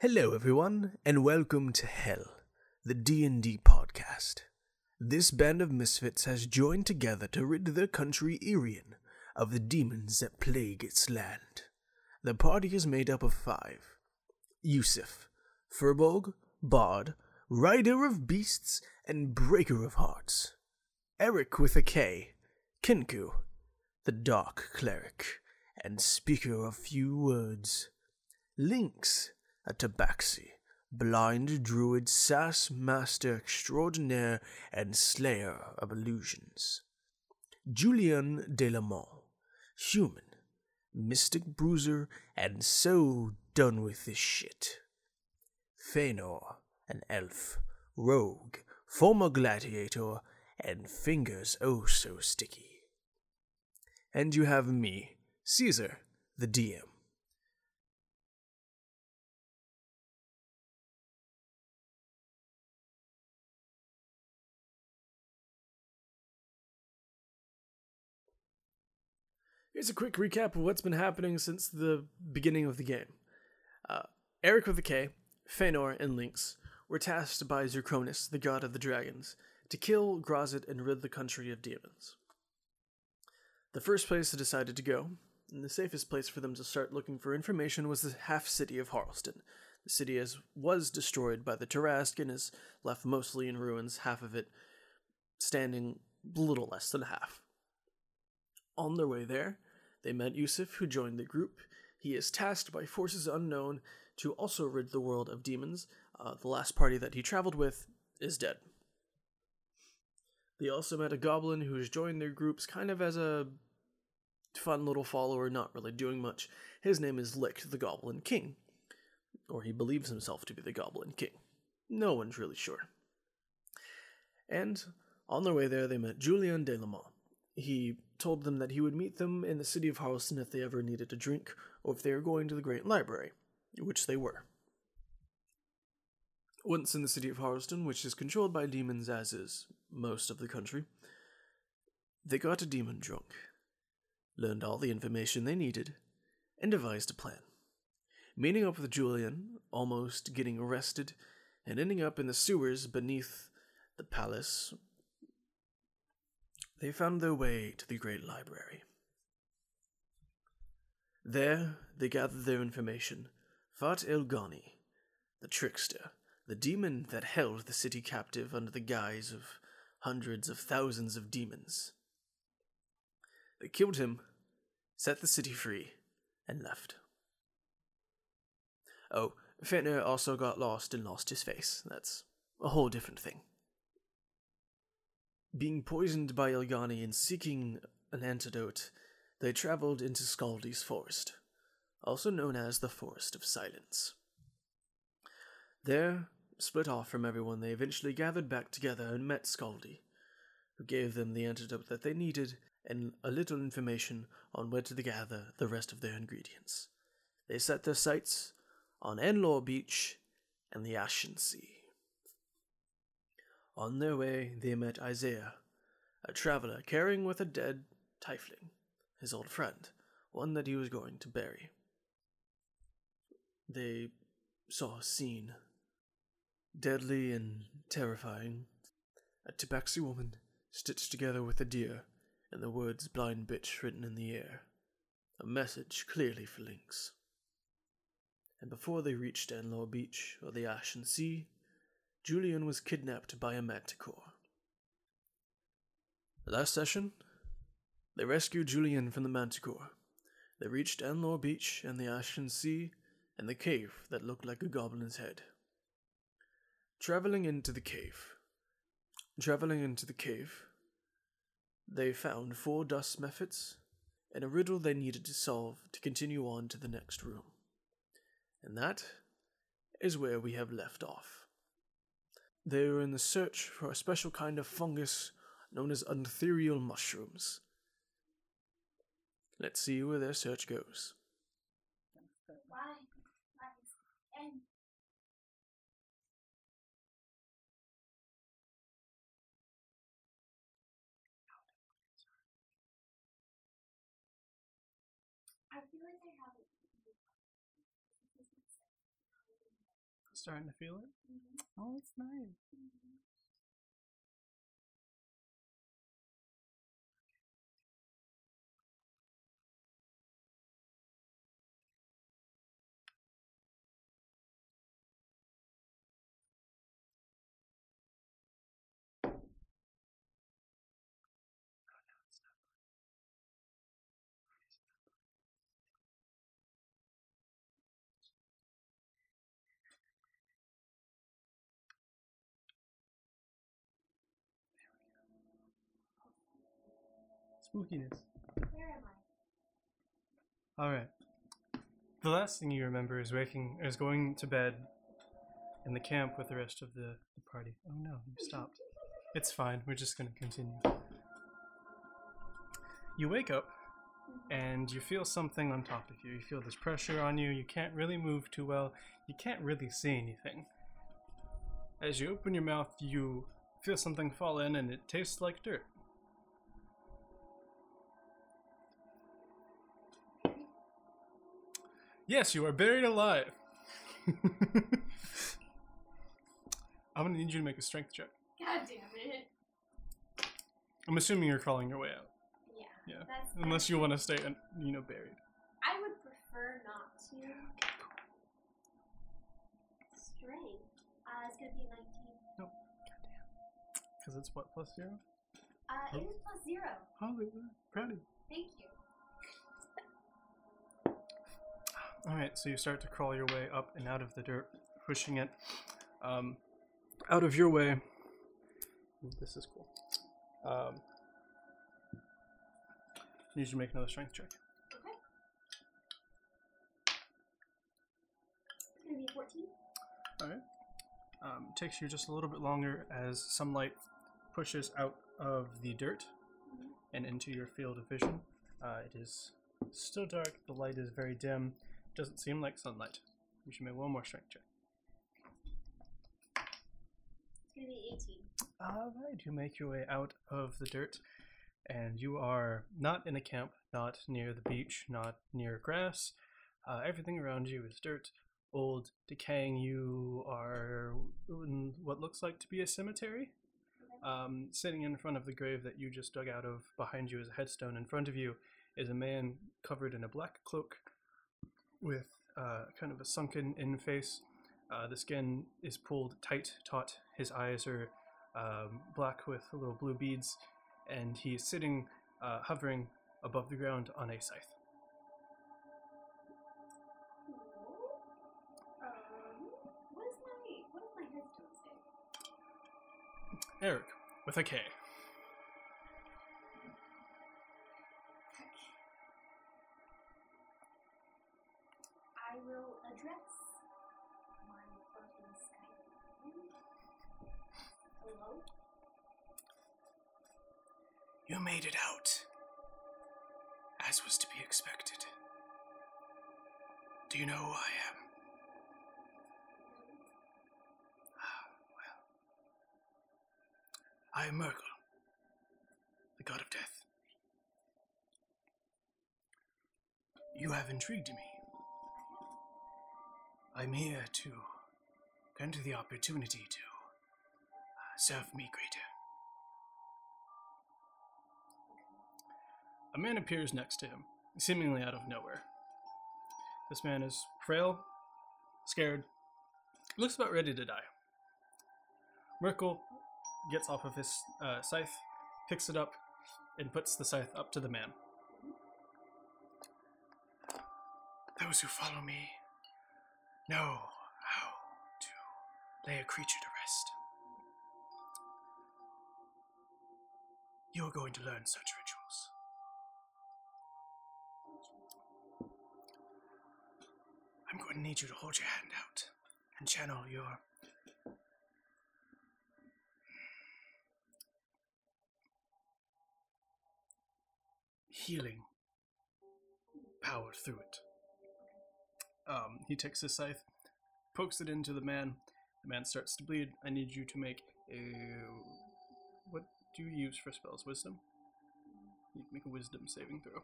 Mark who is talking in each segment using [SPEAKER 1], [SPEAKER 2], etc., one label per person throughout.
[SPEAKER 1] Hello everyone and welcome to Hell, the D&D podcast. This band of misfits has joined together to rid their country Irian of the demons that plague its land. The party is made up of 5: Yusuf, Furbolg, Bard, Rider of Beasts and Breaker of Hearts. Eric with a K, Kinku, the Dark Cleric and Speaker of Few Words. Lynx, a tabaxi, blind druid, sass master extraordinaire, and slayer of illusions. Julian Delamont, human, mystic bruiser, and so done with this shit. Fëanor, an elf, rogue, former gladiator, and fingers oh so sticky. And you have me, Caesar, the DM.
[SPEAKER 2] Here's a quick recap of what's been happening since the beginning of the game. Uh, Eric with a K, Fëanor, and Lynx were tasked by Zirconis, the god of the dragons, to kill Grozit and rid the country of demons. The first place they decided to go, and the safest place for them to start looking for information, was the half city of Harleston. The city is, was destroyed by the Tarrasque and is left mostly in ruins, half of it standing little less than half. On their way there, they met Yusuf, who joined the group. He is tasked by forces unknown to also rid the world of demons. Uh, the last party that he traveled with is dead. They also met a goblin who has joined their groups kind of as a fun little follower, not really doing much. His name is Lick, the Goblin King, or he believes himself to be the Goblin King. No one's really sure. And on their way there, they met Julien de Lamont. He told them that he would meet them in the city of Harleston if they ever needed a drink, or if they were going to the Great Library, which they were. Once in the city of Harleston, which is controlled by demons as is most of the country, they got a demon drunk, learned all the information they needed, and devised a plan. Meeting up with Julian, almost getting arrested, and ending up in the sewers beneath the palace they found their way to the great library. There, they gathered their information. Fat El Ghani, the trickster, the demon that held the city captive under the guise of hundreds of thousands of demons. They killed him, set the city free, and left. Oh, Fenrir also got lost and lost his face. That's a whole different thing being poisoned by Ilgani and seeking an antidote, they traveled into Scaldi's forest, also known as the Forest of Silence. There, split off from everyone, they eventually gathered back together and met Scaldi, who gave them the antidote that they needed and a little information on where to gather the rest of their ingredients. They set their sights on Enlor Beach and the Ashen Sea. On their way, they met Isaiah, a traveler carrying with a dead tiefling, his old friend, one that he was going to bury. They saw a scene, deadly and terrifying. A tabaxi woman stitched together with a deer, and the words blind bitch written in the air. A message clearly for Lynx. And before they reached Enlor Beach or the Ashen Sea, Julian was kidnapped by a manticore. Last session, they rescued Julian from the manticore. They reached Anlor Beach and the Ashen Sea and the cave that looked like a goblin's head. Traveling into the cave, traveling into the cave, they found four dust methods and a riddle they needed to solve to continue on to the next room. And that is where we have left off. They were in the search for a special kind of fungus known as untherial mushrooms. Let's see where their search goes.
[SPEAKER 3] Why? Why is and I feel like I haven't eaten because it's like
[SPEAKER 4] Starting to feel it? Oh, that's nice. Spookiness.
[SPEAKER 3] Where am I?
[SPEAKER 4] All right. The last thing you remember is waking is going to bed in the camp with the rest of the, the party. Oh no, you stopped. It's fine. We're just going to continue. You wake up and you feel something on top of you. You feel this pressure on you. You can't really move too well. You can't really see anything. As you open your mouth, you feel something fall in and it tastes like dirt. Yes, you are buried alive. I'm gonna need you to make a strength check.
[SPEAKER 3] God damn it.
[SPEAKER 4] I'm assuming you're crawling your way out,
[SPEAKER 3] Yeah.
[SPEAKER 4] Yeah,
[SPEAKER 3] That's
[SPEAKER 4] unless you want to stay, un- you know, buried.
[SPEAKER 3] I would prefer not to. Strength. Uh, it's gonna be 19.
[SPEAKER 4] Nope. Goddamn. Because it's what plus zero.
[SPEAKER 3] Uh, it is plus zero.
[SPEAKER 4] Hollywood, proud of you.
[SPEAKER 3] Thank you.
[SPEAKER 4] All right, so you start to crawl your way up and out of the dirt, pushing it um, out of your way. This is cool. Um, need you to make another strength check.
[SPEAKER 3] Okay. It's gonna be 14.
[SPEAKER 4] All right. Um, it takes you just a little bit longer as sunlight pushes out of the dirt and into your field of vision. Uh, it is still dark. The light is very dim. Doesn't seem like sunlight. You should make one more strength check.
[SPEAKER 3] It's gonna be 18.
[SPEAKER 4] All right, you make your way out of the dirt, and you are not in a camp, not near the beach, not near grass. Uh, everything around you is dirt, old, decaying. You are in what looks like to be a cemetery. Um, sitting in front of the grave that you just dug out of, behind you is a headstone. In front of you is a man covered in a black cloak with uh, kind of a sunken in face. Uh, the skin is pulled tight, taut. His eyes are um, black with little blue beads, and he is sitting, uh, hovering above the ground on a scythe.
[SPEAKER 3] Cool. Um, what is my, what does my headstone say?
[SPEAKER 4] Eric, with a K.
[SPEAKER 3] I will address my floating sky. Hello?
[SPEAKER 4] You made it out, as was to be expected. Do you know who I am? Ah, well. I am Merkel, the god of death. You have intrigued me. I'm here to grant you the opportunity to uh, serve me greater. A man appears next to him, seemingly out of nowhere. This man is frail, scared, looks about ready to die. Merkel gets off of his uh, scythe, picks it up, and puts the scythe up to the man. Those who follow me know how to lay a creature to rest. You are going to learn such rituals. I'm going to need you to hold your hand out and channel your. healing power through it. Um, he takes his scythe, pokes it into the man. The man starts to bleed. I need you to make a. What do you use for spells? Wisdom? You can make a wisdom saving throw.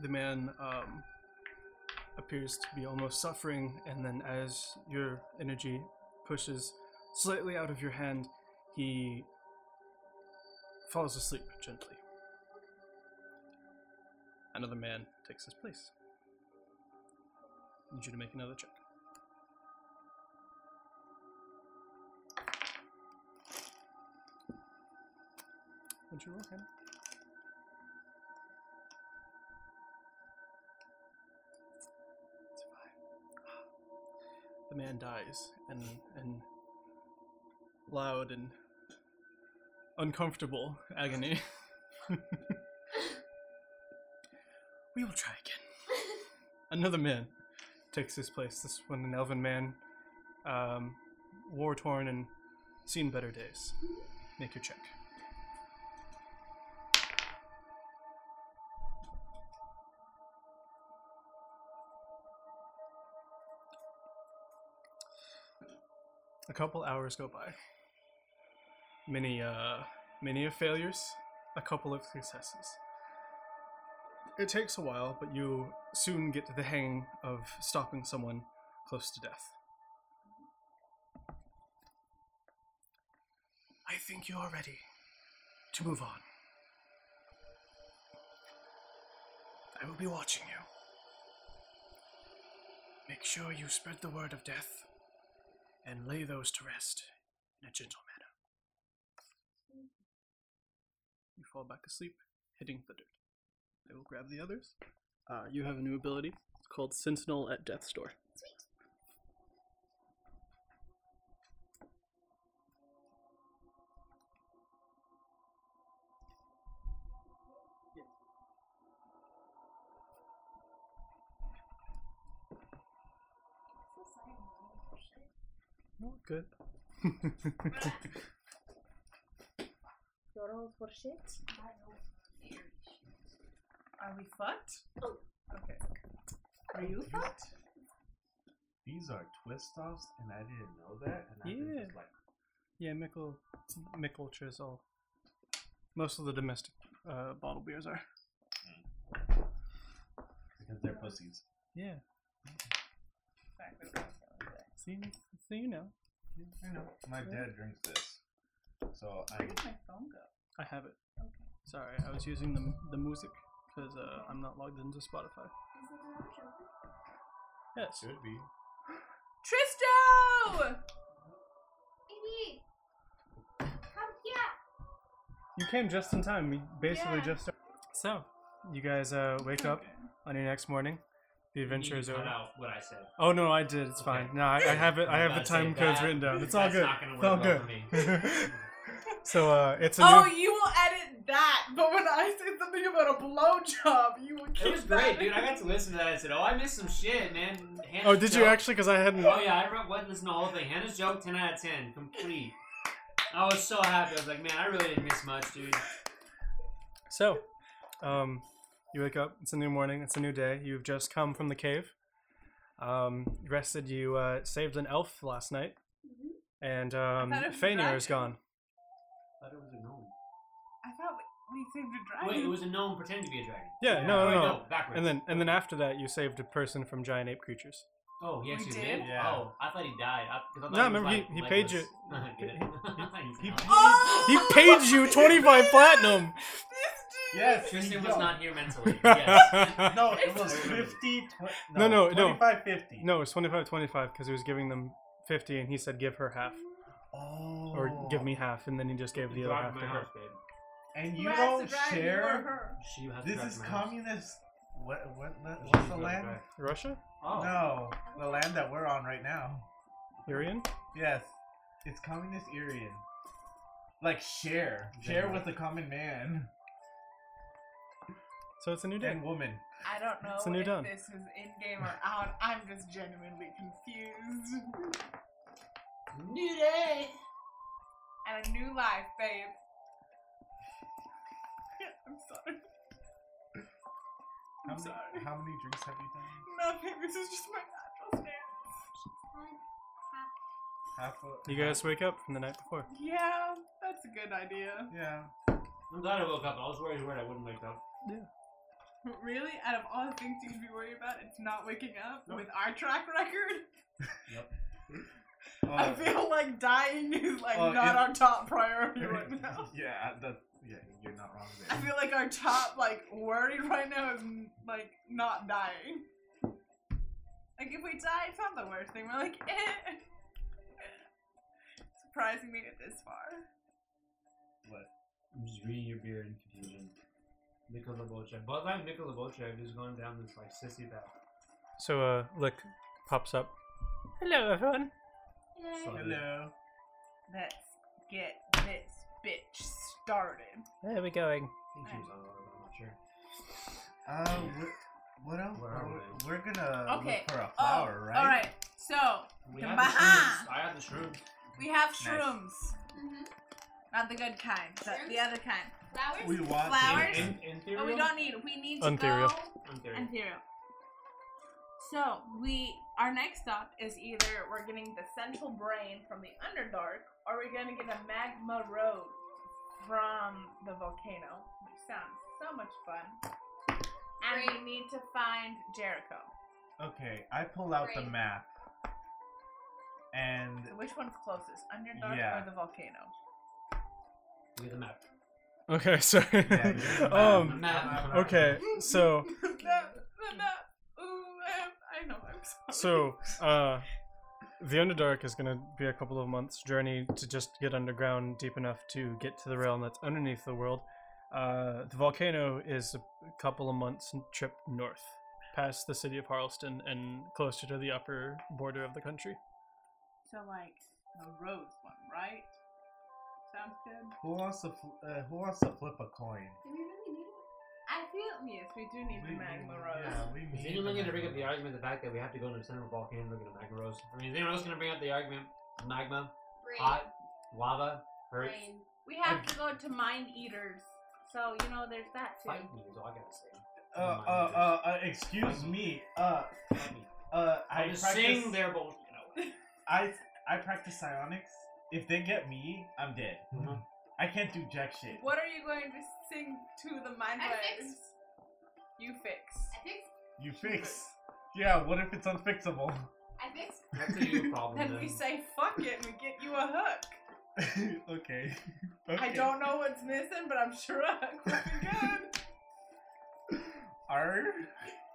[SPEAKER 4] The man um, appears to be almost suffering, and then as your energy pushes slightly out of your hand, he falls asleep gently. Another man takes his place. Need you to make another check. What'd you roll, Hannah? It's fine. The man dies, and and loud and uncomfortable agony. we will try again. Another man takes his place. This one, an elven man, um, war torn and seen better days. Make your check. A couple hours go by. Many, uh, many of failures, a couple of successes. It takes a while, but you soon get to the hang of stopping someone close to death. I think you are ready to move on. I will be watching you. Make sure you spread the word of death and lay those to rest in a gentle manner. You fall back asleep, hitting the dirt. I will grab the others. Uh, you have a new ability. It's called Sentinel at Death's Door.
[SPEAKER 3] So sorry, Molly. for shit.
[SPEAKER 4] Not good.
[SPEAKER 5] Your rolls for shit.
[SPEAKER 3] My whole theory shit.
[SPEAKER 6] Are we fucked? Okay. Are you fucked?
[SPEAKER 7] These are twist offs, and I didn't know that. And I've been just
[SPEAKER 4] Yeah.
[SPEAKER 7] like,
[SPEAKER 4] yeah, Mickle, Mickle Chisel. Most of the domestic uh, bottle beers are.
[SPEAKER 7] because they're pussies.
[SPEAKER 4] Yeah.
[SPEAKER 6] Sorry, we were going to that.
[SPEAKER 4] See, so you know,
[SPEAKER 7] I know. My dad drinks this, so I.
[SPEAKER 6] Where did my phone go?
[SPEAKER 4] I have it.
[SPEAKER 6] Okay.
[SPEAKER 4] Sorry, I was using the the music because uh, I'm not logged into Spotify.
[SPEAKER 3] Is it an option?
[SPEAKER 4] Yes.
[SPEAKER 7] Should be.
[SPEAKER 6] Tristo!
[SPEAKER 3] Amy! Come here!
[SPEAKER 4] You came just in time. We basically
[SPEAKER 6] Yeah.
[SPEAKER 4] just. So, you guys uh, wake up on your next morning. The adventure
[SPEAKER 8] You
[SPEAKER 4] is
[SPEAKER 8] cut
[SPEAKER 4] over.
[SPEAKER 8] out what I said.
[SPEAKER 4] Oh no, I did. It's
[SPEAKER 8] Okay.
[SPEAKER 4] fine. No, I, I have it. I
[SPEAKER 8] You
[SPEAKER 4] have the
[SPEAKER 8] gotta
[SPEAKER 4] time
[SPEAKER 8] save
[SPEAKER 4] codes
[SPEAKER 8] that.
[SPEAKER 4] written down. It's all
[SPEAKER 8] That's
[SPEAKER 4] good.
[SPEAKER 8] not gonna
[SPEAKER 4] It's all
[SPEAKER 8] work
[SPEAKER 4] good.
[SPEAKER 8] well for me.
[SPEAKER 4] so uh, it's a
[SPEAKER 6] Oh,
[SPEAKER 4] new.
[SPEAKER 6] you will edit that, but when I say something about a blowjob, you will keep
[SPEAKER 8] It was
[SPEAKER 6] that.
[SPEAKER 8] great, dude. I got to listen to that. I said, "Oh, I missed some shit, man." Hannah's
[SPEAKER 4] Oh, did you
[SPEAKER 8] joke-
[SPEAKER 4] actually? Because I hadn't.
[SPEAKER 8] Oh yeah, I re- wasn't listening to the whole thing. Hannah's joke, ten out of ten, complete. I was so happy. I was like, "Man, I really didn't miss much, dude."
[SPEAKER 4] So, um, you wake up. It's a new morning. It's a new day. You've just come from the cave. Um, you rested. You uh, saved an elf last night, and um,
[SPEAKER 6] Mm-hmm. thought it was a
[SPEAKER 4] Fainir is
[SPEAKER 6] dragon.
[SPEAKER 4] gone.
[SPEAKER 8] Thought it was a gnome.
[SPEAKER 6] I thought we, we saved a dragon.
[SPEAKER 8] Wait, it was a gnome pretending to be a dragon.
[SPEAKER 4] Yeah, no,
[SPEAKER 8] Wait,
[SPEAKER 4] no, no.
[SPEAKER 8] backwards.
[SPEAKER 4] And then, and then after that, you saved a person from giant ape creatures.
[SPEAKER 8] oh, he
[SPEAKER 6] We
[SPEAKER 8] actually
[SPEAKER 6] did?
[SPEAKER 8] did.
[SPEAKER 7] Yeah.
[SPEAKER 8] Oh, I thought he died. I, 'cause I thought
[SPEAKER 4] No,
[SPEAKER 8] he was,
[SPEAKER 4] remember, he-
[SPEAKER 8] like,
[SPEAKER 4] he paid you-
[SPEAKER 8] legless. I get it.
[SPEAKER 7] he-
[SPEAKER 8] He's not.
[SPEAKER 6] Oh!
[SPEAKER 4] He paid you twenty-five platinum.
[SPEAKER 6] This dude.
[SPEAKER 7] Yes,
[SPEAKER 8] Tristan
[SPEAKER 7] he
[SPEAKER 8] was
[SPEAKER 7] does.
[SPEAKER 8] not here mentally. Yes.
[SPEAKER 7] No, it was
[SPEAKER 8] It's-
[SPEAKER 7] 50. Tw-
[SPEAKER 4] No, no, no.
[SPEAKER 7] 25, 50.
[SPEAKER 4] No, it's 25 25 because he was giving them 50 and he said give her half
[SPEAKER 7] Oh.
[SPEAKER 4] or give me half and then he just gave the other half
[SPEAKER 8] Drive
[SPEAKER 4] to
[SPEAKER 8] my
[SPEAKER 4] her.
[SPEAKER 8] house, babe.
[SPEAKER 7] And you
[SPEAKER 6] Who has the
[SPEAKER 7] don't
[SPEAKER 6] dragon? You or
[SPEAKER 7] share.
[SPEAKER 6] her?
[SPEAKER 8] She has to
[SPEAKER 7] This
[SPEAKER 8] drive
[SPEAKER 7] is
[SPEAKER 8] my house.
[SPEAKER 7] communist. What? What? what
[SPEAKER 8] She
[SPEAKER 7] what's
[SPEAKER 8] has
[SPEAKER 7] the
[SPEAKER 8] to
[SPEAKER 7] land?
[SPEAKER 8] drive.
[SPEAKER 4] Russia?
[SPEAKER 8] Oh.
[SPEAKER 7] No, the land that we're on right now.
[SPEAKER 4] Urian?
[SPEAKER 7] Yes, it's communist Irian. Like share, share with the common man
[SPEAKER 4] So it's a new day.
[SPEAKER 7] and woman.
[SPEAKER 6] I don't know
[SPEAKER 4] It's a new
[SPEAKER 6] if
[SPEAKER 4] dawn.
[SPEAKER 6] this is in game or out. I'm just genuinely confused.
[SPEAKER 8] New day.
[SPEAKER 6] And a new life, babe.
[SPEAKER 7] How
[SPEAKER 6] I'm sorry. I'm
[SPEAKER 7] many,
[SPEAKER 6] sorry.
[SPEAKER 7] how many drinks have you done?
[SPEAKER 6] Nothing. This is just my natural state.
[SPEAKER 7] Half. A,
[SPEAKER 4] You guys wake up from the night before.
[SPEAKER 6] Yeah, that's a good idea.
[SPEAKER 7] Yeah.
[SPEAKER 8] I'm glad I woke up. I was worried where I wouldn't wake up.
[SPEAKER 6] Really? Out of all the things you could be worried about, it's not waking up with our track record?
[SPEAKER 7] Uh,
[SPEAKER 6] I feel like dying is like
[SPEAKER 7] uh,
[SPEAKER 6] not
[SPEAKER 7] it-
[SPEAKER 6] our top priority right now.
[SPEAKER 7] yeah, that's yeah. You're not wrong
[SPEAKER 6] I
[SPEAKER 7] there.
[SPEAKER 6] feel like our top like worry right now is like not dying. Like if we die, it's not the worst thing. We're like, eh. Surprised we made it this far.
[SPEAKER 7] What?
[SPEAKER 8] I'm just reading your beer in confusion. Nikola Bochev. But like Nikola Bochev is going down this like sissy path.
[SPEAKER 4] So, uh, Lick pops up. Hello, everyone.
[SPEAKER 8] So,
[SPEAKER 7] Hello.
[SPEAKER 6] Let's get this bitch started.
[SPEAKER 4] Where are we going?
[SPEAKER 8] I think she was on the road, I'm not sure.
[SPEAKER 7] Uh, what, what else?
[SPEAKER 8] Where are
[SPEAKER 7] We're,
[SPEAKER 8] we?
[SPEAKER 7] we're gonna
[SPEAKER 6] Okay,
[SPEAKER 7] look for a
[SPEAKER 6] Oh,
[SPEAKER 7] flower, right?
[SPEAKER 6] All right. So
[SPEAKER 8] We
[SPEAKER 6] Come
[SPEAKER 8] have the
[SPEAKER 6] on.
[SPEAKER 8] shrooms. I have the shroom.
[SPEAKER 6] we have
[SPEAKER 7] Nice.
[SPEAKER 6] shrooms,
[SPEAKER 3] Mm-hmm.
[SPEAKER 6] not the good kind, but the
[SPEAKER 3] Shrooms?
[SPEAKER 6] other kind.
[SPEAKER 3] Flowers?
[SPEAKER 7] We want
[SPEAKER 6] Flowers?
[SPEAKER 7] the-
[SPEAKER 8] In, in theory.
[SPEAKER 6] But Oh, we don't need. We need to
[SPEAKER 4] Untherial.
[SPEAKER 6] go
[SPEAKER 8] In theory.
[SPEAKER 6] and Thero. So we our next stop is either we're getting the central brain from the underdark, or we're gonna get a magma road from the volcano, which sounds so much fun. And we
[SPEAKER 3] Great.
[SPEAKER 6] need to find Jericho.
[SPEAKER 7] Okay, I pull out the
[SPEAKER 3] Great.
[SPEAKER 7] map. And
[SPEAKER 6] So which one's closest, underdark
[SPEAKER 7] Yeah.
[SPEAKER 6] or the volcano?
[SPEAKER 8] We have the map.
[SPEAKER 4] Okay, sorry.
[SPEAKER 7] Yeah, you're
[SPEAKER 8] The
[SPEAKER 4] um,
[SPEAKER 8] map.
[SPEAKER 4] okay, so,
[SPEAKER 6] the, the, the, ooh, I, I know. I'm sorry.
[SPEAKER 4] so, uh, the Underdark is gonna be a couple of months' journey to just get underground deep enough to get to the realm that's underneath the world. Uh, the volcano is a couple of months' trip north, past the city of Harleston and closer to the upper border of the country.
[SPEAKER 6] so like the rose one, right? Sounds good.
[SPEAKER 7] who wants to fl- uh, who wants to flip a coin?
[SPEAKER 3] Do we really need it?
[SPEAKER 6] I feel yes, we do need the magma rose.
[SPEAKER 7] Yeah, we
[SPEAKER 8] Is
[SPEAKER 7] need
[SPEAKER 8] anyone
[SPEAKER 7] the
[SPEAKER 8] going to bring up the
[SPEAKER 7] magma.
[SPEAKER 8] argument the fact that we have to go to the center of a volcano to get a magma rose? I mean, is anyone else going to bring up the argument? Magma,
[SPEAKER 3] Brain.
[SPEAKER 8] hot, lava, hurts.
[SPEAKER 3] Brain.
[SPEAKER 6] We have to go to Mind Eaters, so you know there's that too.
[SPEAKER 8] Fight me is all I gotta say.
[SPEAKER 7] Uh, uh, uh, uh, excuse me. Uh,
[SPEAKER 8] Fight me.
[SPEAKER 7] uh, I
[SPEAKER 8] I just
[SPEAKER 7] practice.
[SPEAKER 8] sing their bullshit. away.
[SPEAKER 7] I I practice psionics. If they get me, I'm dead.
[SPEAKER 8] Mhm.
[SPEAKER 7] I can't do jack shit.
[SPEAKER 6] What are you going to sing to the Mind
[SPEAKER 3] I
[SPEAKER 6] Eaters?
[SPEAKER 3] fixed.
[SPEAKER 6] You fix.
[SPEAKER 3] I fixed.
[SPEAKER 7] You fix. Yeah. What if it's unfixable?
[SPEAKER 3] I fixed.
[SPEAKER 8] That's a you problem.
[SPEAKER 6] Then we say fuck it and we get you a hook.
[SPEAKER 7] okay. okay.
[SPEAKER 6] I don't know what's missing, but I'm sure a hook would be good.
[SPEAKER 7] R.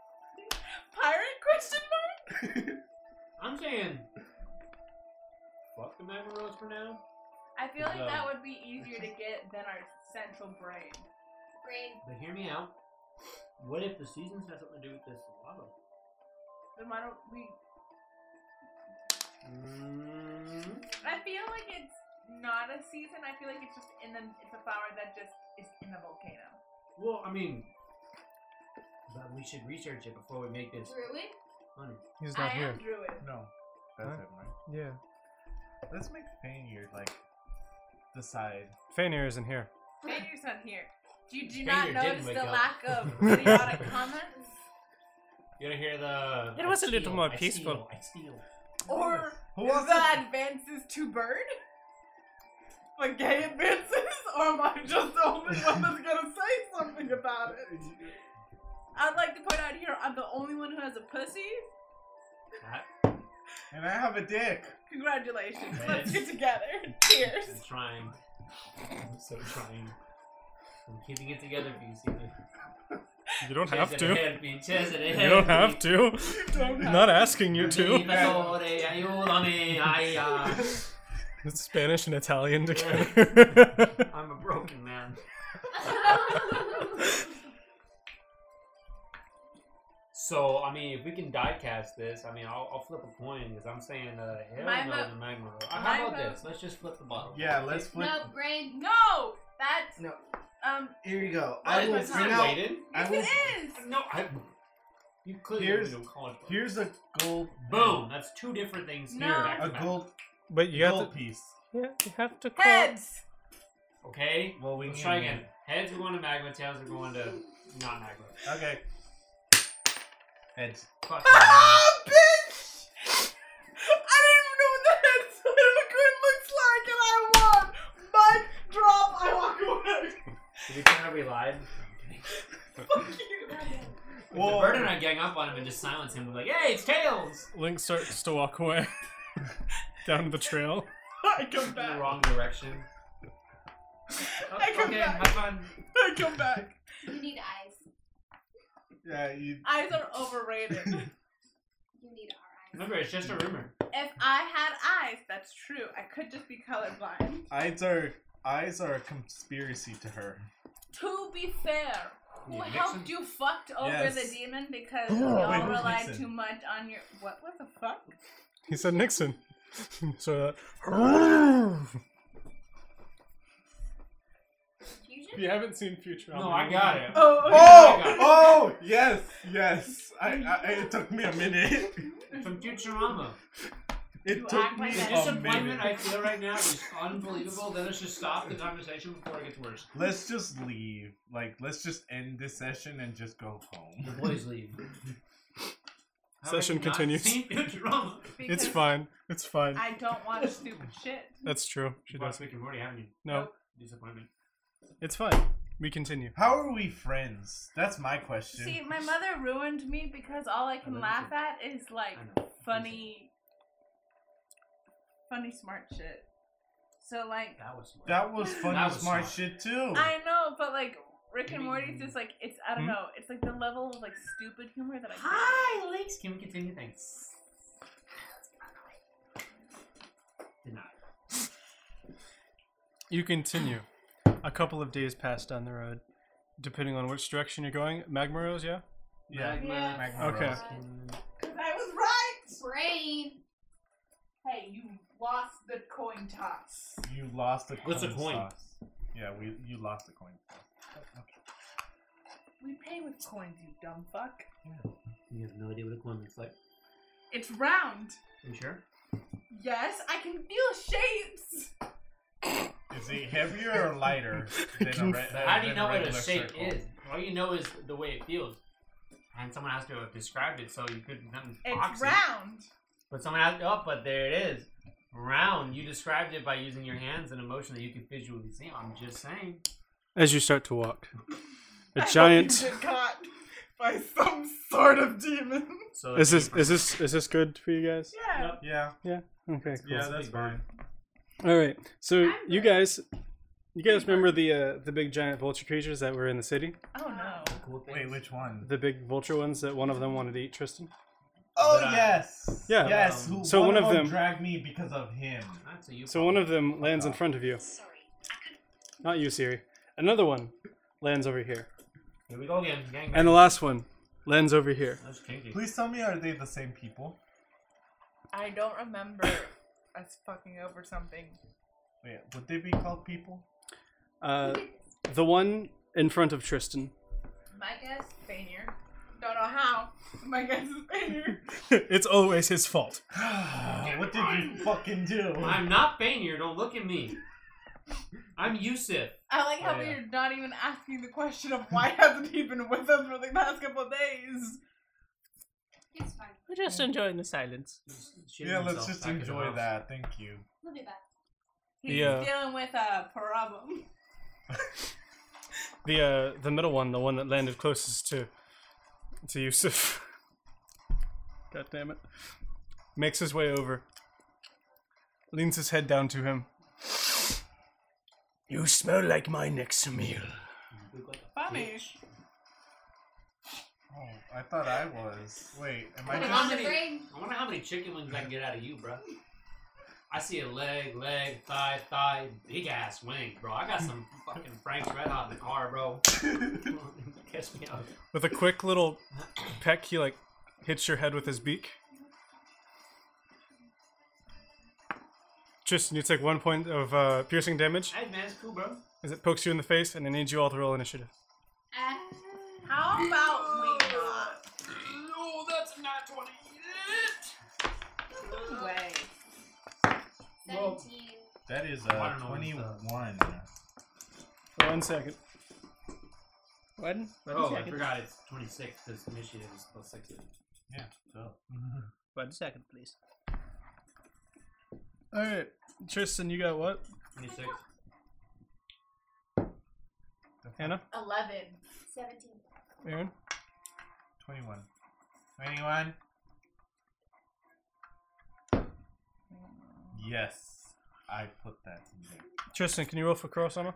[SPEAKER 6] Pirate question mark?
[SPEAKER 8] I'm saying. Fuck the magma rose for now.
[SPEAKER 6] I feel like
[SPEAKER 8] No.
[SPEAKER 6] that would be easier to get than our central brain.
[SPEAKER 3] Brain.
[SPEAKER 8] But hear me out. What if the seasons have something to do with this lava?
[SPEAKER 6] Then why don't we
[SPEAKER 4] Mm-hmm.
[SPEAKER 8] Mm,
[SPEAKER 6] I feel like it's not a season. I feel like it's just in the. It's a flower that just is in the volcano.
[SPEAKER 8] well, I mean, but we should research it before we make this
[SPEAKER 3] Druid.
[SPEAKER 8] money.
[SPEAKER 4] He's
[SPEAKER 6] I
[SPEAKER 4] not here.
[SPEAKER 6] am druid.
[SPEAKER 7] No. That's
[SPEAKER 4] Huh?
[SPEAKER 7] it, right?
[SPEAKER 4] Yeah.
[SPEAKER 7] Let's make Fainir like decide.
[SPEAKER 4] Fainir isn't here.
[SPEAKER 6] Fader's not here. Do you do
[SPEAKER 8] Fader
[SPEAKER 6] not
[SPEAKER 8] didn't
[SPEAKER 6] notice
[SPEAKER 8] wake
[SPEAKER 6] the
[SPEAKER 8] up.
[SPEAKER 6] lack of idiotic comments
[SPEAKER 8] You gonna hear the?
[SPEAKER 4] It was
[SPEAKER 8] I
[SPEAKER 4] a little
[SPEAKER 8] steal,
[SPEAKER 4] more
[SPEAKER 8] I
[SPEAKER 4] peaceful.
[SPEAKER 8] Steal, I steal.
[SPEAKER 6] or
[SPEAKER 7] Who wants
[SPEAKER 6] the
[SPEAKER 7] to?
[SPEAKER 6] advances to bird? But gay advances, or am I just the only one that's gonna say something about it? I'd like to point out here, I'm the only one who has a pussy.
[SPEAKER 8] That-
[SPEAKER 7] And I have a dick.
[SPEAKER 6] Congratulations. Let's
[SPEAKER 8] Yes.
[SPEAKER 6] get together. Cheers.
[SPEAKER 8] I'm trying. I'm so trying. I'm keeping it together for you, Steven.
[SPEAKER 4] You don't
[SPEAKER 8] Chaz
[SPEAKER 4] have
[SPEAKER 8] had a
[SPEAKER 4] to.
[SPEAKER 8] hand me, Chaz had a
[SPEAKER 4] You
[SPEAKER 8] hand
[SPEAKER 4] don't
[SPEAKER 8] me.
[SPEAKER 4] have to. Not asking you
[SPEAKER 8] Me,
[SPEAKER 4] to.
[SPEAKER 8] Valore, aiutami, I, uh,
[SPEAKER 4] It's Spanish and Italian together.
[SPEAKER 8] I'm a broken man. So I mean, if we can diecast this, I mean, I'll, I'll flip a coin because I'm saying uh, hell
[SPEAKER 6] My
[SPEAKER 8] no
[SPEAKER 6] vote-
[SPEAKER 8] to magma. Uh, How about
[SPEAKER 6] my vote-
[SPEAKER 8] this? Let's just flip the bottle.
[SPEAKER 7] Yeah. Let's flip.
[SPEAKER 3] no, brain.
[SPEAKER 6] No! That's.
[SPEAKER 7] No.
[SPEAKER 6] Um,
[SPEAKER 7] Here you go.
[SPEAKER 6] I
[SPEAKER 7] I
[SPEAKER 6] will
[SPEAKER 7] will
[SPEAKER 6] Let's
[SPEAKER 8] It's been
[SPEAKER 7] bring
[SPEAKER 6] bring not
[SPEAKER 7] out.
[SPEAKER 8] waited.
[SPEAKER 7] I
[SPEAKER 6] yes,
[SPEAKER 7] will.
[SPEAKER 6] it is!
[SPEAKER 8] No, I. You clearly
[SPEAKER 7] Here's-
[SPEAKER 8] don't college. bro.
[SPEAKER 7] Here's a gold.
[SPEAKER 8] Boom! That's two different things
[SPEAKER 6] No.
[SPEAKER 8] here. back to
[SPEAKER 7] A
[SPEAKER 8] back.
[SPEAKER 7] gold.
[SPEAKER 4] but you have
[SPEAKER 7] Gold
[SPEAKER 4] to.
[SPEAKER 7] piece.
[SPEAKER 4] Yeah, you have to call.
[SPEAKER 6] Heads!
[SPEAKER 8] Okay.
[SPEAKER 7] Well, we
[SPEAKER 8] Let's
[SPEAKER 7] need
[SPEAKER 8] try
[SPEAKER 7] it.
[SPEAKER 8] again. Heads are going to magma. Tails are going to not magma.
[SPEAKER 7] Okay. Heads.
[SPEAKER 8] Fuck.
[SPEAKER 6] Ah, bitch! I don't even know what the head side of a coin looks like, and I won! Mic drop, I walk away.
[SPEAKER 8] Did you find out we lied? Well, Bird and I gang up on him and just silence him. We're like, hey, it's Tails!
[SPEAKER 4] Link starts to walk away down the trail.
[SPEAKER 2] I come
[SPEAKER 8] In the
[SPEAKER 2] back.
[SPEAKER 8] wrong direction. Oh,
[SPEAKER 2] I come
[SPEAKER 8] okay,
[SPEAKER 2] back.
[SPEAKER 8] have fun.
[SPEAKER 2] I come back.
[SPEAKER 3] You need eyes.
[SPEAKER 7] Yeah, you.
[SPEAKER 6] Eyes are overrated.
[SPEAKER 3] You need our eyes.
[SPEAKER 8] Remember, it's just a rumor.
[SPEAKER 6] If I had eyes, that's true. I could just be colorblind.
[SPEAKER 7] Eyes are eyes are a conspiracy to her.
[SPEAKER 6] To be fair, who
[SPEAKER 8] Yeah,
[SPEAKER 6] helped
[SPEAKER 8] Nixon.
[SPEAKER 6] you fucked over
[SPEAKER 7] Yes.
[SPEAKER 6] the demon because
[SPEAKER 4] Wait,
[SPEAKER 6] y'all
[SPEAKER 7] who's
[SPEAKER 6] relied
[SPEAKER 7] Nixon?
[SPEAKER 6] too much on your what what the fuck?
[SPEAKER 4] He said Nixon. so uh,
[SPEAKER 3] Confusion?
[SPEAKER 4] if you haven't seen Futurama,
[SPEAKER 8] No, I got it.
[SPEAKER 6] Oh,
[SPEAKER 8] Oh my God.
[SPEAKER 7] oh, yes, yes. I, I it took me a minute.
[SPEAKER 6] Oh.
[SPEAKER 8] From Futurama.
[SPEAKER 7] It
[SPEAKER 6] You
[SPEAKER 7] took
[SPEAKER 6] act
[SPEAKER 7] me
[SPEAKER 6] like
[SPEAKER 8] The
[SPEAKER 6] that.
[SPEAKER 7] a
[SPEAKER 8] disappointment I
[SPEAKER 7] minute.
[SPEAKER 8] feel right now is unbelievable. Let us just stop the conversation before it gets worse.
[SPEAKER 7] Let's just leave. Like, let's just end this session and just go
[SPEAKER 8] The
[SPEAKER 7] home.
[SPEAKER 8] boys leave. How
[SPEAKER 4] Session
[SPEAKER 8] have you not
[SPEAKER 4] continues.
[SPEAKER 8] Seen Futurama.
[SPEAKER 4] It's
[SPEAKER 6] Because
[SPEAKER 4] fine. It's fine.
[SPEAKER 6] I don't watch stupid shit.
[SPEAKER 4] That's true. She
[SPEAKER 8] You watched
[SPEAKER 4] does.
[SPEAKER 8] Rick and Morty, haven't you?
[SPEAKER 4] No,
[SPEAKER 8] Disappointment.
[SPEAKER 4] it's fine. We continue.
[SPEAKER 7] How are we friends? That's my question.
[SPEAKER 6] See, my mother ruined me because all I can laugh at is like
[SPEAKER 8] I know.
[SPEAKER 6] funny, funny smart shit. So like,
[SPEAKER 8] That was smart.
[SPEAKER 7] that was funny,
[SPEAKER 8] That was
[SPEAKER 7] smart,
[SPEAKER 8] smart.
[SPEAKER 7] shit too.
[SPEAKER 6] I know, but like Rick and Morty's just like it's I don't
[SPEAKER 4] Hmm?
[SPEAKER 6] know, it's like the level of like stupid humor that I. can't-
[SPEAKER 8] Hi, Leaks. Can we continue? Thanks. Did not.
[SPEAKER 4] You continue. A couple of days pass down the road, depending on which direction you're going. Magma Rose, yeah.
[SPEAKER 7] yeah.
[SPEAKER 6] Yeah.
[SPEAKER 7] Magma
[SPEAKER 4] Okay.
[SPEAKER 7] Rose.
[SPEAKER 6] I was right.
[SPEAKER 3] Brain.
[SPEAKER 6] Hey, you lost the coin toss.
[SPEAKER 7] You lost a coin.
[SPEAKER 8] What's a coin?
[SPEAKER 7] toss. Yeah, we you lost a coin.
[SPEAKER 6] We pay with coins, you dumb fuck.
[SPEAKER 8] You have no idea what a coin looks like.
[SPEAKER 6] It's round.
[SPEAKER 8] You sure?
[SPEAKER 6] Yes, I can feel shapes.
[SPEAKER 7] Is it heavier or lighter than a re-
[SPEAKER 8] How do you
[SPEAKER 7] than
[SPEAKER 8] know what a
[SPEAKER 7] regular
[SPEAKER 8] shape
[SPEAKER 7] circle?
[SPEAKER 8] is? All you know is the way it feels. And someone has to have described it, so you couldn't. nothing's
[SPEAKER 6] It's
[SPEAKER 8] boxy.
[SPEAKER 6] round.
[SPEAKER 8] But someone has to. Oh, but there it is. Round. You described it by using your hands and emotion that you can visually see. I'm just saying.
[SPEAKER 4] As you start to walk,
[SPEAKER 6] I
[SPEAKER 4] a
[SPEAKER 6] hope you
[SPEAKER 4] giant.
[SPEAKER 6] get caught by some sort of demon.
[SPEAKER 8] So
[SPEAKER 4] Is this is this is this good for you guys?
[SPEAKER 6] Yeah.
[SPEAKER 7] Yeah,
[SPEAKER 4] Okay. Cool.
[SPEAKER 7] yeah, that's
[SPEAKER 8] big
[SPEAKER 7] fine.
[SPEAKER 8] bird.
[SPEAKER 4] All right. So
[SPEAKER 6] I'm
[SPEAKER 4] you
[SPEAKER 6] good.
[SPEAKER 4] guys, you guys remember the uh, the big giant vulture creatures that were in the city?
[SPEAKER 6] Oh no.
[SPEAKER 8] cool thing.
[SPEAKER 7] Wait, which one?
[SPEAKER 4] The big vulture ones that one of them wanted to eat Tristan.
[SPEAKER 7] Oh
[SPEAKER 8] But, uh,
[SPEAKER 7] yes,
[SPEAKER 4] Yeah.
[SPEAKER 7] yes.
[SPEAKER 8] Um,
[SPEAKER 7] Who,
[SPEAKER 4] so one of them-
[SPEAKER 7] dragged me because of him.
[SPEAKER 8] That's a you.
[SPEAKER 4] So one of them lands in front of you. Not you, Siri. Another one lands over here,
[SPEAKER 8] Here we go again. Gang
[SPEAKER 4] and the last one lands over here.
[SPEAKER 8] That's kinky.
[SPEAKER 7] Please tell me, are they the same people?
[SPEAKER 6] I don't remember us fucking over something.
[SPEAKER 7] Wait, would they be called people?
[SPEAKER 4] Uh, the one in front of Tristan.
[SPEAKER 6] My guess, Fainir. Don't know how. but My guess is Fainir.
[SPEAKER 4] it's always his fault.
[SPEAKER 7] what did you fucking do?
[SPEAKER 8] I'm not Fainir. Don't look at me. I'm Yusuf.
[SPEAKER 6] I like how
[SPEAKER 7] Oh, yeah.
[SPEAKER 6] you're not even asking the question of why hasn't he been with us for the past couple of days.
[SPEAKER 3] It's fine.
[SPEAKER 5] We're just enjoying the silence.
[SPEAKER 7] Yeah, let's just enjoy that. Thank you.
[SPEAKER 3] We'll be back.
[SPEAKER 6] He's
[SPEAKER 4] Yeah.
[SPEAKER 6] dealing with a problem.
[SPEAKER 4] The uh, the middle one, the one that landed closest to to Yusuf. God damn it! Makes his way over, leans his head down to him. You smell like my next meal.
[SPEAKER 6] Funny.
[SPEAKER 7] Oh, I thought I was. Wait, am I
[SPEAKER 8] Put it
[SPEAKER 7] just?
[SPEAKER 8] on the
[SPEAKER 3] Mr. Brain.
[SPEAKER 8] I wonder how many chicken wings I can get out of you, bro. I see a leg, leg, thigh, thigh, big ass wing, bro. I got some fucking Frank's Red Hot in the car, bro. Catch me out.
[SPEAKER 4] With a quick little peck, he like hits your head with his beak. Tristan, you take one point of uh, piercing damage
[SPEAKER 8] Hey man, it's cool, bro.
[SPEAKER 4] as it pokes you in the face, and I need you all to roll initiative.
[SPEAKER 3] Ah.
[SPEAKER 6] How about Oh, we not?
[SPEAKER 8] No, that's not twenty.
[SPEAKER 6] No way.
[SPEAKER 3] 17.
[SPEAKER 8] Well-
[SPEAKER 7] That is
[SPEAKER 8] I
[SPEAKER 7] uh,
[SPEAKER 8] don't know what it's, uh,
[SPEAKER 7] twenty-one.
[SPEAKER 4] One second. One.
[SPEAKER 8] Oh, I forgot it's twenty six. This initiative is plus sixty.
[SPEAKER 7] Yeah. So.
[SPEAKER 5] One second, please.
[SPEAKER 4] All right, Tristan, you got what?
[SPEAKER 8] Twenty six.
[SPEAKER 4] Hannah,
[SPEAKER 6] 11.
[SPEAKER 3] 17.
[SPEAKER 4] Aaron,
[SPEAKER 7] 21. 21. Yes. I put that in there.
[SPEAKER 4] Tristan, can you roll for Kurosama?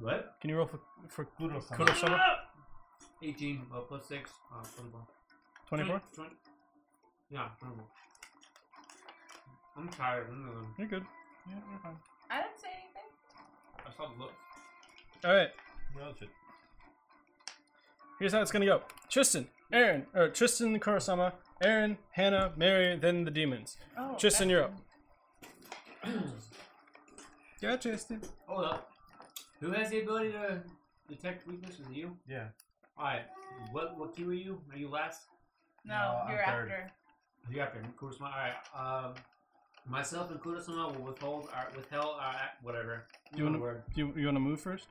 [SPEAKER 8] What?
[SPEAKER 4] Can you roll for for
[SPEAKER 7] Kudos on that.
[SPEAKER 4] Kurosama?
[SPEAKER 8] 18, well, plus 6, uh, 24.
[SPEAKER 4] Twenty-four.
[SPEAKER 8] 20. Yeah, 24. I'm tired. I'm gonna-
[SPEAKER 4] You're good.
[SPEAKER 7] Yeah, you're fine.
[SPEAKER 6] I don't say anything.
[SPEAKER 8] I saw the look.
[SPEAKER 4] All right.
[SPEAKER 7] You all should.
[SPEAKER 4] Here's how it's gonna go: Tristan, Aaron, or Tristan, Kurosama, Aaron, Hannah, Mary, then the demons.
[SPEAKER 6] Oh,
[SPEAKER 4] Tristan, you're up. yeah, Tristan.
[SPEAKER 8] Hold up. Who has the ability to detect weaknesses? You?
[SPEAKER 7] Yeah.
[SPEAKER 8] Alright. What what queue are you? Are you last?
[SPEAKER 6] No,
[SPEAKER 7] No,
[SPEAKER 6] you're
[SPEAKER 7] I'm third.
[SPEAKER 6] after.
[SPEAKER 8] You after Kurosama. Alright. Um, myself and Kurosama will withhold our withheld our act- whatever.
[SPEAKER 4] Do you wanna-
[SPEAKER 8] word?
[SPEAKER 4] You you wanna move first?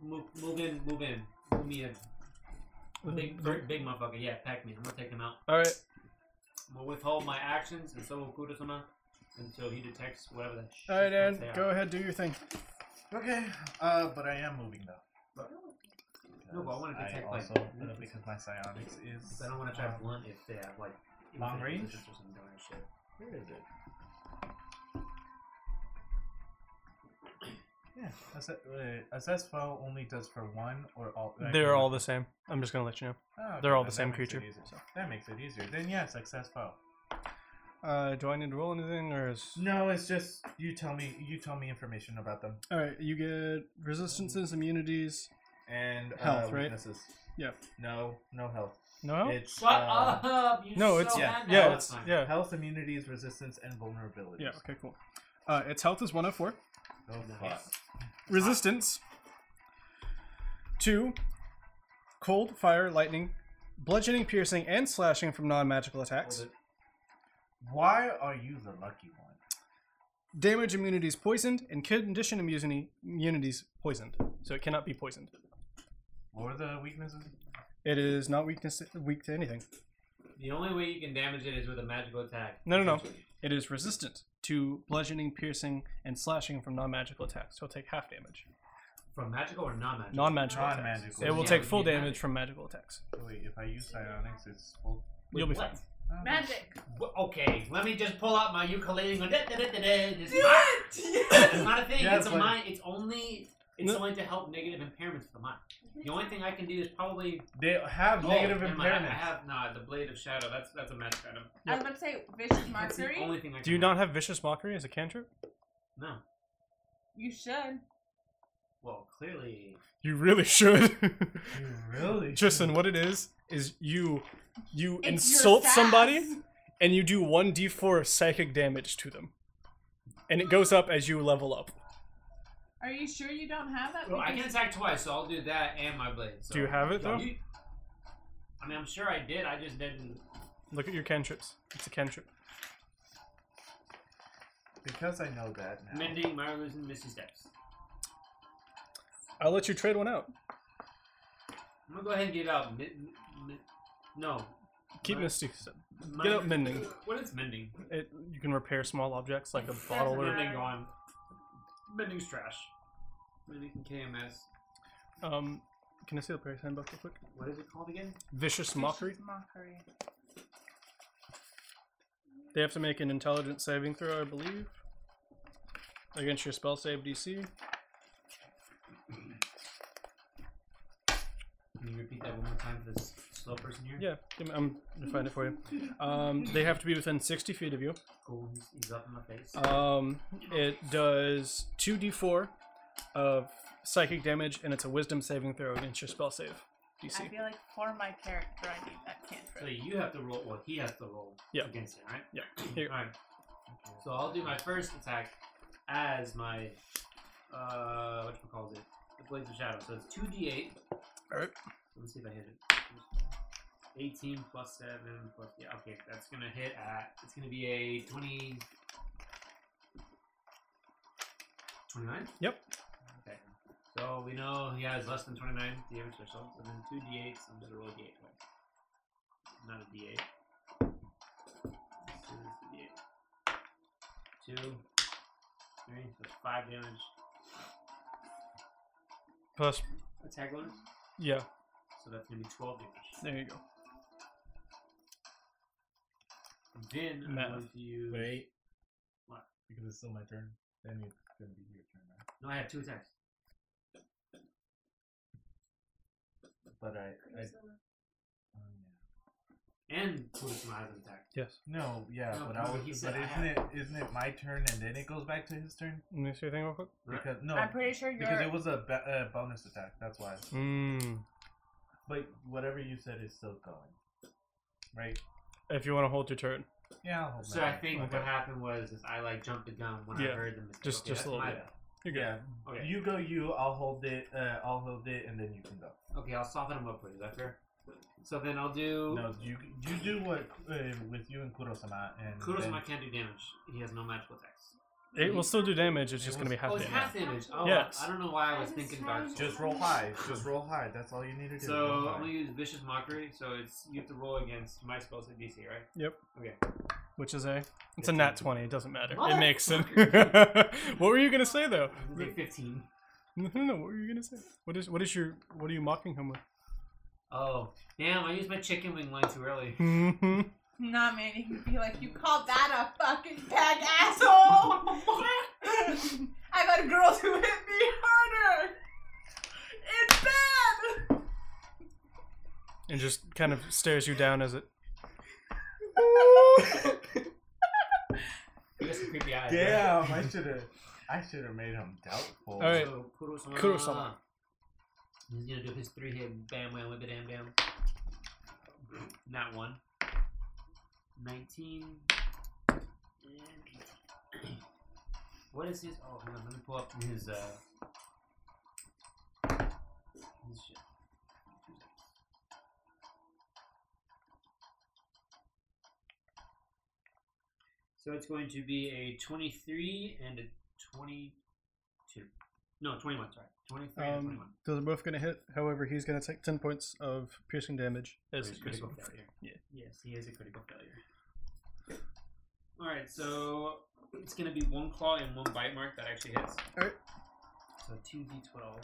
[SPEAKER 8] Move, move in, move in, move me in.
[SPEAKER 4] Mm-hmm.
[SPEAKER 8] Big, big, big motherfucker. Yeah, pack me. I'm gonna take him out.
[SPEAKER 4] All right.
[SPEAKER 8] I'm gonna withhold my actions, and so will Kurosama until he detects whatever that. shit
[SPEAKER 4] All right, Aaron.
[SPEAKER 8] they are.
[SPEAKER 4] Go ahead. Do your thing.
[SPEAKER 7] Okay. Uh, but I am moving though.
[SPEAKER 8] No, but I wanna
[SPEAKER 7] Because
[SPEAKER 8] detect,
[SPEAKER 7] I
[SPEAKER 8] like,
[SPEAKER 7] also,
[SPEAKER 8] weaknesses.
[SPEAKER 7] because my psionics is.
[SPEAKER 8] I don't want to try
[SPEAKER 7] um,
[SPEAKER 8] to blunt if they have like
[SPEAKER 7] Long
[SPEAKER 8] infinite
[SPEAKER 7] range?
[SPEAKER 8] resistance or some dumb ass shit. Where is it?
[SPEAKER 7] Yeah. Asse- wait, assess foe only does for one or all. like,
[SPEAKER 4] They're all the same. I'm just gonna let you know.
[SPEAKER 7] Oh,
[SPEAKER 4] they're all
[SPEAKER 7] then
[SPEAKER 4] the
[SPEAKER 7] that
[SPEAKER 4] same
[SPEAKER 7] makes it
[SPEAKER 4] creature,
[SPEAKER 7] easier. That makes it easier. Then yeah, success foe.
[SPEAKER 4] Uh, do I need to roll anything, or is?
[SPEAKER 7] No, it's just you tell me. You tell me information about them
[SPEAKER 4] All right. You get resistances, immunities.
[SPEAKER 7] and uh,
[SPEAKER 4] Health, right?
[SPEAKER 7] weaknesses.
[SPEAKER 4] Yeah.
[SPEAKER 7] No, no health.
[SPEAKER 4] No.
[SPEAKER 7] It's
[SPEAKER 8] Shut
[SPEAKER 7] uh,
[SPEAKER 8] up! You
[SPEAKER 4] no, it's
[SPEAKER 8] so
[SPEAKER 7] yeah,
[SPEAKER 8] mad now.
[SPEAKER 4] yeah,
[SPEAKER 8] No,
[SPEAKER 4] it's,
[SPEAKER 8] fine.
[SPEAKER 4] yeah,
[SPEAKER 7] health, immunities, resistance, and vulnerabilities.
[SPEAKER 4] yeah. Okay, cool. Uh, its health is 104.
[SPEAKER 7] Go
[SPEAKER 8] Nice.
[SPEAKER 7] fuck.
[SPEAKER 4] Resistance. Two. Cold, fire, lightning, bludgeoning, piercing, and slashing from non-magical
[SPEAKER 8] Hold
[SPEAKER 4] attacks.
[SPEAKER 8] it.
[SPEAKER 7] Why are you the lucky one?
[SPEAKER 4] Damage immunities poisoned, and condition immunity immunities poisoned. So it cannot be poisoned.
[SPEAKER 7] What are the weaknesses?
[SPEAKER 4] It is not weakness weak to anything.
[SPEAKER 8] The only way you can damage it is with a magical attack.
[SPEAKER 4] No, no, no. It is resistant to bludgeoning, piercing, and slashing from non-magical attacks. So it'll take half damage.
[SPEAKER 8] From magical or non-magical?
[SPEAKER 4] Non-magical attacks.
[SPEAKER 7] Non-magical.
[SPEAKER 4] It will
[SPEAKER 8] Yeah,
[SPEAKER 4] take
[SPEAKER 8] we
[SPEAKER 4] full
[SPEAKER 8] need
[SPEAKER 4] damage
[SPEAKER 8] magic.
[SPEAKER 4] from magical attacks.
[SPEAKER 7] Wait, if I use psionics, it's full.
[SPEAKER 8] Wait,
[SPEAKER 4] You'll be
[SPEAKER 8] what?
[SPEAKER 4] fine.
[SPEAKER 7] Oh,
[SPEAKER 6] Magic.
[SPEAKER 8] Wha- Okay, let me just pull out my ukulele and go. Da, da, da, da, da. This-
[SPEAKER 6] it!
[SPEAKER 8] It's not a thing.
[SPEAKER 7] Yeah,
[SPEAKER 8] it's a
[SPEAKER 7] but-
[SPEAKER 8] mind. It's only. It's
[SPEAKER 4] No.
[SPEAKER 8] only to help negative impairments for the mind. The only thing I can do is probably
[SPEAKER 7] They have
[SPEAKER 8] oh,
[SPEAKER 7] negative
[SPEAKER 8] never mind, I
[SPEAKER 7] impairments.
[SPEAKER 8] have nah, the blade of shadow. That's that's a magic item.
[SPEAKER 6] I was about to say vicious
[SPEAKER 8] That's the
[SPEAKER 6] mockery.
[SPEAKER 8] only thing I can
[SPEAKER 4] Do you not have vicious mockery as a cantrip?
[SPEAKER 8] No.
[SPEAKER 6] You should.
[SPEAKER 8] Well, clearly.
[SPEAKER 4] You really should.
[SPEAKER 7] You really?
[SPEAKER 4] Tristan, what it is is you you
[SPEAKER 6] It's your
[SPEAKER 4] insult
[SPEAKER 6] sass.
[SPEAKER 4] somebody and you do one d4 of psychic damage to them, and it goes up as you level up.
[SPEAKER 6] Are you sure you don't have that?
[SPEAKER 8] Well, I
[SPEAKER 6] Because-
[SPEAKER 8] can attack twice, so I'll do that and my blade. So.
[SPEAKER 4] Do you have it, though?
[SPEAKER 8] You- I mean, I'm sure I did. I just didn't.
[SPEAKER 4] Look at your cantrips. It's a cantrip.
[SPEAKER 7] Because I know that now.
[SPEAKER 8] Mending, my illusion, misty steps.
[SPEAKER 4] I'll let you trade one out.
[SPEAKER 8] I'm gonna go ahead and get out. Mid, mid, no.
[SPEAKER 4] Keep
[SPEAKER 8] My-
[SPEAKER 4] mystic.
[SPEAKER 8] my-
[SPEAKER 4] Get out mending.
[SPEAKER 8] What is mending?
[SPEAKER 4] It, you can repair small objects like a bottle or
[SPEAKER 8] Mending gone. Mending's trash. Mending can KMS.
[SPEAKER 4] um. Can I see the player's handbook real quick?
[SPEAKER 8] What is it called again?
[SPEAKER 4] Vicious mockery.
[SPEAKER 6] Vicious mockery.
[SPEAKER 4] They have to make an intelligence saving throw, I believe, against your spell save DC.
[SPEAKER 8] Can you repeat that one more time for this slow person here?
[SPEAKER 4] Yeah, give me- I'm gonna find it for you. Um, they have to be within 60 feet of you.
[SPEAKER 8] Cool. He's, he's up in my face.
[SPEAKER 4] Um, it does 2d4 of psychic damage, and it's a wisdom saving throw against your spell save
[SPEAKER 6] I
[SPEAKER 4] DC.
[SPEAKER 6] feel like for my character, I need that
[SPEAKER 8] so
[SPEAKER 6] cantrip.
[SPEAKER 8] you have to roll. Well, he has to roll
[SPEAKER 4] Yeah.
[SPEAKER 8] against it, right?
[SPEAKER 4] Yeah. Here.
[SPEAKER 8] Alright. So I'll do my first attack as my uh what you call it? The Blades of Shadow. So it's two D eight.
[SPEAKER 4] Alright.
[SPEAKER 8] Let's see if I hit it. Eighteen plus seven plus yeah, okay, that's gonna hit at it's gonna be a twenty 29?
[SPEAKER 4] Yep.
[SPEAKER 8] Okay. So we know he has less than 29 damage or so. So then 2 d8s. I'm going to roll a d8 twice. Not a d8. So it's a d8. 2, 3, so 5 damage.
[SPEAKER 4] Plus,
[SPEAKER 8] attack bonus?
[SPEAKER 4] Yeah,
[SPEAKER 8] So that's gonna be 12 damage.
[SPEAKER 4] there you go.
[SPEAKER 8] Then I'm
[SPEAKER 4] Math.
[SPEAKER 8] going to use.
[SPEAKER 7] Wait.
[SPEAKER 8] What?
[SPEAKER 7] Because it's still my turn. Then it's gonna be your turn now.
[SPEAKER 8] No, I have two attacks.
[SPEAKER 7] But I, I um,
[SPEAKER 8] And Kurosuma has an attack.
[SPEAKER 4] Yes.
[SPEAKER 7] no, yeah,
[SPEAKER 8] No,
[SPEAKER 7] but
[SPEAKER 8] no,
[SPEAKER 7] I was.
[SPEAKER 8] he
[SPEAKER 7] But
[SPEAKER 8] said I
[SPEAKER 7] isn't it
[SPEAKER 8] had-
[SPEAKER 7] isn't it my turn and then it goes back to his turn?
[SPEAKER 4] Let me see your thing real quick.
[SPEAKER 8] Right.
[SPEAKER 7] Because no,
[SPEAKER 6] I'm pretty sure you're.
[SPEAKER 7] because it was a ba- uh, bonus attack. That's why.
[SPEAKER 4] Mm.
[SPEAKER 7] But whatever you said is still going, right?
[SPEAKER 4] If you want to hold your turn,
[SPEAKER 7] Yeah. I'll hold
[SPEAKER 8] So
[SPEAKER 7] my
[SPEAKER 8] I
[SPEAKER 7] hand.
[SPEAKER 8] think
[SPEAKER 7] Okay.
[SPEAKER 8] what happened was is I like jumped the gun when I
[SPEAKER 4] Yeah.
[SPEAKER 8] heard the mistake.
[SPEAKER 4] Just-
[SPEAKER 8] okay,
[SPEAKER 4] just
[SPEAKER 8] that's
[SPEAKER 4] a little
[SPEAKER 8] my
[SPEAKER 7] bit.
[SPEAKER 8] bad.
[SPEAKER 4] you're good.
[SPEAKER 7] Yeah.
[SPEAKER 8] Okay.
[SPEAKER 7] You go. You. I'll hold it. Uh, I'll hold it, and then you can go.
[SPEAKER 8] Okay, I'll soften him up with it. Is that fair? So then I'll do.
[SPEAKER 7] No, you you do what uh, with you and Kurosama and then-
[SPEAKER 8] Kurosuma can't do damage. He has no magical attacks.
[SPEAKER 4] It will still do damage. It's
[SPEAKER 7] It
[SPEAKER 4] just going
[SPEAKER 7] was-
[SPEAKER 4] to be half
[SPEAKER 8] oh, it's
[SPEAKER 4] damage.
[SPEAKER 8] half damage. Oh,
[SPEAKER 4] Yes.
[SPEAKER 8] I don't know why I
[SPEAKER 3] I
[SPEAKER 8] was
[SPEAKER 3] just
[SPEAKER 8] thinking
[SPEAKER 3] tried
[SPEAKER 8] about.
[SPEAKER 3] to-
[SPEAKER 7] Just roll high. Just roll high. That's all you need to do.
[SPEAKER 8] So
[SPEAKER 7] Roll
[SPEAKER 8] I'm gonna
[SPEAKER 7] high.
[SPEAKER 8] use vicious mockery. So it's you have to roll against my spell's at DC, right?
[SPEAKER 4] Yep.
[SPEAKER 8] Okay.
[SPEAKER 4] Which is a. It's a nat 20. It doesn't matter. It
[SPEAKER 8] Motherfucker.
[SPEAKER 4] makes sense. what were you going to say, though?
[SPEAKER 8] I'm gonna take 15.
[SPEAKER 4] No, no, no. What were you going to say? What is, what is your. What are you mocking him with?
[SPEAKER 8] Oh, damn! I used my chicken wing line too early.
[SPEAKER 7] Mm-hmm.
[SPEAKER 4] hmm
[SPEAKER 6] Nah, man, he could be like, you called that a fucking bag, asshole! I got girls who hit me harder! It's bad!
[SPEAKER 4] And just kind of stares you down as it.
[SPEAKER 8] You got some creepy eyes. right?
[SPEAKER 7] Damn, I should have. I should have made him doubtful.
[SPEAKER 4] All right.
[SPEAKER 8] So Kurosama.
[SPEAKER 4] Kurosama.
[SPEAKER 8] He's gonna do his three hit bam wham whip bam bam. Not one. Nineteen. and 18. What is his? Oh, hang on. Let me pull up his. uh his shit. So it's going to be a 23 and a 22. No, 21, sorry. 23 and 21.
[SPEAKER 4] Um, those are both going to hit. However, he's going to take 10 points of piercing damage. As
[SPEAKER 8] It's a critical failure.
[SPEAKER 4] Yeah.
[SPEAKER 8] Yes, he is a critical failure. Alright, so it's gonna be one claw and one bite mark that actually hits.
[SPEAKER 4] Alright.
[SPEAKER 8] So two D twelve.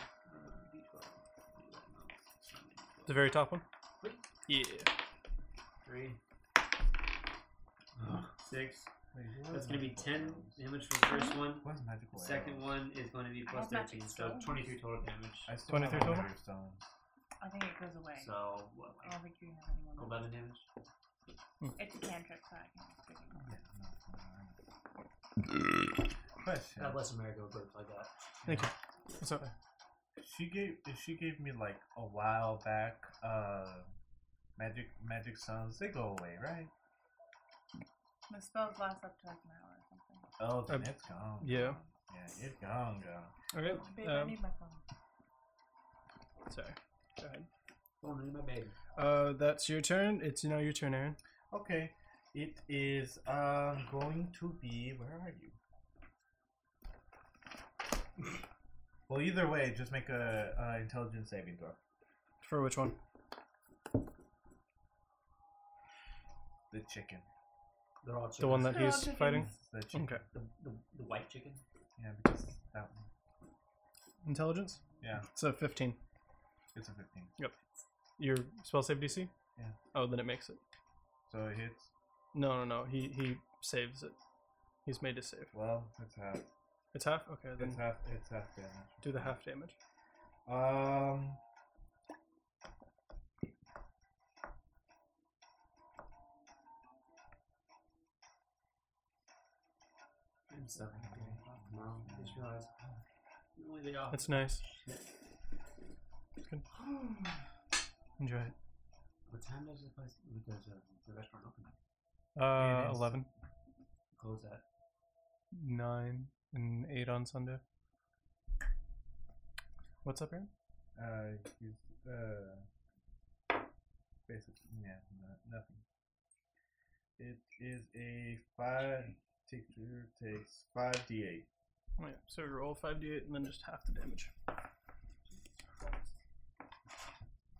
[SPEAKER 4] The very top one?
[SPEAKER 8] Yeah. Three. Six.
[SPEAKER 7] Oh,
[SPEAKER 8] That's gonna be ten damage for the first one.
[SPEAKER 7] What's magical?
[SPEAKER 8] The second
[SPEAKER 7] arrows?
[SPEAKER 8] one is going to be plus
[SPEAKER 6] have magic
[SPEAKER 8] thirteen, so
[SPEAKER 6] stones.
[SPEAKER 8] twenty-three total damage.
[SPEAKER 7] I still have
[SPEAKER 4] 23
[SPEAKER 7] all
[SPEAKER 4] total?
[SPEAKER 7] your stones.
[SPEAKER 6] I think it goes away.
[SPEAKER 8] So what?
[SPEAKER 6] I
[SPEAKER 8] Like
[SPEAKER 6] don't think you have anyone.
[SPEAKER 8] eleven damage.
[SPEAKER 6] It's a cantrip, so I can't do it.
[SPEAKER 7] Yeah, no, it's fine. Question:
[SPEAKER 8] God bless America with groups like that.
[SPEAKER 4] Thank you. What's up?
[SPEAKER 7] She gave she gave me like a while back. Uh, magic magic stones they go away, right?
[SPEAKER 6] The spells last up to like an hour or something.
[SPEAKER 7] Oh, then
[SPEAKER 4] Um,
[SPEAKER 7] it's gone.
[SPEAKER 4] yeah.
[SPEAKER 7] yeah, it's gone, gone.
[SPEAKER 4] Okay.
[SPEAKER 6] Babe, I
[SPEAKER 4] Um,
[SPEAKER 6] need my phone.
[SPEAKER 4] sorry. Go ahead.
[SPEAKER 8] Oh, no, my baby.
[SPEAKER 4] Uh, that's your turn. It's now your turn, Aaron.
[SPEAKER 7] Okay, it is um going to be. Where are you? Well, either way, just make a uh, intelligence saving throw.
[SPEAKER 4] For which one?
[SPEAKER 7] The chicken.
[SPEAKER 8] They're all
[SPEAKER 4] The one that
[SPEAKER 6] They're all
[SPEAKER 4] he's
[SPEAKER 6] chickens.
[SPEAKER 4] fighting?
[SPEAKER 7] The chicken.
[SPEAKER 4] Okay.
[SPEAKER 8] The, the, the white chicken?
[SPEAKER 7] Yeah, because that one.
[SPEAKER 4] Intelligence?
[SPEAKER 7] Yeah,
[SPEAKER 4] So 15.
[SPEAKER 7] it's a fifteen,
[SPEAKER 4] Your spell save DC?
[SPEAKER 7] Yeah.
[SPEAKER 4] Oh, then it makes it.
[SPEAKER 7] so it hits.
[SPEAKER 4] No, no, no. He he saves it. He's made his save.
[SPEAKER 7] Well, it's half.
[SPEAKER 4] It's half? Okay, then
[SPEAKER 7] It's half. It's half damage.
[SPEAKER 4] do the half damage.
[SPEAKER 7] Um.
[SPEAKER 8] I'm so happy. No, I just realized. No, they are.
[SPEAKER 4] That's nice. It's good. Enjoy it.
[SPEAKER 8] What time does the place, does uh, the restaurant open?
[SPEAKER 4] Uh,
[SPEAKER 7] is.
[SPEAKER 4] 11,
[SPEAKER 8] Close at
[SPEAKER 4] 9, and 8 on Sunday. What's up, Aaron?
[SPEAKER 7] Uh. He's, uh. Basically, yeah, no, nothing. It is a five. Takes takes five d eight.
[SPEAKER 4] Oh, yeah. So roll 5d8 and then just half the damage.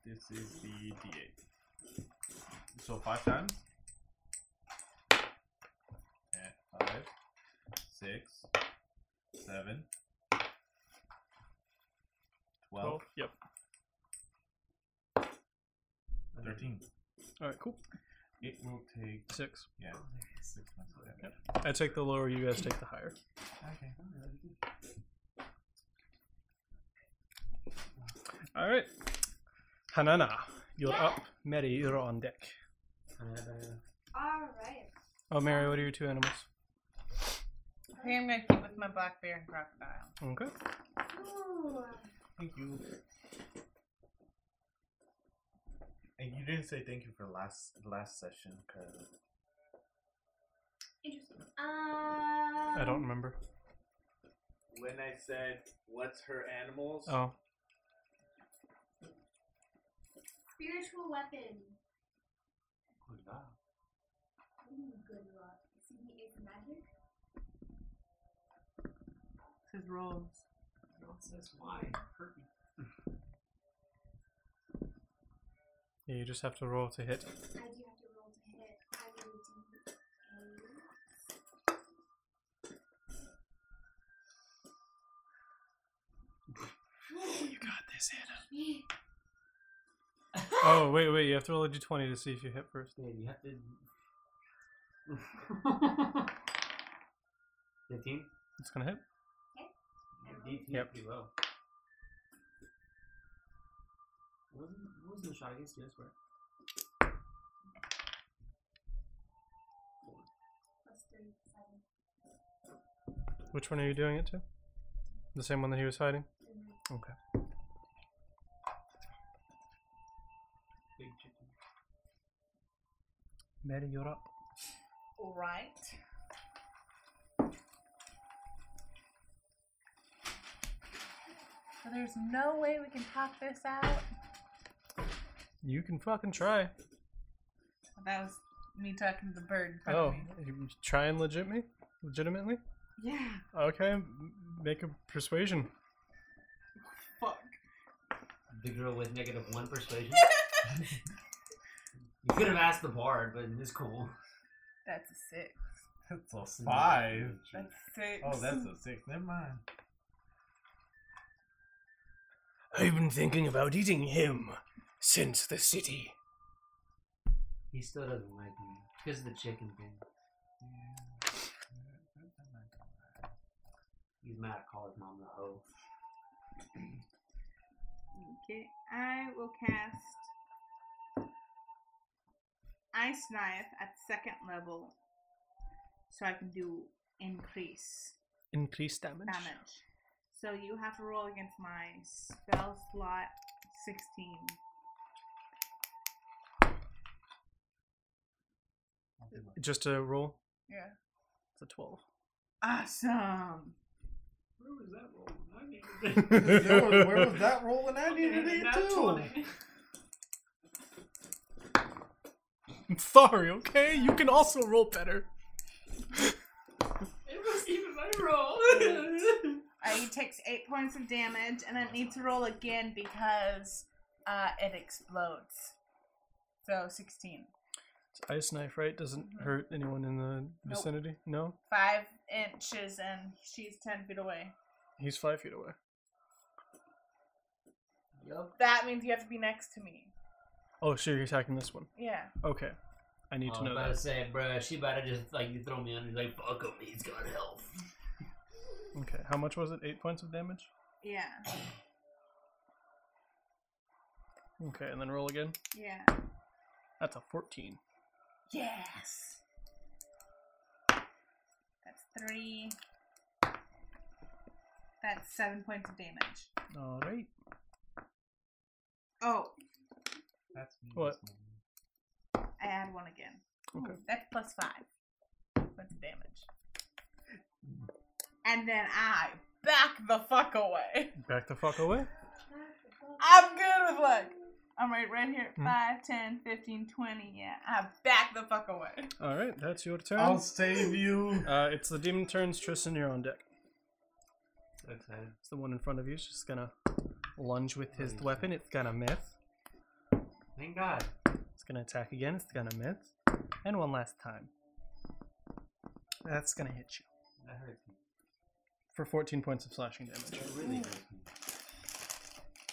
[SPEAKER 7] This is the d8. So five times. And five, six, seven, twelve,
[SPEAKER 4] Yep.
[SPEAKER 7] 13.
[SPEAKER 4] All right, cool.
[SPEAKER 7] It will take,
[SPEAKER 4] Six.
[SPEAKER 7] yeah, it'll take six months of damage.
[SPEAKER 4] I take the lower. You guys take the higher.
[SPEAKER 7] Okay.
[SPEAKER 4] All right. Hanana, you're up. Mary, you're on deck.
[SPEAKER 3] All right.
[SPEAKER 4] Oh, Mary, what are your two animals?
[SPEAKER 6] I think I'm gonna keep with my black bear and crocodile.
[SPEAKER 4] Okay.
[SPEAKER 3] Ooh.
[SPEAKER 7] Thank you. And you didn't say thank you for last last session, cause
[SPEAKER 3] Interesting. Um, I
[SPEAKER 4] I don't remember.
[SPEAKER 7] when I said what's her animals,
[SPEAKER 4] Oh,
[SPEAKER 3] Spiritual weapon.
[SPEAKER 8] Good God.
[SPEAKER 3] Ooh, good luck. See, he is magic.
[SPEAKER 5] His rolls.
[SPEAKER 8] What's this? Why? Hurt me.
[SPEAKER 4] yeah, you just have to roll to
[SPEAKER 3] I
[SPEAKER 4] hit.
[SPEAKER 3] do have to roll to hit. I will do a.
[SPEAKER 4] You got this, Hannah.
[SPEAKER 3] Yeah.
[SPEAKER 4] Oh, wait, wait. You have to roll a d20 to see if you hit first.
[SPEAKER 8] Yeah, you have to. 15?
[SPEAKER 4] It's gonna hit. Yep.
[SPEAKER 8] Pretty low. What was, what was the shot against you? I swear.
[SPEAKER 3] Plus three, seven.
[SPEAKER 4] Which one are you doing it to? The same one that he was hiding. Okay.
[SPEAKER 8] Big chicken.
[SPEAKER 4] Mary, you're up.
[SPEAKER 6] Right. So there's no way we can talk this out.
[SPEAKER 4] You can fucking try.
[SPEAKER 6] That was me talking to the bird. in front of
[SPEAKER 4] Oh,
[SPEAKER 6] me.
[SPEAKER 4] you try and legit me, legitimately.
[SPEAKER 6] Yeah.
[SPEAKER 4] Okay, m- make a persuasion.
[SPEAKER 8] The girl with negative one persuasion. you could have asked the bard, but it's cool.
[SPEAKER 6] That's a six.
[SPEAKER 7] that's a five.
[SPEAKER 6] That's six.
[SPEAKER 7] Oh, that's a six. Never mind.
[SPEAKER 1] I've been thinking about eating him since the city.
[SPEAKER 8] He still doesn't like me because of the chicken thing. He's mad at college mom the hoe.
[SPEAKER 6] Okay, I will cast Ice Knife at second level so I can do increase
[SPEAKER 4] Increase damage.
[SPEAKER 6] damage. So you have to roll against my spell slot 16.
[SPEAKER 4] Just a roll.
[SPEAKER 6] Yeah.
[SPEAKER 4] It's a twelve.
[SPEAKER 6] Awesome!
[SPEAKER 8] Where was that roll?
[SPEAKER 7] Yo, where was that rolling? I needed it too.
[SPEAKER 4] I'm sorry. Okay, you can also roll better.
[SPEAKER 8] It was even my roll.
[SPEAKER 6] Uh, he takes 8 points of damage and then needs to roll again because uh, it explodes. So 16.
[SPEAKER 4] It's ice knife, right? Doesn't hurt anyone in the vicinity. No,
[SPEAKER 6] 5 inches and she's 10 feet away.
[SPEAKER 4] he's five feet away.
[SPEAKER 8] yup.
[SPEAKER 6] That means you have to be next to me.
[SPEAKER 4] Oh, so you're attacking this one.
[SPEAKER 6] Yeah.
[SPEAKER 4] Okay, I need
[SPEAKER 8] Oh, I
[SPEAKER 1] Oh,
[SPEAKER 4] to
[SPEAKER 8] was
[SPEAKER 4] know
[SPEAKER 8] about
[SPEAKER 4] that.
[SPEAKER 8] to say, bruh, she about to just like you throw me under like fuck him, he's got health.
[SPEAKER 4] Okay, how much was it? Eight points of damage.
[SPEAKER 6] Yeah.
[SPEAKER 4] Okay, and then roll again.
[SPEAKER 6] Yeah.
[SPEAKER 4] That's a fourteen.
[SPEAKER 6] Yes. That's three. That's seven points of damage.
[SPEAKER 4] All right.
[SPEAKER 6] Oh,
[SPEAKER 7] That's me.
[SPEAKER 4] What?
[SPEAKER 6] I add one again.
[SPEAKER 4] Okay.
[SPEAKER 6] That's plus five points of damage. And then I back the fuck away.
[SPEAKER 4] Back the fuck away.
[SPEAKER 6] I'm good with like. I'm right, right here.
[SPEAKER 4] Hmm.
[SPEAKER 6] Five, ten, fifteen, twenty. Yeah, I back the fuck away.
[SPEAKER 4] All right, that's your turn.
[SPEAKER 7] I'll save you.
[SPEAKER 4] Uh, it's the demon turns. Tristan, you're on deck.
[SPEAKER 8] So excited.
[SPEAKER 4] It's the one in front of you. It's just gonna lunge with his weapon. It's gonna miss.
[SPEAKER 8] Thank God.
[SPEAKER 4] It's gonna attack again. It's gonna miss, and one last time. That's gonna hit you
[SPEAKER 8] That hurts me.
[SPEAKER 4] for 14 points of slashing damage.
[SPEAKER 8] That really hurts me.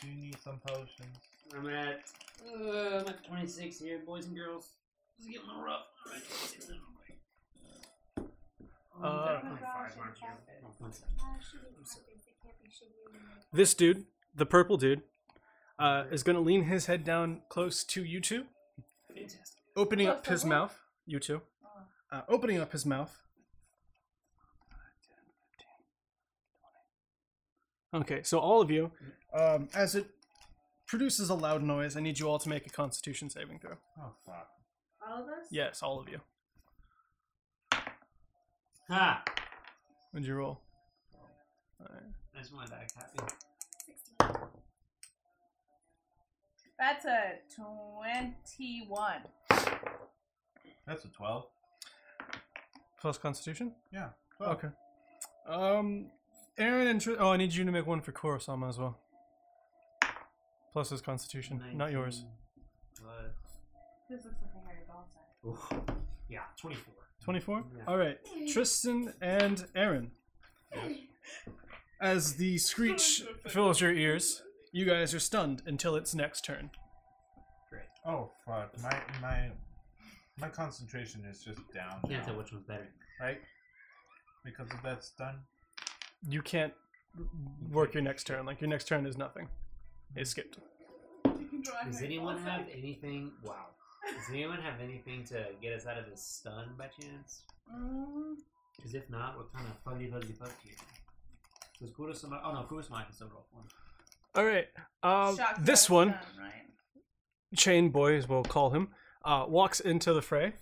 [SPEAKER 7] Do you need some potions?
[SPEAKER 8] I'm at Uh, I'm at 26 here, boys and girls. This is getting a little rough. Alright, 26 is alright.
[SPEAKER 4] Uh,
[SPEAKER 8] You're at 25, aren't you? Oh, 27.
[SPEAKER 4] this dude, the purple dude, uh, is going to lean his head down close to you two,
[SPEAKER 8] Fantastic.
[SPEAKER 4] opening
[SPEAKER 6] Close
[SPEAKER 4] up
[SPEAKER 6] to
[SPEAKER 4] his
[SPEAKER 6] who?
[SPEAKER 4] mouth. You two, uh, opening up his mouth. Okay, so all of you, um, as it produces a loud noise, I need you all to make a Constitution saving throw.
[SPEAKER 7] Oh fuck.
[SPEAKER 6] All of us?
[SPEAKER 4] Yes, all of you.
[SPEAKER 8] Ha!
[SPEAKER 4] What'd you roll?
[SPEAKER 8] I just wanted that happy.
[SPEAKER 6] That's a 21.
[SPEAKER 7] That's a twelve.
[SPEAKER 4] Plus Constitution.
[SPEAKER 7] Yeah. 12.
[SPEAKER 4] Okay. Um, Aaron and Tr- oh, I need you to make one for Korosama as well. Plus his Constitution, not yours.
[SPEAKER 8] 19 plus-
[SPEAKER 6] This looks like a Harry Potter.
[SPEAKER 8] Oof. Yeah, 24.
[SPEAKER 4] 24?
[SPEAKER 8] Yeah.
[SPEAKER 4] All right. Tristan and Aaron. As the screech fills your ears, you guys are stunned until its next turn.
[SPEAKER 7] Oh fuck. My my my concentration is just down.
[SPEAKER 8] Can't
[SPEAKER 7] now.
[SPEAKER 8] tell which one's better.
[SPEAKER 7] right? Because of that stun.
[SPEAKER 4] You can't work your next turn. Like, your next turn is nothing. It's skipped.
[SPEAKER 8] Does anyone have anything? Wow. Does anyone have anything to get us out of this stun by chance?
[SPEAKER 6] Mm.
[SPEAKER 8] Because if not, we're kind of fuggy fuggy fuck here. Because Kurosama. Oh no, Kurosama can still roll one.
[SPEAKER 4] All right. Um, this
[SPEAKER 6] uh,
[SPEAKER 4] one, Chain Boy, as we'll call him, uh, walks into the fray,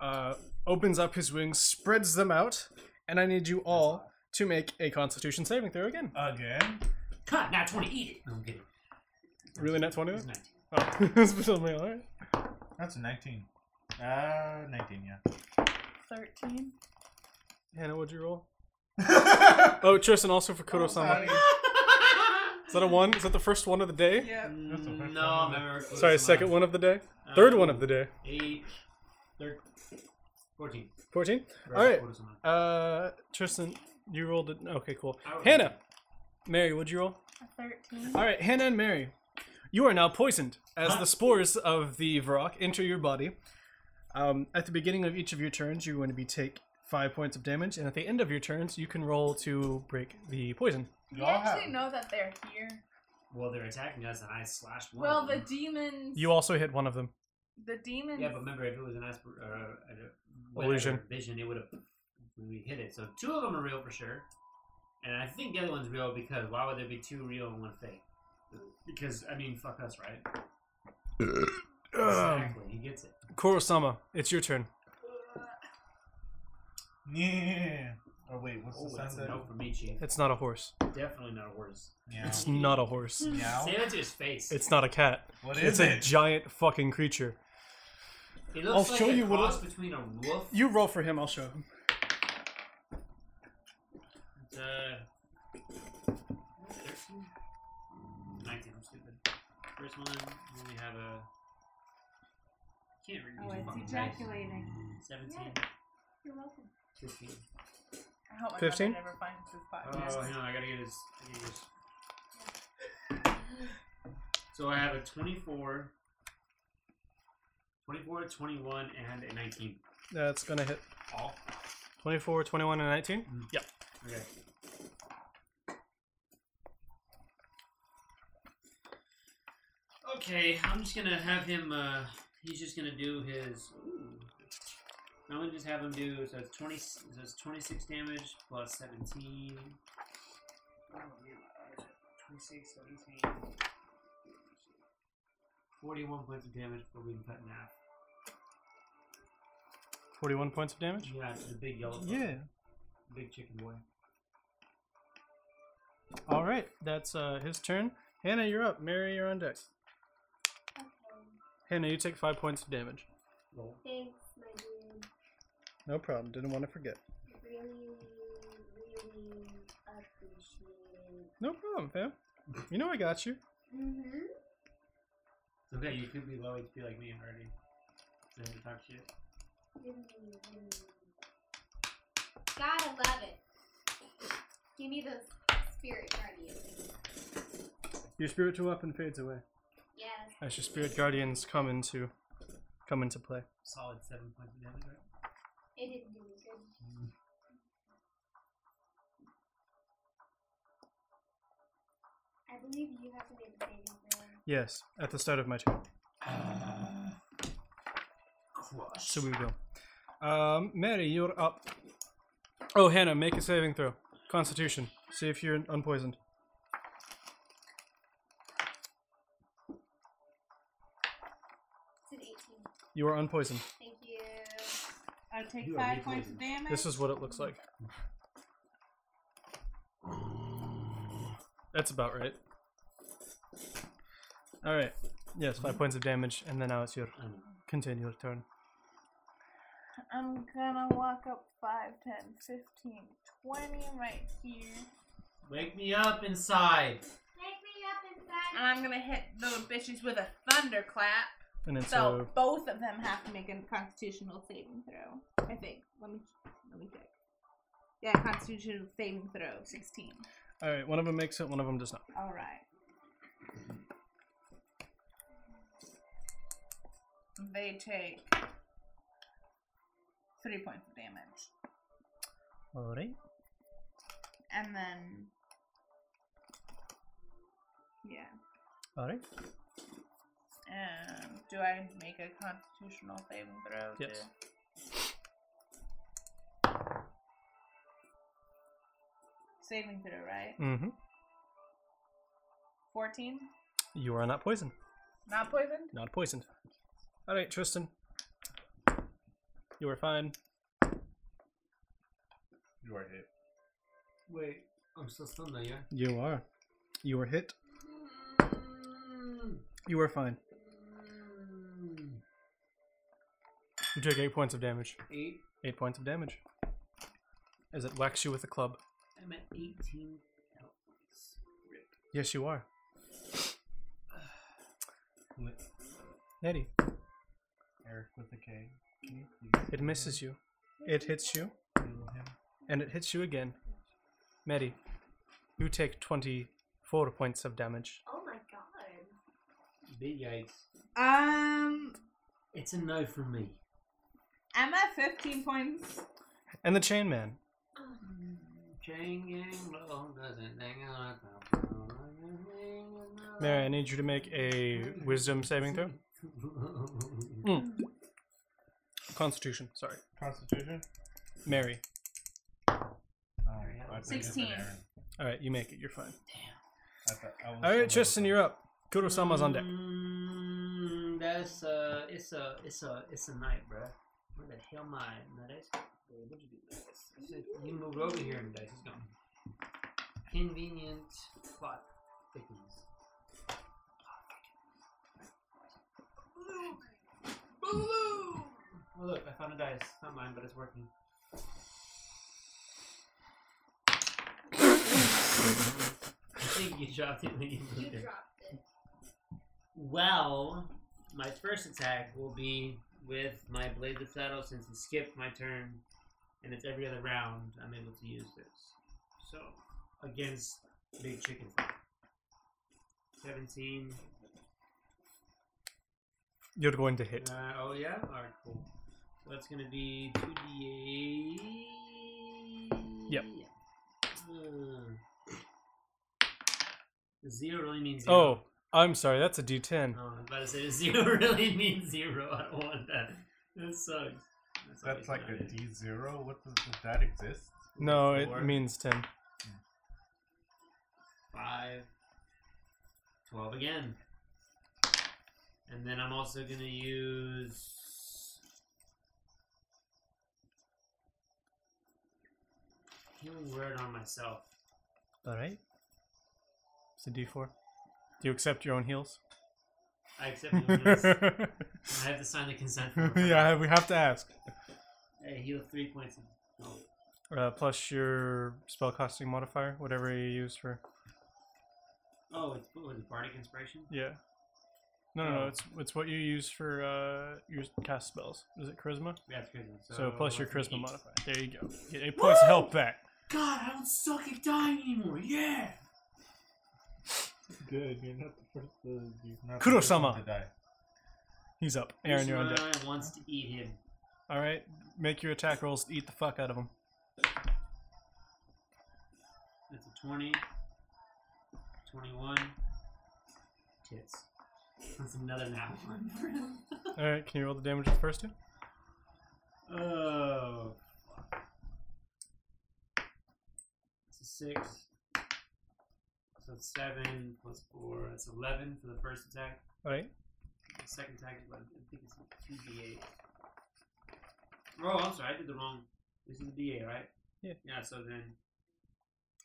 [SPEAKER 4] uh, opens up his wings, spreads them out, and I need you all to make a Constitution saving throw again.
[SPEAKER 7] Again?
[SPEAKER 8] Cut! Now 20, eat it! No, I'm kidding.
[SPEAKER 4] Really, not 20?
[SPEAKER 8] It's 19.
[SPEAKER 4] Oh, it's still me, all right.
[SPEAKER 7] That's a 19. Uh, 19, yeah.
[SPEAKER 6] 13.
[SPEAKER 4] Hannah, what'd you roll? Oh, Tristan, also for Kurosama. Is that a one? Is that the first one of the day?
[SPEAKER 6] Yep.
[SPEAKER 7] That's the first one.
[SPEAKER 8] No, I remember Kurosama.
[SPEAKER 4] Sorry, second one of the day. Third one of the day.
[SPEAKER 8] Eight. Third. 14.
[SPEAKER 4] 14? All right.
[SPEAKER 8] Kurosama.
[SPEAKER 4] Uh, Tristan, you rolled it. Okay, cool.
[SPEAKER 8] I rolled
[SPEAKER 4] Hannah! Mary, what'd you roll?
[SPEAKER 6] A 13.
[SPEAKER 4] All right, Hannah and Mary, you are now poisoned as the spores of the Varrock enter your body. Um, at the beginning of each of your turns, you're going to be take five points of damage, and at the end of your turns, you can roll to break the poison.
[SPEAKER 6] You
[SPEAKER 7] Y'all have-
[SPEAKER 6] actually know that they're here.
[SPEAKER 8] Well, they're attacking us, and I slashed one.
[SPEAKER 6] Well,
[SPEAKER 8] of
[SPEAKER 6] the
[SPEAKER 8] them.
[SPEAKER 6] demons.
[SPEAKER 4] You also hit one of them.
[SPEAKER 6] The demons.
[SPEAKER 8] Yeah, but remember, if it was an aspir- uh, an- uh,
[SPEAKER 4] Illusion.
[SPEAKER 8] whatever vision, it would have we hit it. So two of them are real for sure, and I think the other one's real because why would there be two real and one fake? Because I mean, fuck us, right?
[SPEAKER 4] Um,
[SPEAKER 8] exactly, he gets it.
[SPEAKER 4] Kurosama, it's your turn.
[SPEAKER 7] Yeah. Oh, wait, what's
[SPEAKER 8] Oh,
[SPEAKER 7] the sound
[SPEAKER 8] that's a
[SPEAKER 7] that?
[SPEAKER 8] no for me, chief.
[SPEAKER 4] It's not a horse.
[SPEAKER 8] Definitely not a horse.
[SPEAKER 7] Meow.
[SPEAKER 4] It's not a horse.
[SPEAKER 7] Meow?
[SPEAKER 8] Say that to his face.
[SPEAKER 4] It's not a cat.
[SPEAKER 7] What
[SPEAKER 4] It's
[SPEAKER 7] is
[SPEAKER 4] a
[SPEAKER 7] it?
[SPEAKER 4] giant fucking creature.
[SPEAKER 8] it
[SPEAKER 4] I'll
[SPEAKER 8] looks like
[SPEAKER 4] show
[SPEAKER 8] a
[SPEAKER 4] you what
[SPEAKER 8] cross
[SPEAKER 4] it-
[SPEAKER 8] between a wolf.
[SPEAKER 4] You roll for him, I'll show him.
[SPEAKER 8] and, uh, 13? 19, I'm stupid. First one, and we have a. Can't read
[SPEAKER 6] Oh,
[SPEAKER 8] these
[SPEAKER 6] it's
[SPEAKER 8] fucking dice.
[SPEAKER 6] ejaculating.
[SPEAKER 8] 17.
[SPEAKER 6] You're welcome.
[SPEAKER 8] 15.
[SPEAKER 6] I hope my
[SPEAKER 4] 15?
[SPEAKER 6] mother never finds this
[SPEAKER 8] Oh,
[SPEAKER 6] podcast.
[SPEAKER 8] hang on, I gotta get his. I gotta get his. So I have a 24, 24, 21, and a 19.
[SPEAKER 4] That's gonna hit
[SPEAKER 7] Oh.
[SPEAKER 8] All?
[SPEAKER 4] 24, 21, and 19. Yep.
[SPEAKER 8] Okay. Okay, I'm just gonna have him. Uh, he's just gonna do his. Ooh. I'm gonna just have him do. So it's twenty. So it's twenty-six damage plus seventeen. Oh man, what is it? 26, 17. 41 points of damage before being cut in half.
[SPEAKER 4] 41 points of damage?
[SPEAKER 8] Yeah, it's the big yellow. fucker.
[SPEAKER 4] Yeah.
[SPEAKER 8] Big chicken boy.
[SPEAKER 4] All right, that's uh, his turn. Hannah, you're up. Mary, you're on deck. Hannah, you take five points of damage.
[SPEAKER 8] Roll.
[SPEAKER 9] Thanks, my dude.
[SPEAKER 4] No problem. Didn't want to forget.
[SPEAKER 9] Really, really appreciate it.
[SPEAKER 4] No problem, fam. You know I got you.
[SPEAKER 9] Mm-hmm.
[SPEAKER 8] It's okay, you could be low HP like me already. So I can talk shit.
[SPEAKER 9] Gotta love it. Give me those spirit guardians.
[SPEAKER 4] Your spiritual weapon fades away.
[SPEAKER 9] Yeah, that's
[SPEAKER 4] as your spirit guardians come into come into play.
[SPEAKER 8] Solid seven points of damage, right?
[SPEAKER 9] It didn't do me good. I believe you have to make the saving throw.
[SPEAKER 4] Yes, at the start of my turn.
[SPEAKER 8] Crush.
[SPEAKER 4] So we will. Um, Mary, you're up. Oh, Hannah, make a saving throw. Constitution. See if you're unpoisoned.
[SPEAKER 9] It's an 18.
[SPEAKER 4] You are unpoisoned.
[SPEAKER 9] Thank you.
[SPEAKER 6] I take
[SPEAKER 7] You are
[SPEAKER 6] five
[SPEAKER 7] weak
[SPEAKER 6] points of
[SPEAKER 7] minded.
[SPEAKER 6] damage.
[SPEAKER 4] This is what it looks like. That's about right. All right. Yes, five points of damage, and then now it's your continue your turn.
[SPEAKER 6] I'm gonna walk up 5, 10, 15, 20 right here.
[SPEAKER 8] Wake me up inside.
[SPEAKER 9] Make me up inside.
[SPEAKER 6] And I'm gonna hit those bitches with a thunderclap.
[SPEAKER 4] And it's
[SPEAKER 6] So
[SPEAKER 4] so,
[SPEAKER 6] both of them have to make a constitutional saving throw. I think. Let me let me check. Yeah, constitutional saving throw, sixteen.
[SPEAKER 4] all right. One of them makes it. One of them does not.
[SPEAKER 6] All right. They take three points of damage,
[SPEAKER 4] All right.
[SPEAKER 6] and then yeah.
[SPEAKER 4] All right.
[SPEAKER 6] And do I make a constitutional saving throw?
[SPEAKER 4] Yes.
[SPEAKER 6] too? Saving throw, right?
[SPEAKER 4] Mm-hmm.
[SPEAKER 6] 14?
[SPEAKER 4] You are not poisoned.
[SPEAKER 6] Not poisoned?
[SPEAKER 4] Not poisoned. All right, Tristan. You are fine.
[SPEAKER 7] You are hit.
[SPEAKER 8] Wait, I'm still stunned though, yeah?
[SPEAKER 4] You are. You are hit.
[SPEAKER 8] Hmm.
[SPEAKER 4] You are fine. You take eight points of damage.
[SPEAKER 8] Eight.
[SPEAKER 4] Eight points of damage. As it whacks you with a club.
[SPEAKER 8] I'm at 18 health points. Rip.
[SPEAKER 4] Yes, you are.
[SPEAKER 7] Lit.
[SPEAKER 4] Nettie,
[SPEAKER 7] Eric with a K. Can you please
[SPEAKER 4] it misses you. It hits you,
[SPEAKER 7] heal him?
[SPEAKER 4] and it hits you again. Nettie, you take 24 points of damage.
[SPEAKER 9] Oh my god.
[SPEAKER 8] Big yikes.
[SPEAKER 6] Um,
[SPEAKER 8] It's a no from me.
[SPEAKER 6] I'm at 15 points.
[SPEAKER 4] And the chain man.
[SPEAKER 8] Chain gang long doesn't hang out.
[SPEAKER 4] Mary, I need you to make a wisdom saving throw. Mm. Constitution, sorry.
[SPEAKER 7] Constitution?
[SPEAKER 4] Mary.
[SPEAKER 7] Oh, I think it's an
[SPEAKER 6] 16.
[SPEAKER 7] error.
[SPEAKER 4] All right, you make it. You're fine.
[SPEAKER 7] I thought I was
[SPEAKER 4] All
[SPEAKER 7] somewhere
[SPEAKER 4] right, Tristan,
[SPEAKER 7] with
[SPEAKER 4] you're up. Kurosama's on deck.
[SPEAKER 8] Mm, that's uh, it's a, it's a, it's a night, bruh. Where the hell am I? No, that's. Wait, What'd you do? with this? I said, You moved over here and dice is gone. Convenient plot thickens. Oh look, I found a dice. Not mine, but it's working. I think you dropped it when you
[SPEAKER 9] You
[SPEAKER 8] moved it.
[SPEAKER 9] dropped it.
[SPEAKER 8] Well, my first attack will be with my Blade of Saddle since it skipped my turn and it's every other round I'm able to use this. So, against Big Chicken. 17.
[SPEAKER 4] You're going to hit.
[SPEAKER 8] Uh, oh, yeah? Alright, cool. So that's going to be 2d8.
[SPEAKER 4] Yep.
[SPEAKER 8] Uh, zero really means zero.
[SPEAKER 4] Oh, I'm sorry. That's a D10.
[SPEAKER 8] Oh, I was about to say, does zero really mean zero? I don't want that. That sucks.
[SPEAKER 7] it. That's like a
[SPEAKER 8] always not it.
[SPEAKER 7] D zero. What does, does that exist?
[SPEAKER 4] No, it
[SPEAKER 8] Four,
[SPEAKER 4] means 10.
[SPEAKER 8] five. Twelve again. And then I'm also gonna use healing word on myself.
[SPEAKER 4] All right. It's a D4. Do you accept your own heals?
[SPEAKER 8] I accept healing words. I
[SPEAKER 4] yeah,
[SPEAKER 8] have to sign the consent form.
[SPEAKER 4] we have to ask.
[SPEAKER 8] I heal three points. Of, oh,
[SPEAKER 4] Uh, plus your spellcasting modifier, whatever you use for.
[SPEAKER 8] oh, it's what was it? Bardic inspiration.
[SPEAKER 4] Yeah. No, no, no.
[SPEAKER 8] Oh.
[SPEAKER 4] It's it's what you use for uh, your cast spells. Is it charisma?
[SPEAKER 8] That's good.
[SPEAKER 4] So, plus your charisma
[SPEAKER 8] eight.
[SPEAKER 4] modifier. There you go. Get eight points of health back.
[SPEAKER 8] God, I don't suck at dying anymore. Yeah.
[SPEAKER 7] Good, you're not the first. Uh, you're not the first
[SPEAKER 4] Kurosama.
[SPEAKER 7] one to die.
[SPEAKER 4] He's up. Aaron, you're on deck.
[SPEAKER 8] Kusanagi wants to eat him.
[SPEAKER 4] All right, make your attack rolls. to Eat the fuck out of him.
[SPEAKER 8] That's a 20. 21. Tits. That's another nat one.
[SPEAKER 4] All right, can you roll the damage of the first two?
[SPEAKER 8] oh. It's a 6. So it's 7 plus 4. That's 11 for the first attack.
[SPEAKER 4] All right.
[SPEAKER 8] The second attack is like, I think it's a 2d8. Oh, I'm sorry. I did the wrong. This is a d8, right?
[SPEAKER 4] Yeah.
[SPEAKER 8] Yeah, so then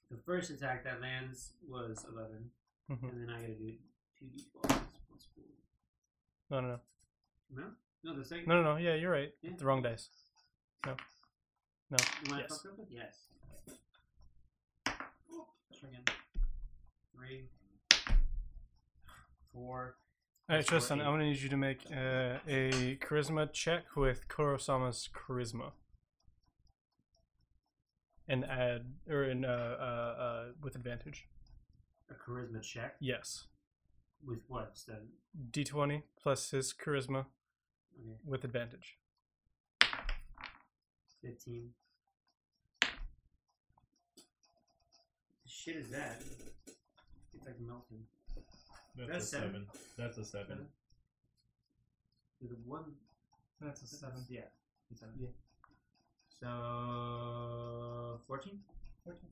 [SPEAKER 8] the first attack that lands was 11.
[SPEAKER 4] Mhm.
[SPEAKER 8] And then I gotta do 2d12 plus 4.
[SPEAKER 4] No, no, no,
[SPEAKER 8] No? No, the second.
[SPEAKER 4] no, no, no. Yeah, you're right.
[SPEAKER 8] Yeah.
[SPEAKER 4] The wrong dice. No, no.
[SPEAKER 8] The one I
[SPEAKER 4] Yes.
[SPEAKER 8] fucked up with? Yes. Try again. Three. Four.
[SPEAKER 4] All right,
[SPEAKER 8] That's
[SPEAKER 4] Tristan,
[SPEAKER 8] right.
[SPEAKER 4] I'm gonna need you to make uh, a charisma check with Kurosama's charisma, and add or in uh, uh, uh, with advantage.
[SPEAKER 8] A charisma check
[SPEAKER 4] Yes,
[SPEAKER 8] with what? Just a-
[SPEAKER 4] D20 plus his charisma
[SPEAKER 8] okay,
[SPEAKER 4] with advantage.
[SPEAKER 8] 15. The shit is that? It's like melting.
[SPEAKER 7] That's,
[SPEAKER 8] That's
[SPEAKER 7] a
[SPEAKER 8] seven.
[SPEAKER 7] seven. That's a seven.
[SPEAKER 8] There's a one. That's a
[SPEAKER 4] seven.
[SPEAKER 8] Yeah. It's seven. Yeah. So fourteen. Fourteen.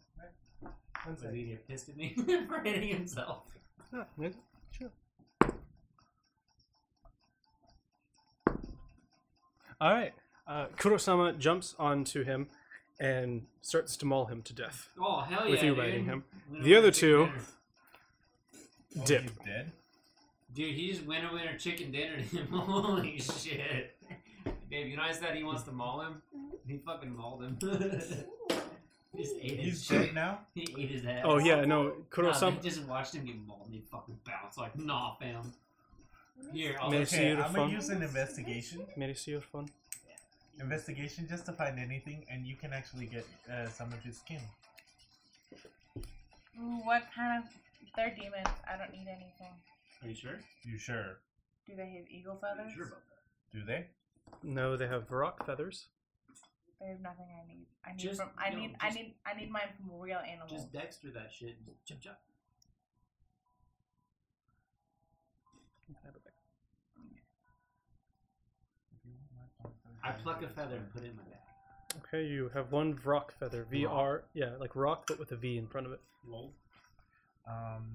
[SPEAKER 8] Was he get pissed at me for hitting himself?
[SPEAKER 4] All right, uh, Kurosama jumps onto him and starts to maul him to death.
[SPEAKER 8] Oh hell yeah!
[SPEAKER 4] With you
[SPEAKER 8] dude.
[SPEAKER 4] riding him.
[SPEAKER 8] Winner,
[SPEAKER 4] The
[SPEAKER 8] winner,
[SPEAKER 4] other two-
[SPEAKER 8] chicken dinner.
[SPEAKER 7] Oh,
[SPEAKER 4] Dip.
[SPEAKER 7] He's dead.
[SPEAKER 8] Dude, he just winner winner chicken dinner to him. Holy shit! Babe, you notice that he wants to maul him? He fucking mauled him. just ate his
[SPEAKER 7] He's
[SPEAKER 8] shit.
[SPEAKER 7] dead now.
[SPEAKER 8] He ate his ass.
[SPEAKER 4] Oh yeah, no,
[SPEAKER 8] Nah,
[SPEAKER 4] Kurosama.
[SPEAKER 8] Ah, they just watched him get mauled and he fucking bounced like, nah, fam. Here, I'll
[SPEAKER 4] May I
[SPEAKER 8] just
[SPEAKER 4] see
[SPEAKER 7] Okay,
[SPEAKER 4] your
[SPEAKER 7] I'm
[SPEAKER 4] phone?
[SPEAKER 7] gonna use an investigation.
[SPEAKER 4] May I see your phone?
[SPEAKER 7] Investigation just to find anything, and you can actually get uh, some of his skin.
[SPEAKER 6] Ooh, what kind of. They're demons. I don't need anything.
[SPEAKER 8] Are you sure?
[SPEAKER 7] You sure?
[SPEAKER 6] Do they have eagle feathers?
[SPEAKER 8] Sure about
[SPEAKER 7] Do they?
[SPEAKER 4] No, they have rock feathers.
[SPEAKER 6] They have nothing I need. I need
[SPEAKER 8] Just-
[SPEAKER 6] from. I
[SPEAKER 8] no,
[SPEAKER 6] need. I
[SPEAKER 8] just-
[SPEAKER 6] need. I need mine from real
[SPEAKER 8] that.
[SPEAKER 6] animals.
[SPEAKER 8] Just Dexter that shit. Jump, jump. I pluck a feather and put it in my bag.
[SPEAKER 4] Okay, you have one vrock feather. V R. Yeah, like rock, but with a V in front of it.
[SPEAKER 8] Roll.
[SPEAKER 7] Um,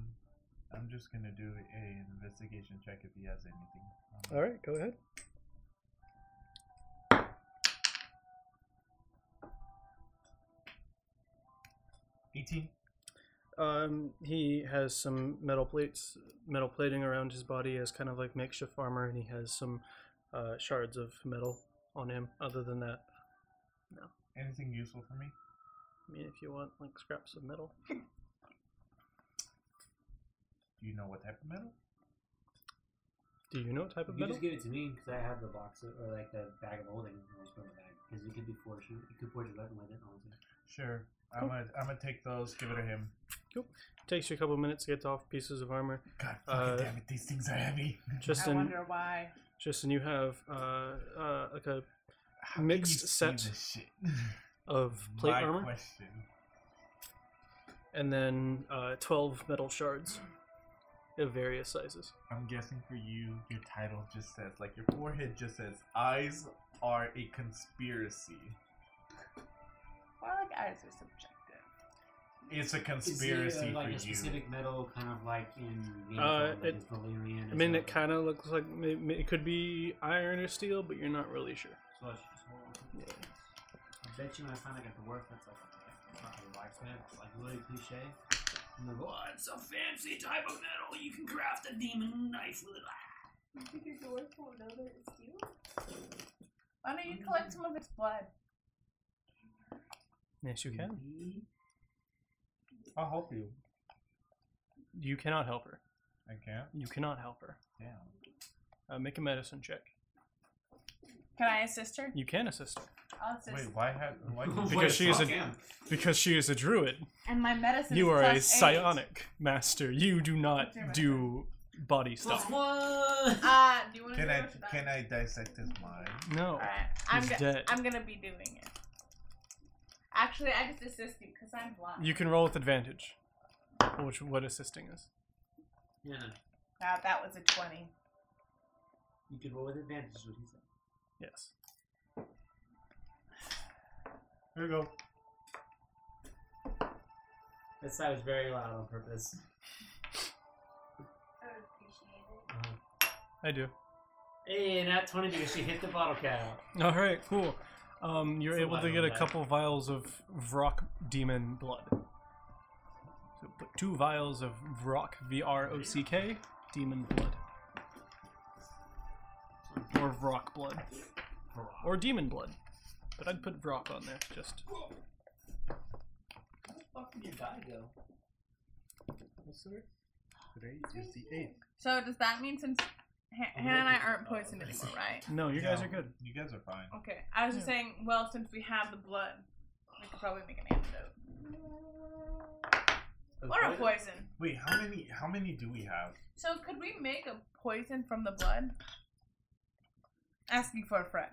[SPEAKER 7] I'm just gonna do an investigation check if he has anything. Um,
[SPEAKER 4] All right, go ahead.
[SPEAKER 7] Eighteen.
[SPEAKER 4] Um, he has some metal plates, metal plating around his body as kind of like makeshift armor, and he has some uh, shards of metal on him. Other than that,
[SPEAKER 7] Anything useful for me?
[SPEAKER 4] I mean, if you want like scraps of metal,
[SPEAKER 7] Do you know what type of metal?
[SPEAKER 4] do you know what type of
[SPEAKER 8] You
[SPEAKER 4] metal?
[SPEAKER 8] just give it to me because I have the box of, or like the bag of holding. I just put it in the bag because it could be forged. You could forge a weapon with it. honestly.
[SPEAKER 7] Sure. I'm gonna I'm gonna take those. Give it to him.
[SPEAKER 4] Takes you a couple minutes to get off pieces of armor.
[SPEAKER 7] God
[SPEAKER 4] Uh,
[SPEAKER 7] fucking damn it! These things are heavy.
[SPEAKER 6] I
[SPEAKER 4] Tristan,
[SPEAKER 6] wonder why.
[SPEAKER 4] Tristan, you have uh, uh, like a
[SPEAKER 7] How can
[SPEAKER 4] mixed
[SPEAKER 7] you see
[SPEAKER 4] set
[SPEAKER 7] this shit?
[SPEAKER 4] of plate
[SPEAKER 7] My
[SPEAKER 4] armor,
[SPEAKER 7] question.
[SPEAKER 4] and then uh, twelve metal shards of various sizes.
[SPEAKER 7] I'm guessing for you, your title just says like your forehead just says eyes are a conspiracy.
[SPEAKER 6] Why like eyes are subjective.
[SPEAKER 7] It's a
[SPEAKER 8] Is there, uh,
[SPEAKER 7] conspiracy
[SPEAKER 8] like
[SPEAKER 7] for
[SPEAKER 8] a
[SPEAKER 7] you.
[SPEAKER 8] specific metal, kind of like in
[SPEAKER 4] Uh,
[SPEAKER 8] like
[SPEAKER 4] it-
[SPEAKER 8] it's Valyrian.
[SPEAKER 4] I mean, it kind of looks like may- may- it could be iron or steel, but you're not really sure.
[SPEAKER 8] So I should just hold on. I bet you when I finally got the work, that's like a fucking blacksmith, it's like really cliche. I'm like, oh, it's a fancy type of metal. You can craft a demon knife with it.
[SPEAKER 9] You think your doors won't know that it's you?
[SPEAKER 6] Why don't you collect some of its blood?
[SPEAKER 4] Yes, you can.
[SPEAKER 7] I'll help you.
[SPEAKER 4] You cannot help her.
[SPEAKER 7] I can't.
[SPEAKER 4] You cannot help her.
[SPEAKER 7] Damn.
[SPEAKER 4] Uh, make a medicine check.
[SPEAKER 6] Can I assist her?
[SPEAKER 4] You can assist her.
[SPEAKER 6] Also,
[SPEAKER 7] Wait, why had why
[SPEAKER 8] What
[SPEAKER 7] did
[SPEAKER 4] Because she is
[SPEAKER 8] fuck
[SPEAKER 4] a-
[SPEAKER 8] am?
[SPEAKER 4] Because she is a druid.
[SPEAKER 6] and my medicine.
[SPEAKER 4] You
[SPEAKER 6] is
[SPEAKER 4] are a
[SPEAKER 6] plus eight.
[SPEAKER 4] psionic master. You do not
[SPEAKER 6] What's your
[SPEAKER 4] do body
[SPEAKER 8] Plus
[SPEAKER 4] stuff.
[SPEAKER 8] one.
[SPEAKER 6] Uh, do you want to
[SPEAKER 7] Can
[SPEAKER 6] do
[SPEAKER 7] I
[SPEAKER 6] it?
[SPEAKER 7] can I dissect his mind?
[SPEAKER 4] No.
[SPEAKER 6] All right, I'm
[SPEAKER 4] He's
[SPEAKER 6] go-
[SPEAKER 4] dead.
[SPEAKER 6] I'm gonna be doing it. Actually, I just assist you because I'm blind.
[SPEAKER 4] You can roll with advantage, which what assisting is.
[SPEAKER 8] Yeah,
[SPEAKER 6] Wow, that was a twenty.
[SPEAKER 8] you could roll with advantage. is What he said.
[SPEAKER 4] Yes.
[SPEAKER 7] Here we go.
[SPEAKER 8] That side was very loud on purpose.
[SPEAKER 9] I would appreciate it.
[SPEAKER 4] I do.
[SPEAKER 8] Hey, not twenty because she hit the bottle cap.
[SPEAKER 4] All right, cool. Um, you're
[SPEAKER 8] It's a
[SPEAKER 4] able
[SPEAKER 8] lot
[SPEAKER 4] to
[SPEAKER 8] of
[SPEAKER 4] get a
[SPEAKER 8] blood.
[SPEAKER 4] couple vials of Vrock demon blood. So put two vials of Vrock, V R O C K, demon blood. Or Vrock blood. Or demon blood. But I'd put Vrock on there, just.
[SPEAKER 8] Where the fuck did your die go?
[SPEAKER 7] Today is the eighth.
[SPEAKER 6] So does that mean since Ha- Hannah and I aren't poisoned anymore, right?
[SPEAKER 4] No, you guys
[SPEAKER 7] No,
[SPEAKER 4] are good.
[SPEAKER 7] You guys are fine.
[SPEAKER 6] Okay, I was just saying. Well, since we have the blood, we could probably make an antidote or a poison.
[SPEAKER 7] Wait, how many how many do we have?
[SPEAKER 6] So could we make a poison from the blood? Asking for a friend.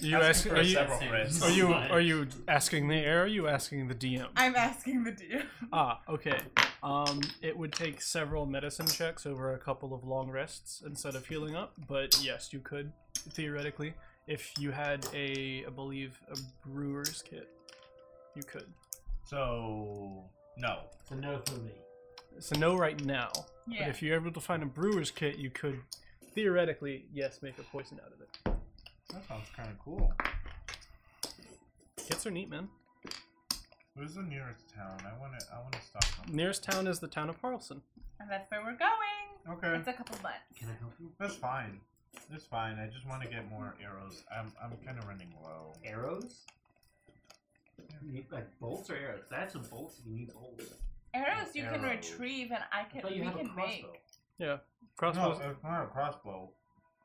[SPEAKER 4] You ask, are, you,
[SPEAKER 7] several
[SPEAKER 8] friends.
[SPEAKER 4] are you are you asking the air? Or are you asking the DM?
[SPEAKER 6] I'm asking the DM.
[SPEAKER 4] Ah, okay. Um, it would take several medicine checks over a couple of long rests instead of healing up, but yes, you could theoretically, if you had a, I believe, a brewer's kit, you could.
[SPEAKER 7] So no.
[SPEAKER 8] It's a no for me.
[SPEAKER 4] So no, right now.
[SPEAKER 6] Yeah.
[SPEAKER 4] But if you're able to find a brewer's kit, you could theoretically, yes, make a poison out of it.
[SPEAKER 7] That sounds kind of cool.
[SPEAKER 4] Kits are neat, man.
[SPEAKER 7] Where's the nearest town? I want to I want to stop them.
[SPEAKER 4] Nearest town is the town of Harlson.
[SPEAKER 6] And that's where we're going.
[SPEAKER 7] Okay,
[SPEAKER 6] It's a couple months.
[SPEAKER 8] Can I help you?
[SPEAKER 7] that's fine. That's fine. I just want to get more arrows. I'm I'm kind of running low.
[SPEAKER 8] Arrows? You need, like bolts or arrows? I have some bolts if you need bolts.
[SPEAKER 6] Arrows you can
[SPEAKER 7] Arrows.
[SPEAKER 6] retrieve, and I
[SPEAKER 8] I
[SPEAKER 6] can
[SPEAKER 8] thought you
[SPEAKER 6] we
[SPEAKER 8] had a
[SPEAKER 6] can make.
[SPEAKER 8] crossbow.
[SPEAKER 4] Yeah,
[SPEAKER 7] No,
[SPEAKER 4] crossbows.
[SPEAKER 7] it's not a crossbow.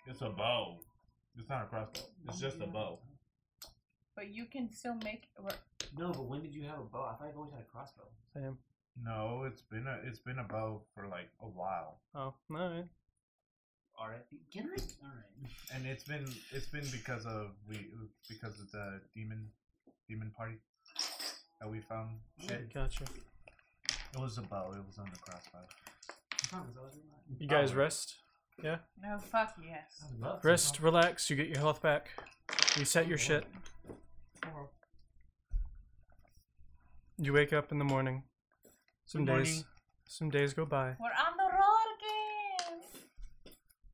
[SPEAKER 7] It's a bow. It's not a crossbow. It's just a bow.
[SPEAKER 6] But you can still make.
[SPEAKER 8] No, but when did you have a bow? I thought you always had a crossbow.
[SPEAKER 4] Same.
[SPEAKER 7] No, it's been a it's been a bow for like a while,
[SPEAKER 4] Oh, alright.
[SPEAKER 8] R.I.P. Can I? All right.
[SPEAKER 7] and it's been it's been because of we because of the demon demon party that we found. Shit,
[SPEAKER 4] Gotcha.
[SPEAKER 7] it was a bow. It was on the crossbow.
[SPEAKER 8] I promise I was lying.
[SPEAKER 4] You guys rest.
[SPEAKER 6] No, fuck yes.
[SPEAKER 8] I would love to.
[SPEAKER 4] Rest, relax, you get your health back. Reset your shit. You wake up in the morning. Some
[SPEAKER 7] Good
[SPEAKER 4] days
[SPEAKER 7] morning.
[SPEAKER 4] some days go by.
[SPEAKER 6] We're on the road again.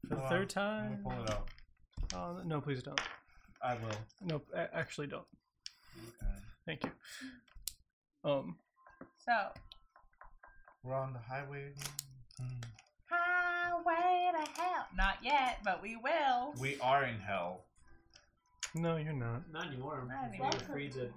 [SPEAKER 4] For the
[SPEAKER 7] Hold on,
[SPEAKER 4] third
[SPEAKER 7] Let me
[SPEAKER 4] time.
[SPEAKER 7] pull it out.
[SPEAKER 4] Oh, no, please don't.
[SPEAKER 7] I will.
[SPEAKER 4] No, a- actually don't.
[SPEAKER 7] Okay.
[SPEAKER 4] Thank you. Um
[SPEAKER 6] So
[SPEAKER 7] We're on the highway. Hmm.
[SPEAKER 6] highway to hell. Not yet, but we will.
[SPEAKER 7] We are in hell.
[SPEAKER 4] no, you're not.
[SPEAKER 8] Not anymore.
[SPEAKER 6] Not
[SPEAKER 8] We
[SPEAKER 6] anymore.
[SPEAKER 8] were free to-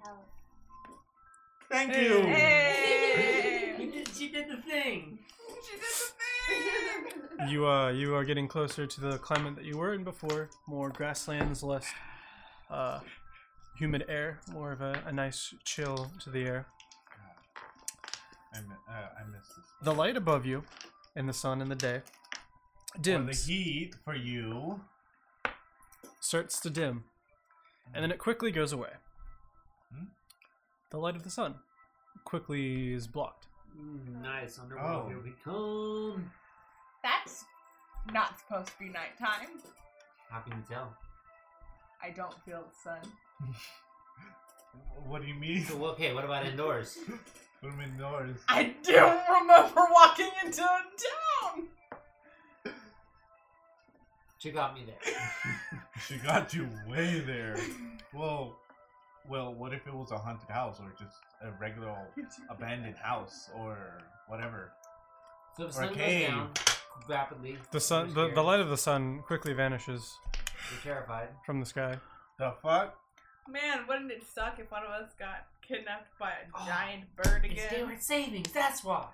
[SPEAKER 7] Thank
[SPEAKER 6] Hey!
[SPEAKER 8] You did, she did the thing.
[SPEAKER 6] She did the thing.
[SPEAKER 4] You uh you are getting closer to the climate that you were in before. More grasslands, less uh humid air, more of a, a nice chill to the air.
[SPEAKER 7] I, mi- uh, I missed this.
[SPEAKER 4] The light above you and the sun and the day
[SPEAKER 7] For the
[SPEAKER 4] dims.
[SPEAKER 7] heat for you.
[SPEAKER 4] starts to dim, and then it quickly goes away.
[SPEAKER 7] Hmm?
[SPEAKER 4] The light of the sun quickly is blocked.
[SPEAKER 8] Mm, nice. Underworld.
[SPEAKER 7] Oh.
[SPEAKER 8] Here we come.
[SPEAKER 6] That's not supposed to be nighttime.
[SPEAKER 8] How can you tell?
[SPEAKER 6] I don't feel the sun.
[SPEAKER 7] What do you mean?
[SPEAKER 8] So, okay, what about indoors?
[SPEAKER 7] Put them indoors.
[SPEAKER 6] I do remember walking into a town.
[SPEAKER 8] She got me there.
[SPEAKER 7] She got you way there. Well, well, what if it was a haunted house or just a regular old abandoned house or whatever?
[SPEAKER 8] So the
[SPEAKER 7] Or
[SPEAKER 8] sun goes
[SPEAKER 7] cave.
[SPEAKER 8] down rapidly.
[SPEAKER 4] The sun, the, the light of the sun quickly vanishes
[SPEAKER 8] You're terrified.
[SPEAKER 4] from the sky.
[SPEAKER 7] The fuck?
[SPEAKER 6] Man, wouldn't it suck if one of us got kidnapped by a
[SPEAKER 8] Oh,
[SPEAKER 6] giant bird
[SPEAKER 8] It's
[SPEAKER 6] again?
[SPEAKER 8] daylight savings. That's why.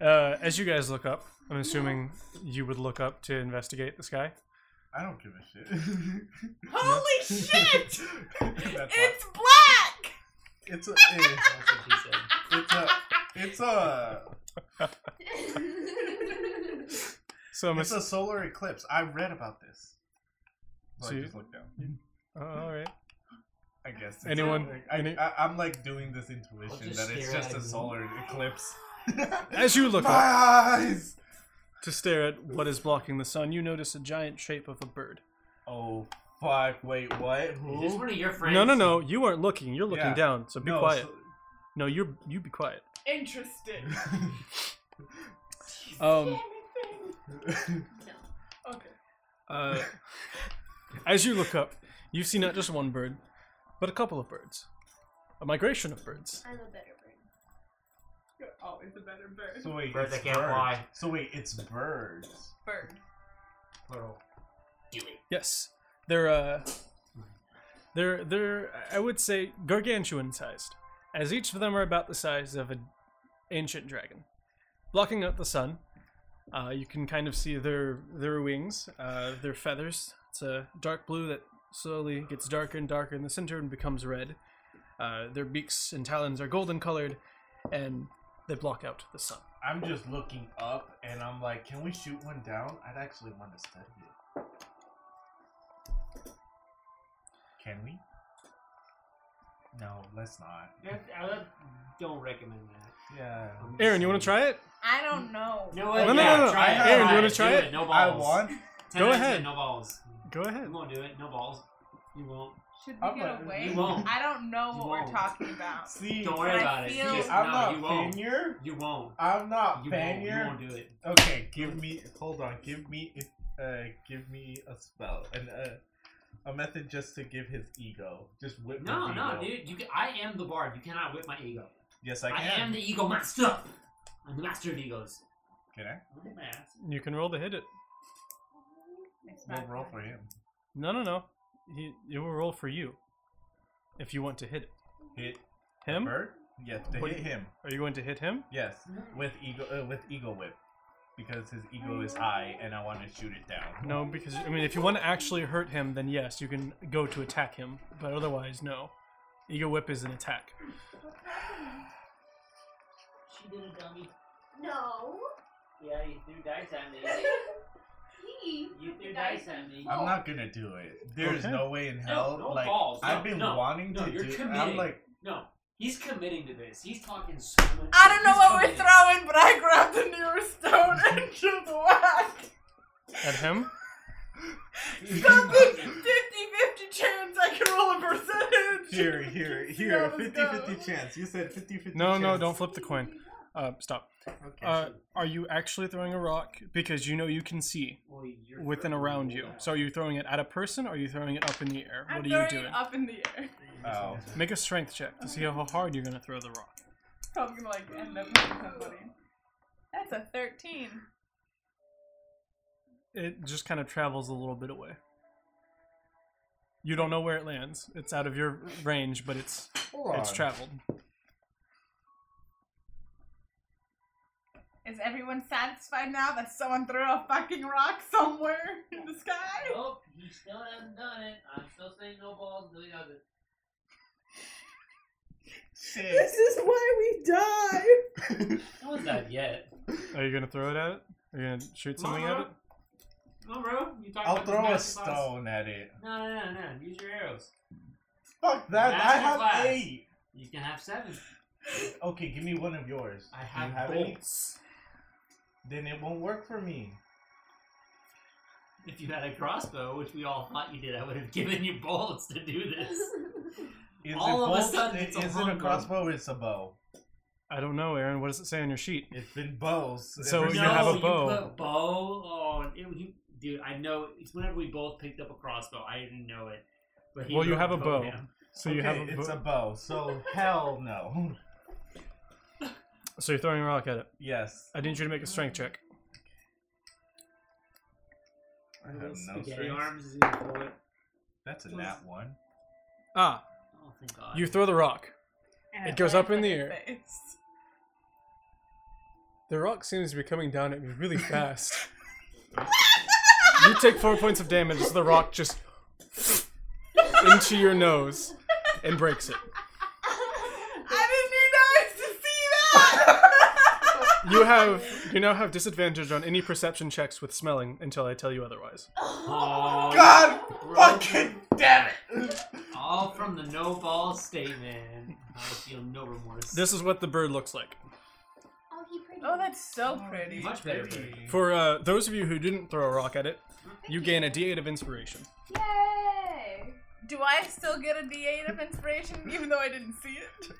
[SPEAKER 4] Uh, as you guys look up, I'm assuming you would look up to investigate the sky.
[SPEAKER 7] I don't give a shit.
[SPEAKER 6] Holy shit!
[SPEAKER 7] That's why-
[SPEAKER 6] It's black!
[SPEAKER 7] it's a
[SPEAKER 8] That's what she said.
[SPEAKER 7] it's a it's a
[SPEAKER 4] So I'm
[SPEAKER 7] it's a solar eclipse. I read about this. So
[SPEAKER 4] So
[SPEAKER 7] I
[SPEAKER 4] you-
[SPEAKER 7] just looked down.
[SPEAKER 4] Oh, all right.
[SPEAKER 7] I guess it's-
[SPEAKER 4] Anyone-
[SPEAKER 7] I,
[SPEAKER 4] any-
[SPEAKER 7] I, I'm like doing this intuition
[SPEAKER 8] just
[SPEAKER 7] that it's
[SPEAKER 8] stare
[SPEAKER 7] just
[SPEAKER 8] at
[SPEAKER 7] a
[SPEAKER 8] him.
[SPEAKER 7] solar eclipse.
[SPEAKER 4] As you look
[SPEAKER 7] My
[SPEAKER 4] up
[SPEAKER 7] eyes.
[SPEAKER 4] to stare at what is blocking the sun, you notice a giant shape of a bird.
[SPEAKER 7] Oh fuck! Wait, what? Who?
[SPEAKER 8] Is this one of your friends?
[SPEAKER 4] No, no, no. You aren't looking. You're looking
[SPEAKER 7] Yeah.
[SPEAKER 4] down. So be
[SPEAKER 7] No,
[SPEAKER 4] quiet.
[SPEAKER 7] so-
[SPEAKER 4] No, you you be quiet.
[SPEAKER 6] Interesting.
[SPEAKER 4] Um,
[SPEAKER 6] Okay.
[SPEAKER 4] uh, as you look up, you see not just one bird, but a couple of birds. A migration of birds.
[SPEAKER 9] I'm a better bird.
[SPEAKER 6] You're always Oh, a better bird.
[SPEAKER 7] So wait,
[SPEAKER 8] Birds
[SPEAKER 7] it's
[SPEAKER 8] that can't
[SPEAKER 7] birds.
[SPEAKER 8] fly.
[SPEAKER 7] So wait, it's birds.
[SPEAKER 6] Bird.
[SPEAKER 8] Plural. Do it.
[SPEAKER 4] Yes, they're uh, they're they're I would say gargantuan sized, as each of them are about the size of an ancient dragon, blocking out the sun. Uh, you can kind of see their their wings, uh, their feathers. It's a dark blue that slowly gets darker and darker in the center and becomes red. Uh, their beaks and talons are golden colored, and they block out the sun.
[SPEAKER 7] I'm just looking up, and I'm like, can we shoot one down? I'd actually want to study it. Can we? No, let's not.
[SPEAKER 8] That- I don't- don't recommend that.
[SPEAKER 7] Yeah.
[SPEAKER 8] I'm
[SPEAKER 4] Aaron,
[SPEAKER 8] just
[SPEAKER 4] you want to
[SPEAKER 8] saying.
[SPEAKER 4] try it?
[SPEAKER 6] I don't know.
[SPEAKER 8] You know what?
[SPEAKER 4] No, no,
[SPEAKER 8] yeah,
[SPEAKER 4] no, no.
[SPEAKER 8] Try it.
[SPEAKER 7] Aaron, you
[SPEAKER 8] want
[SPEAKER 7] wanna
[SPEAKER 8] to
[SPEAKER 4] try it?
[SPEAKER 8] No balls.
[SPEAKER 7] I want.
[SPEAKER 8] Ten
[SPEAKER 4] Go
[SPEAKER 8] out of ten,
[SPEAKER 4] ahead.
[SPEAKER 8] No balls.
[SPEAKER 4] Go ahead.
[SPEAKER 8] You won't do it. No balls. You won't.
[SPEAKER 6] Should we
[SPEAKER 7] I'm
[SPEAKER 6] get
[SPEAKER 7] not-
[SPEAKER 6] away?
[SPEAKER 8] you won't.
[SPEAKER 6] I don't know
[SPEAKER 8] You
[SPEAKER 6] what
[SPEAKER 8] won't.
[SPEAKER 6] we're talking about.
[SPEAKER 7] See,
[SPEAKER 8] Don't worry
[SPEAKER 6] I
[SPEAKER 8] about it.
[SPEAKER 6] feel-
[SPEAKER 8] Just,
[SPEAKER 7] I'm
[SPEAKER 8] no,
[SPEAKER 7] not
[SPEAKER 8] you won't.
[SPEAKER 7] Fenrir.
[SPEAKER 8] You won't.
[SPEAKER 7] I'm not
[SPEAKER 8] You won't. You
[SPEAKER 7] Fenrir.
[SPEAKER 8] won't do it.
[SPEAKER 7] Okay, give me. Hold on. Give me. Uh, give me a spell and uh, a method just to give his ego. Just whip.
[SPEAKER 8] No,
[SPEAKER 7] his
[SPEAKER 8] no,
[SPEAKER 7] ego.
[SPEAKER 8] dude. You can, I am the bard. You cannot whip my ego.
[SPEAKER 7] Yes, I
[SPEAKER 8] I
[SPEAKER 7] can.
[SPEAKER 8] am the ego master. I'm the master of egos.
[SPEAKER 7] Can I?
[SPEAKER 8] I'm the master.
[SPEAKER 4] You can roll to hit it.
[SPEAKER 6] It's
[SPEAKER 7] We'll
[SPEAKER 6] not
[SPEAKER 7] roll
[SPEAKER 6] fun.
[SPEAKER 7] for him.
[SPEAKER 4] No, no, no. He, it will roll for you if you want to hit it.
[SPEAKER 7] Hit
[SPEAKER 4] Him?
[SPEAKER 7] Bird? Yes, to
[SPEAKER 4] What do
[SPEAKER 7] hit
[SPEAKER 4] you-
[SPEAKER 7] him.
[SPEAKER 4] Are you going to hit him?
[SPEAKER 7] Yes, with ego uh, with ego whip, because his ego is high, and I want to shoot it down.
[SPEAKER 4] No, because I mean, if you want to actually hurt him, then yes, you can go to attack him. But otherwise, no. Ego whip is an attack.
[SPEAKER 8] She did a dummy.
[SPEAKER 9] No.
[SPEAKER 8] Yeah, you threw dice at me.
[SPEAKER 9] He.
[SPEAKER 8] You threw dice at me.
[SPEAKER 7] I'm not gonna do it. There's
[SPEAKER 4] Okay.
[SPEAKER 7] no way in
[SPEAKER 8] No,
[SPEAKER 7] hell.
[SPEAKER 8] no
[SPEAKER 7] like
[SPEAKER 8] balls, no,
[SPEAKER 7] I've been
[SPEAKER 8] no,
[SPEAKER 7] wanting
[SPEAKER 8] no,
[SPEAKER 7] to
[SPEAKER 8] you're
[SPEAKER 7] do. I'm
[SPEAKER 8] committing.
[SPEAKER 7] like,
[SPEAKER 8] No, he's committing to this. He's talking so much.
[SPEAKER 6] I don't know
[SPEAKER 8] He's
[SPEAKER 6] what we're
[SPEAKER 8] committing.
[SPEAKER 6] throwing, but I grabbed the nearest stone and just whacked.
[SPEAKER 4] At him?
[SPEAKER 6] Something 50 50 chance I can roll a percentage.
[SPEAKER 7] here, here,
[SPEAKER 6] See
[SPEAKER 7] here,
[SPEAKER 6] how this
[SPEAKER 7] 50-50
[SPEAKER 6] goes.
[SPEAKER 7] chance. You said 50-50
[SPEAKER 4] No,
[SPEAKER 7] chance.
[SPEAKER 4] no, don't flip the coin. Uh, stop.
[SPEAKER 7] Okay.
[SPEAKER 4] Uh, are you actually throwing a rock? Because you know you can see
[SPEAKER 8] Well, you're
[SPEAKER 4] within
[SPEAKER 8] throwing
[SPEAKER 4] around
[SPEAKER 8] the
[SPEAKER 4] you.
[SPEAKER 8] ball.
[SPEAKER 4] So are you throwing it at a person or are you throwing it up in the air?
[SPEAKER 6] I'm
[SPEAKER 4] What are
[SPEAKER 6] throwing
[SPEAKER 4] you doing?
[SPEAKER 6] it up in the air.
[SPEAKER 7] oh,
[SPEAKER 4] Make a strength check to see how hard you're going to throw the rock.
[SPEAKER 6] Probably gonna like end up hitting somebody. That's a 13.
[SPEAKER 4] it just kind of travels a little bit away. You don't know where it lands. It's out of your range, but it's
[SPEAKER 7] hold
[SPEAKER 4] it's
[SPEAKER 7] on.
[SPEAKER 4] traveled.
[SPEAKER 6] Is everyone satisfied now that someone threw a fucking rock somewhere in the sky?
[SPEAKER 8] Nope, he still hasn't done it. I'm still saying no balls until he does it.
[SPEAKER 7] Shit.
[SPEAKER 6] is why we die.
[SPEAKER 8] No, it's not yet.
[SPEAKER 4] Are you gonna throw it at it? Are you gonna shoot
[SPEAKER 8] Come on,
[SPEAKER 4] something at it?
[SPEAKER 8] Ron. No, bro. You talking
[SPEAKER 7] I'll
[SPEAKER 8] about
[SPEAKER 7] throw a
[SPEAKER 8] this master class?
[SPEAKER 7] stone at it.
[SPEAKER 8] No, no, no, no. Use your arrows.
[SPEAKER 7] Fuck that! I
[SPEAKER 8] Master
[SPEAKER 7] have
[SPEAKER 8] class.
[SPEAKER 7] eight.
[SPEAKER 8] You can have seven.
[SPEAKER 7] Okay, give me one of yours.
[SPEAKER 8] I
[SPEAKER 7] Do you
[SPEAKER 8] have,
[SPEAKER 7] any?
[SPEAKER 8] bolts.
[SPEAKER 7] Then it won't work for me.
[SPEAKER 8] If you had a crossbow, which we all thought you did, I would have given you bolts to do this.
[SPEAKER 7] Is it
[SPEAKER 8] All of a
[SPEAKER 7] bolts?
[SPEAKER 8] sudden, it's a
[SPEAKER 7] is it a
[SPEAKER 8] longbow.
[SPEAKER 7] crossbow? Or it's a bow.
[SPEAKER 4] I don't know, Aaron. What does it say on your sheet?
[SPEAKER 7] It's been bows.
[SPEAKER 4] So
[SPEAKER 7] ever
[SPEAKER 4] Oh, you
[SPEAKER 8] no,
[SPEAKER 7] since-
[SPEAKER 4] have a
[SPEAKER 8] you
[SPEAKER 4] bow.
[SPEAKER 8] put bow. Oh, and it, you, dude, I know. It's whenever we both picked up a crossbow. I didn't know it. But he
[SPEAKER 4] Well, you
[SPEAKER 8] wrote
[SPEAKER 4] have a bow.
[SPEAKER 8] down.
[SPEAKER 4] So you have
[SPEAKER 7] Okay,
[SPEAKER 4] a,
[SPEAKER 7] it's a
[SPEAKER 4] bo-
[SPEAKER 7] bow. So hell no.
[SPEAKER 4] so you're throwing a rock at it.
[SPEAKER 7] Yes.
[SPEAKER 4] I need you to make a strength check.
[SPEAKER 7] I have
[SPEAKER 8] Little
[SPEAKER 7] no
[SPEAKER 8] spaghetti
[SPEAKER 7] strength.
[SPEAKER 8] arms is gonna throw it.
[SPEAKER 7] That's a nat one.
[SPEAKER 4] Ah,
[SPEAKER 8] Oh, thank God.
[SPEAKER 4] you throw the rock.
[SPEAKER 6] And
[SPEAKER 4] It goes
[SPEAKER 6] lands
[SPEAKER 4] up in
[SPEAKER 6] on
[SPEAKER 4] the
[SPEAKER 6] your
[SPEAKER 4] air.
[SPEAKER 6] face.
[SPEAKER 4] The rock seems to be coming down at me really fast. You take four points of damage as the rock just into your nose and breaks it.
[SPEAKER 6] I didn't need eyes to see that.
[SPEAKER 4] You have you now have disadvantage on any perception checks with smelling until I tell you otherwise.
[SPEAKER 8] Oh,
[SPEAKER 7] God
[SPEAKER 8] bro.
[SPEAKER 7] fucking damn it!
[SPEAKER 8] All from the no ball statement. I feel no remorse.
[SPEAKER 4] This is what the bird looks like.
[SPEAKER 9] Oh, he pretty.
[SPEAKER 6] oh, that's so pretty.
[SPEAKER 8] much better. bro.
[SPEAKER 4] For uh, those of you who didn't throw a rock at it, you gain a D8 of inspiration.
[SPEAKER 6] Yay! Do I still get a D8 of inspiration even though I didn't see it?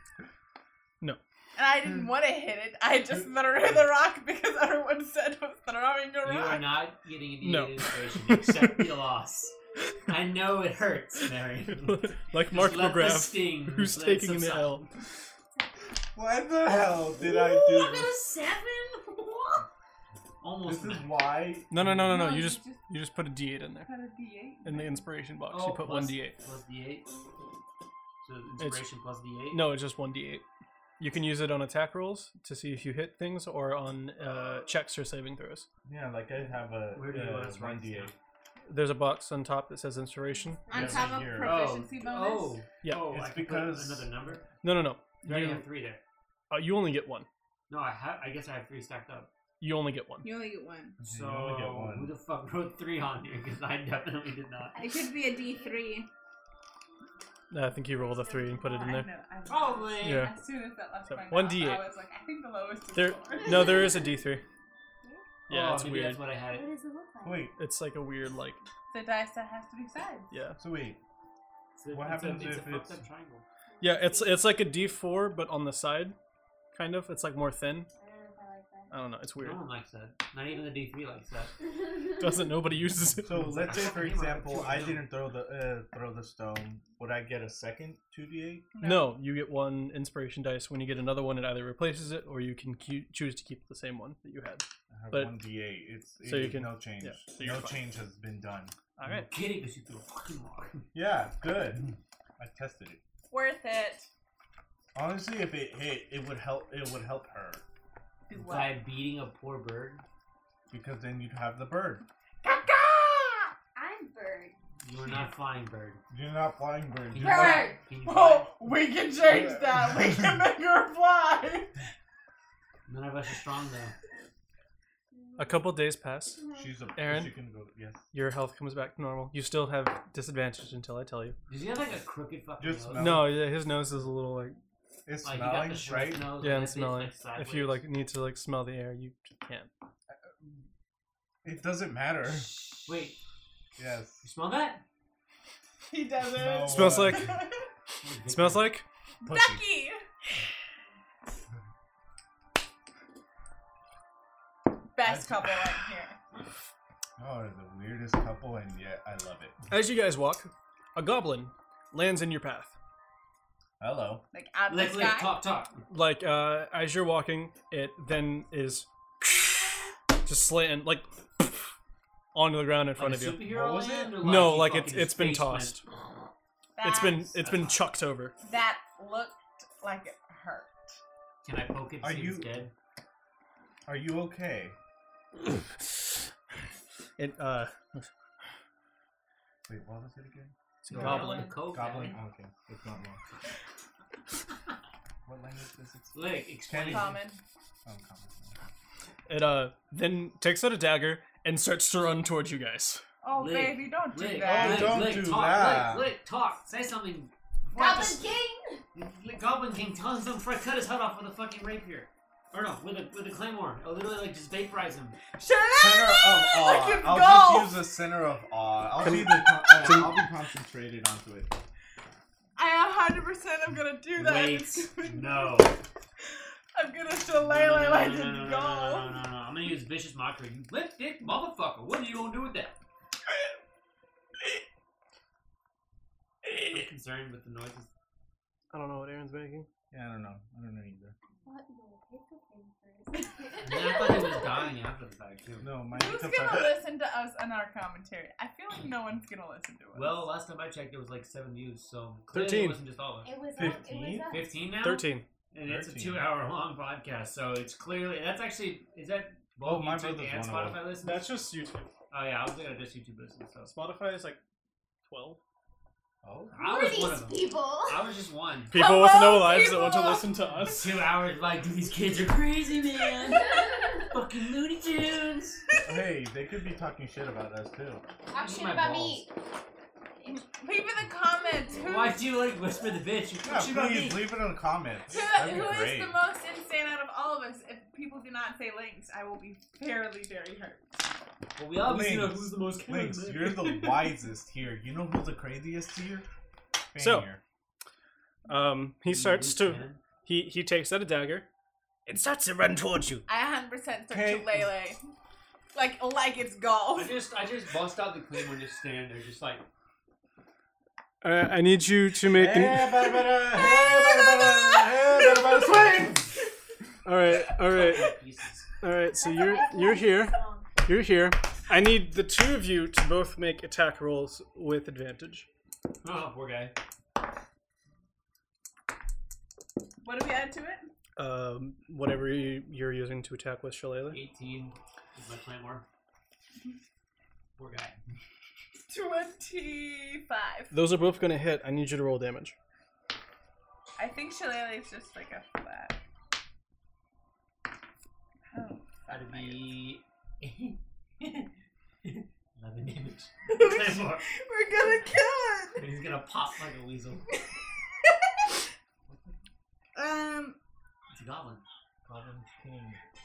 [SPEAKER 4] No.
[SPEAKER 6] And I didn't want to hit it. I just threw the rock because everyone said was throwing a
[SPEAKER 8] You are
[SPEAKER 6] rock.
[SPEAKER 8] not getting any
[SPEAKER 4] No.
[SPEAKER 8] inspiration. You accept the loss. I know it hurts, Mary.
[SPEAKER 4] like Mark
[SPEAKER 8] Just let the
[SPEAKER 4] McGrath,
[SPEAKER 8] sting
[SPEAKER 4] who's
[SPEAKER 8] let
[SPEAKER 4] taking the
[SPEAKER 8] subside.
[SPEAKER 4] L.
[SPEAKER 7] Why the hell did I
[SPEAKER 8] Ooh,
[SPEAKER 7] do
[SPEAKER 8] I got
[SPEAKER 7] this?
[SPEAKER 8] a seven.
[SPEAKER 7] This
[SPEAKER 8] Almost.
[SPEAKER 7] is
[SPEAKER 8] nine.
[SPEAKER 7] why.
[SPEAKER 4] No, no, no, no,
[SPEAKER 6] No,
[SPEAKER 4] no. You
[SPEAKER 6] you
[SPEAKER 4] just
[SPEAKER 6] just-
[SPEAKER 4] you just put a D8 in there
[SPEAKER 6] Got a D8.
[SPEAKER 4] in the inspiration box.
[SPEAKER 8] Oh,
[SPEAKER 4] you put one
[SPEAKER 8] plus-
[SPEAKER 4] D8.
[SPEAKER 8] Plus D8. So inspiration plus D8.
[SPEAKER 4] No, it's just one D8. You can use it on attack rolls to see if you hit things or on uh, checks or saving throws.
[SPEAKER 7] Yeah, like I have a uh,
[SPEAKER 8] Where do you want us to write this down?
[SPEAKER 4] There's a box on top that says inspiration.
[SPEAKER 6] On
[SPEAKER 7] Yes,
[SPEAKER 6] top
[SPEAKER 7] I
[SPEAKER 6] of
[SPEAKER 7] hear.
[SPEAKER 6] proficiency bonus.
[SPEAKER 8] Oh,
[SPEAKER 4] Yeah.
[SPEAKER 8] Oh,
[SPEAKER 7] It's
[SPEAKER 8] I can put
[SPEAKER 7] because-
[SPEAKER 8] another number.
[SPEAKER 4] No, no, no.
[SPEAKER 8] You already
[SPEAKER 4] You,
[SPEAKER 8] have three there.
[SPEAKER 4] uh, you only get one.
[SPEAKER 8] No, I have. I guess I have three stacked up.
[SPEAKER 4] You only get one.
[SPEAKER 6] You only get one.
[SPEAKER 7] You
[SPEAKER 8] So
[SPEAKER 7] only get one.
[SPEAKER 8] who the fuck wrote three on here? Because I definitely did not.
[SPEAKER 6] It could be a D3.
[SPEAKER 4] I think you rolled a three and put it in
[SPEAKER 6] Oh, I
[SPEAKER 4] there.
[SPEAKER 6] know, I know.
[SPEAKER 8] Probably.
[SPEAKER 4] Yeah.
[SPEAKER 6] As soon as that left
[SPEAKER 4] So,
[SPEAKER 6] my mouth,
[SPEAKER 4] one D8.
[SPEAKER 6] I was like, I think the lowest is
[SPEAKER 4] There,
[SPEAKER 6] four.
[SPEAKER 4] no, there is a D3.
[SPEAKER 8] oh,
[SPEAKER 4] Yeah, it's
[SPEAKER 8] maybe
[SPEAKER 4] weird.
[SPEAKER 8] That's what I had.
[SPEAKER 9] What does it look like?
[SPEAKER 7] Wait,
[SPEAKER 4] It's like a weird, like,
[SPEAKER 6] The dice that has to be sides.
[SPEAKER 4] yeah,
[SPEAKER 7] so wait.
[SPEAKER 8] It's a-
[SPEAKER 7] What
[SPEAKER 8] it's a-
[SPEAKER 7] happens
[SPEAKER 8] it's
[SPEAKER 7] if
[SPEAKER 8] a fucked
[SPEAKER 7] it's-
[SPEAKER 8] up triangle?
[SPEAKER 4] yeah. It's it's like a D4, but on the side, kind of. It's like more thin.
[SPEAKER 9] I don't know if I like that.
[SPEAKER 4] I don't know. It's weird.
[SPEAKER 8] No one likes that. Not even the D three likes that.
[SPEAKER 4] Doesn't nobody uses it?
[SPEAKER 7] So let's say, for example, I didn't throw the uh, throw the stone. Would I get a second two d eight?
[SPEAKER 4] No, you get one inspiration dice. When you get another one, it either replaces it, or you can cu- choose to keep the same one that you had.
[SPEAKER 7] I have
[SPEAKER 4] But-
[SPEAKER 7] one d eight. It's
[SPEAKER 4] so you
[SPEAKER 7] it's
[SPEAKER 4] can-
[SPEAKER 7] no change.
[SPEAKER 4] yeah, so you're
[SPEAKER 7] no
[SPEAKER 4] fine.
[SPEAKER 7] change has been done.
[SPEAKER 4] All right.
[SPEAKER 8] Kidding, because you threw a fucking rock.
[SPEAKER 7] Yeah, good. I tested it.
[SPEAKER 6] Worth it.
[SPEAKER 7] Honestly, if it hit, it would help. It would help her
[SPEAKER 6] Do what?
[SPEAKER 8] By beating a poor bird.
[SPEAKER 7] because then you'd have the bird.
[SPEAKER 9] I'm bird.
[SPEAKER 8] You are not flying bird.
[SPEAKER 7] You're not flying bird.
[SPEAKER 8] Can you
[SPEAKER 7] You're
[SPEAKER 8] fly-
[SPEAKER 7] not-
[SPEAKER 6] Bird!
[SPEAKER 8] Can you fly?
[SPEAKER 6] Oh, we can change that. We can make her fly.
[SPEAKER 8] None of us are strong though.
[SPEAKER 4] A couple days pass.
[SPEAKER 7] She's a.
[SPEAKER 4] Aaron?
[SPEAKER 7] She can go. Yes.
[SPEAKER 4] Your health comes back to normal. You still have disadvantage until I tell you.
[SPEAKER 8] Does he have like a crooked fucking
[SPEAKER 7] Just
[SPEAKER 8] nose?
[SPEAKER 7] No.
[SPEAKER 4] No, yeah, his nose is a little like
[SPEAKER 7] It's
[SPEAKER 8] Like Ah, you got
[SPEAKER 7] smelling,
[SPEAKER 8] the short
[SPEAKER 7] right?
[SPEAKER 8] nose.
[SPEAKER 4] yeah,
[SPEAKER 8] and
[SPEAKER 4] and
[SPEAKER 8] it's, like,
[SPEAKER 4] smelling. If you
[SPEAKER 8] sideways.
[SPEAKER 4] like need to like smell the air, you can't.
[SPEAKER 7] It doesn't matter.
[SPEAKER 8] Wait, you
[SPEAKER 7] Yes.
[SPEAKER 8] smell that?
[SPEAKER 6] He doesn't.
[SPEAKER 7] No.
[SPEAKER 4] Smells
[SPEAKER 7] uh,
[SPEAKER 4] like smells like
[SPEAKER 6] Ducky! Best couple right here.
[SPEAKER 7] Oh, they're the weirdest couple, and yet I love it.
[SPEAKER 4] As you guys walk, a goblin lands in your path.
[SPEAKER 7] Hello.
[SPEAKER 6] Like out of the
[SPEAKER 8] Let's let
[SPEAKER 6] sky.
[SPEAKER 8] talk talk.
[SPEAKER 4] Like uh, as you're walking, it then is just slant like onto the ground in front
[SPEAKER 8] Like a
[SPEAKER 4] of you.
[SPEAKER 8] superhero
[SPEAKER 7] What was it?
[SPEAKER 8] land, or,
[SPEAKER 4] No,
[SPEAKER 8] he
[SPEAKER 4] like,
[SPEAKER 8] fucking
[SPEAKER 4] it's- it's
[SPEAKER 8] his
[SPEAKER 4] been
[SPEAKER 8] face went-
[SPEAKER 4] tossed. It's been
[SPEAKER 6] That's-
[SPEAKER 4] it's been chucked over.
[SPEAKER 6] That looked like it hurt.
[SPEAKER 8] Can I poke it? and
[SPEAKER 7] Are
[SPEAKER 8] see if it's
[SPEAKER 7] you-
[SPEAKER 8] dead?
[SPEAKER 7] Are you okay?
[SPEAKER 4] It uh,
[SPEAKER 7] Wait, what was it again?
[SPEAKER 4] it's a
[SPEAKER 8] Go
[SPEAKER 4] goblin.
[SPEAKER 8] around the cove,
[SPEAKER 7] Goblin.
[SPEAKER 8] man.
[SPEAKER 7] oh, okay, it's not long. What language is it?
[SPEAKER 8] Like, explain.
[SPEAKER 6] Common.
[SPEAKER 7] Oh, common.
[SPEAKER 4] It uh then takes out a dagger and starts to run towards you guys.
[SPEAKER 6] Oh,
[SPEAKER 8] Lick.
[SPEAKER 6] baby, don't do
[SPEAKER 8] Lick,
[SPEAKER 6] that.
[SPEAKER 8] lick,
[SPEAKER 7] don't
[SPEAKER 8] lick,
[SPEAKER 7] do
[SPEAKER 8] talk,
[SPEAKER 7] that.
[SPEAKER 8] Lick, lick, talk. Say something.
[SPEAKER 9] Goblin
[SPEAKER 8] Just-
[SPEAKER 9] King!
[SPEAKER 8] Lick Goblin King, tell him something before I cut his head off with a fucking rapier. Or no, with a with a claymore. I'll literally like just vaporize him.
[SPEAKER 6] Shut
[SPEAKER 7] Center of awe.
[SPEAKER 6] Look at
[SPEAKER 7] I'll
[SPEAKER 6] golf.
[SPEAKER 7] just use the center of awe. I'll be the. Con- uh, I'll be concentrated onto it.
[SPEAKER 6] I 100% am gonna do that.
[SPEAKER 8] Wait, no.
[SPEAKER 6] I'm gonna shillelagh like
[SPEAKER 8] no, no,
[SPEAKER 6] a
[SPEAKER 8] no, no, no, no,
[SPEAKER 6] doll.
[SPEAKER 8] no, no, no. I'm gonna use vicious mockery. You lick dick motherfucker. What are you gonna do with that? I'm concerned with the noises.
[SPEAKER 4] I don't know what Aaron's making.
[SPEAKER 7] Yeah, I don't know. I don't know either.
[SPEAKER 9] What? No, it's a thing first.
[SPEAKER 8] And I thought he was dying after the fact too.
[SPEAKER 7] No, my
[SPEAKER 6] Who's gonna listen to us and our commentary? I feel like no one's gonna listen to us.
[SPEAKER 8] Well, last time I checked, it was like seven views, so clearly it
[SPEAKER 4] 13.
[SPEAKER 8] wasn't just all of us.
[SPEAKER 9] It was up. It
[SPEAKER 7] 15?
[SPEAKER 9] was up.
[SPEAKER 8] Fifteen now.
[SPEAKER 4] Thirteen.
[SPEAKER 8] And it's a
[SPEAKER 7] 13.
[SPEAKER 8] two-hour long podcast, so it's clearly that's actually is that both
[SPEAKER 7] Oh, my
[SPEAKER 8] YouTube
[SPEAKER 7] brother's
[SPEAKER 8] and
[SPEAKER 7] one of
[SPEAKER 8] Spotify listeners?
[SPEAKER 4] just YouTube.
[SPEAKER 8] Oh yeah, I was gonna just YouTube this and stuff.
[SPEAKER 4] Spotify is like twelve.
[SPEAKER 7] Oh.
[SPEAKER 8] I
[SPEAKER 9] Who are
[SPEAKER 8] was one
[SPEAKER 9] these
[SPEAKER 8] of them.
[SPEAKER 9] people?
[SPEAKER 8] I was just one.
[SPEAKER 4] People
[SPEAKER 6] Hello,
[SPEAKER 4] with no lives that want to
[SPEAKER 6] people!
[SPEAKER 4] listen to us.
[SPEAKER 8] Two hours, like dude, these kids are crazy, man. Fucking Looney Tunes.
[SPEAKER 7] Hey, they could be talking shit about us too.
[SPEAKER 9] Talk shit
[SPEAKER 8] my
[SPEAKER 9] about me.
[SPEAKER 8] balls.
[SPEAKER 6] Leave in the comments who,
[SPEAKER 8] Why do you like whisper the bitch?
[SPEAKER 7] Yeah,
[SPEAKER 8] What about me?
[SPEAKER 7] please leave it in the comments.
[SPEAKER 6] who,
[SPEAKER 7] That'd
[SPEAKER 6] who
[SPEAKER 7] be
[SPEAKER 6] is
[SPEAKER 7] great.
[SPEAKER 6] the most insane out of all of us. If people do not say links, I will be fairly very hurt.
[SPEAKER 8] Well, we obviously know
[SPEAKER 7] Links.
[SPEAKER 8] who's the most
[SPEAKER 7] Links,
[SPEAKER 8] charismatic.
[SPEAKER 7] you're the wisest here. You know who's the craziest here?
[SPEAKER 4] So-
[SPEAKER 7] Fanier.
[SPEAKER 4] Um, he starts to he he takes out a dagger. It starts to run towards you.
[SPEAKER 6] I 100% start
[SPEAKER 7] Okay.
[SPEAKER 6] to Lele. Like, like it's golf.
[SPEAKER 8] I just, I just bust out the clean one, just standing there, just like.
[SPEAKER 4] Uh, I need you to make an.
[SPEAKER 7] Hey, bada, bada, hey, bada, bada, hey, bada, bada, swing!
[SPEAKER 4] All right, all right,
[SPEAKER 8] Pieces.
[SPEAKER 4] all right. So you're you're here. You're here. I need the two of you to both make attack rolls with advantage.
[SPEAKER 8] Oh, poor guy.
[SPEAKER 6] What do we add to it?
[SPEAKER 4] Um, whatever you, you're using to attack with Shillelagh.
[SPEAKER 8] 18 is my claymore. Poor guy.
[SPEAKER 6] 25.
[SPEAKER 4] Those are both going to hit. I need you to roll damage.
[SPEAKER 6] I think Shillelagh is just like a flat. Oh.
[SPEAKER 8] That'd be. 11 damage. Claymore.
[SPEAKER 6] We're gonna kill
[SPEAKER 8] And he's gonna pop like a weasel.
[SPEAKER 6] it! Um,
[SPEAKER 8] It's a goblin. Goblin king.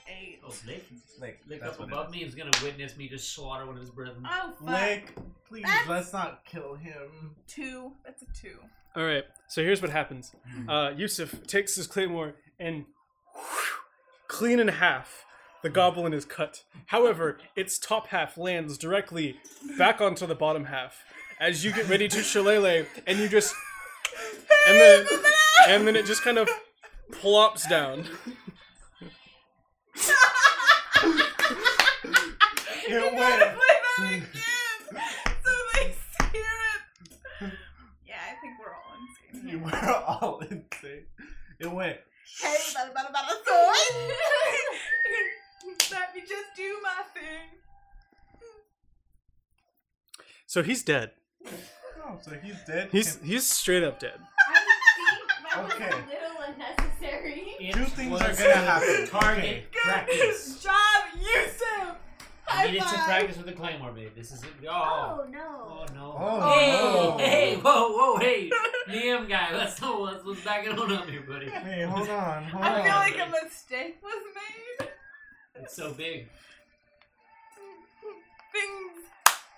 [SPEAKER 6] eight.
[SPEAKER 8] Oh, Lick.
[SPEAKER 7] Lick,
[SPEAKER 8] Lick
[SPEAKER 7] that's
[SPEAKER 8] up
[SPEAKER 7] what it
[SPEAKER 8] above
[SPEAKER 7] is.
[SPEAKER 8] me is gonna witness me just slaughter one of his brethren.
[SPEAKER 6] Oh, fuck.
[SPEAKER 7] Lick, please,
[SPEAKER 6] That's-
[SPEAKER 7] let's not kill him.
[SPEAKER 6] Two. That's a two.
[SPEAKER 4] All right. So here's what happens. Uh, Yusuf takes his claymore and clean in half. The goblin is cut. However, its top half lands directly back onto the bottom half. As you get ready to shillelagh, and you just and then and then it just kind of plops down.
[SPEAKER 7] It
[SPEAKER 6] You gotta play that again! so they hear it! Yeah, I think we're all insane.
[SPEAKER 7] You
[SPEAKER 6] here.
[SPEAKER 7] were all insane. It went.
[SPEAKER 6] Hey, bada bada bada soy! Let me just do my thing.
[SPEAKER 4] So he's dead.
[SPEAKER 7] Oh, so he's dead.
[SPEAKER 4] He's he's straight up dead.
[SPEAKER 9] I think that was
[SPEAKER 7] Okay.
[SPEAKER 9] a little unnecessary.
[SPEAKER 8] It
[SPEAKER 7] Two things
[SPEAKER 8] was
[SPEAKER 7] are gonna happen.
[SPEAKER 8] Target
[SPEAKER 7] Okay.
[SPEAKER 8] practice.
[SPEAKER 6] job, Yusuf!
[SPEAKER 8] I needed to
[SPEAKER 6] five.
[SPEAKER 8] practice with the claymore, babe. This is it. Oh.
[SPEAKER 9] Oh no.
[SPEAKER 8] Oh no.
[SPEAKER 7] Oh, no.
[SPEAKER 8] Hey, hey, whoa, whoa, hey. Liam guy, let's, let's, let's back it on up here, buddy.
[SPEAKER 7] Hey, hold on, hold
[SPEAKER 6] I feel
[SPEAKER 7] on.
[SPEAKER 6] like a mistake was made.
[SPEAKER 8] It's so big.
[SPEAKER 6] Things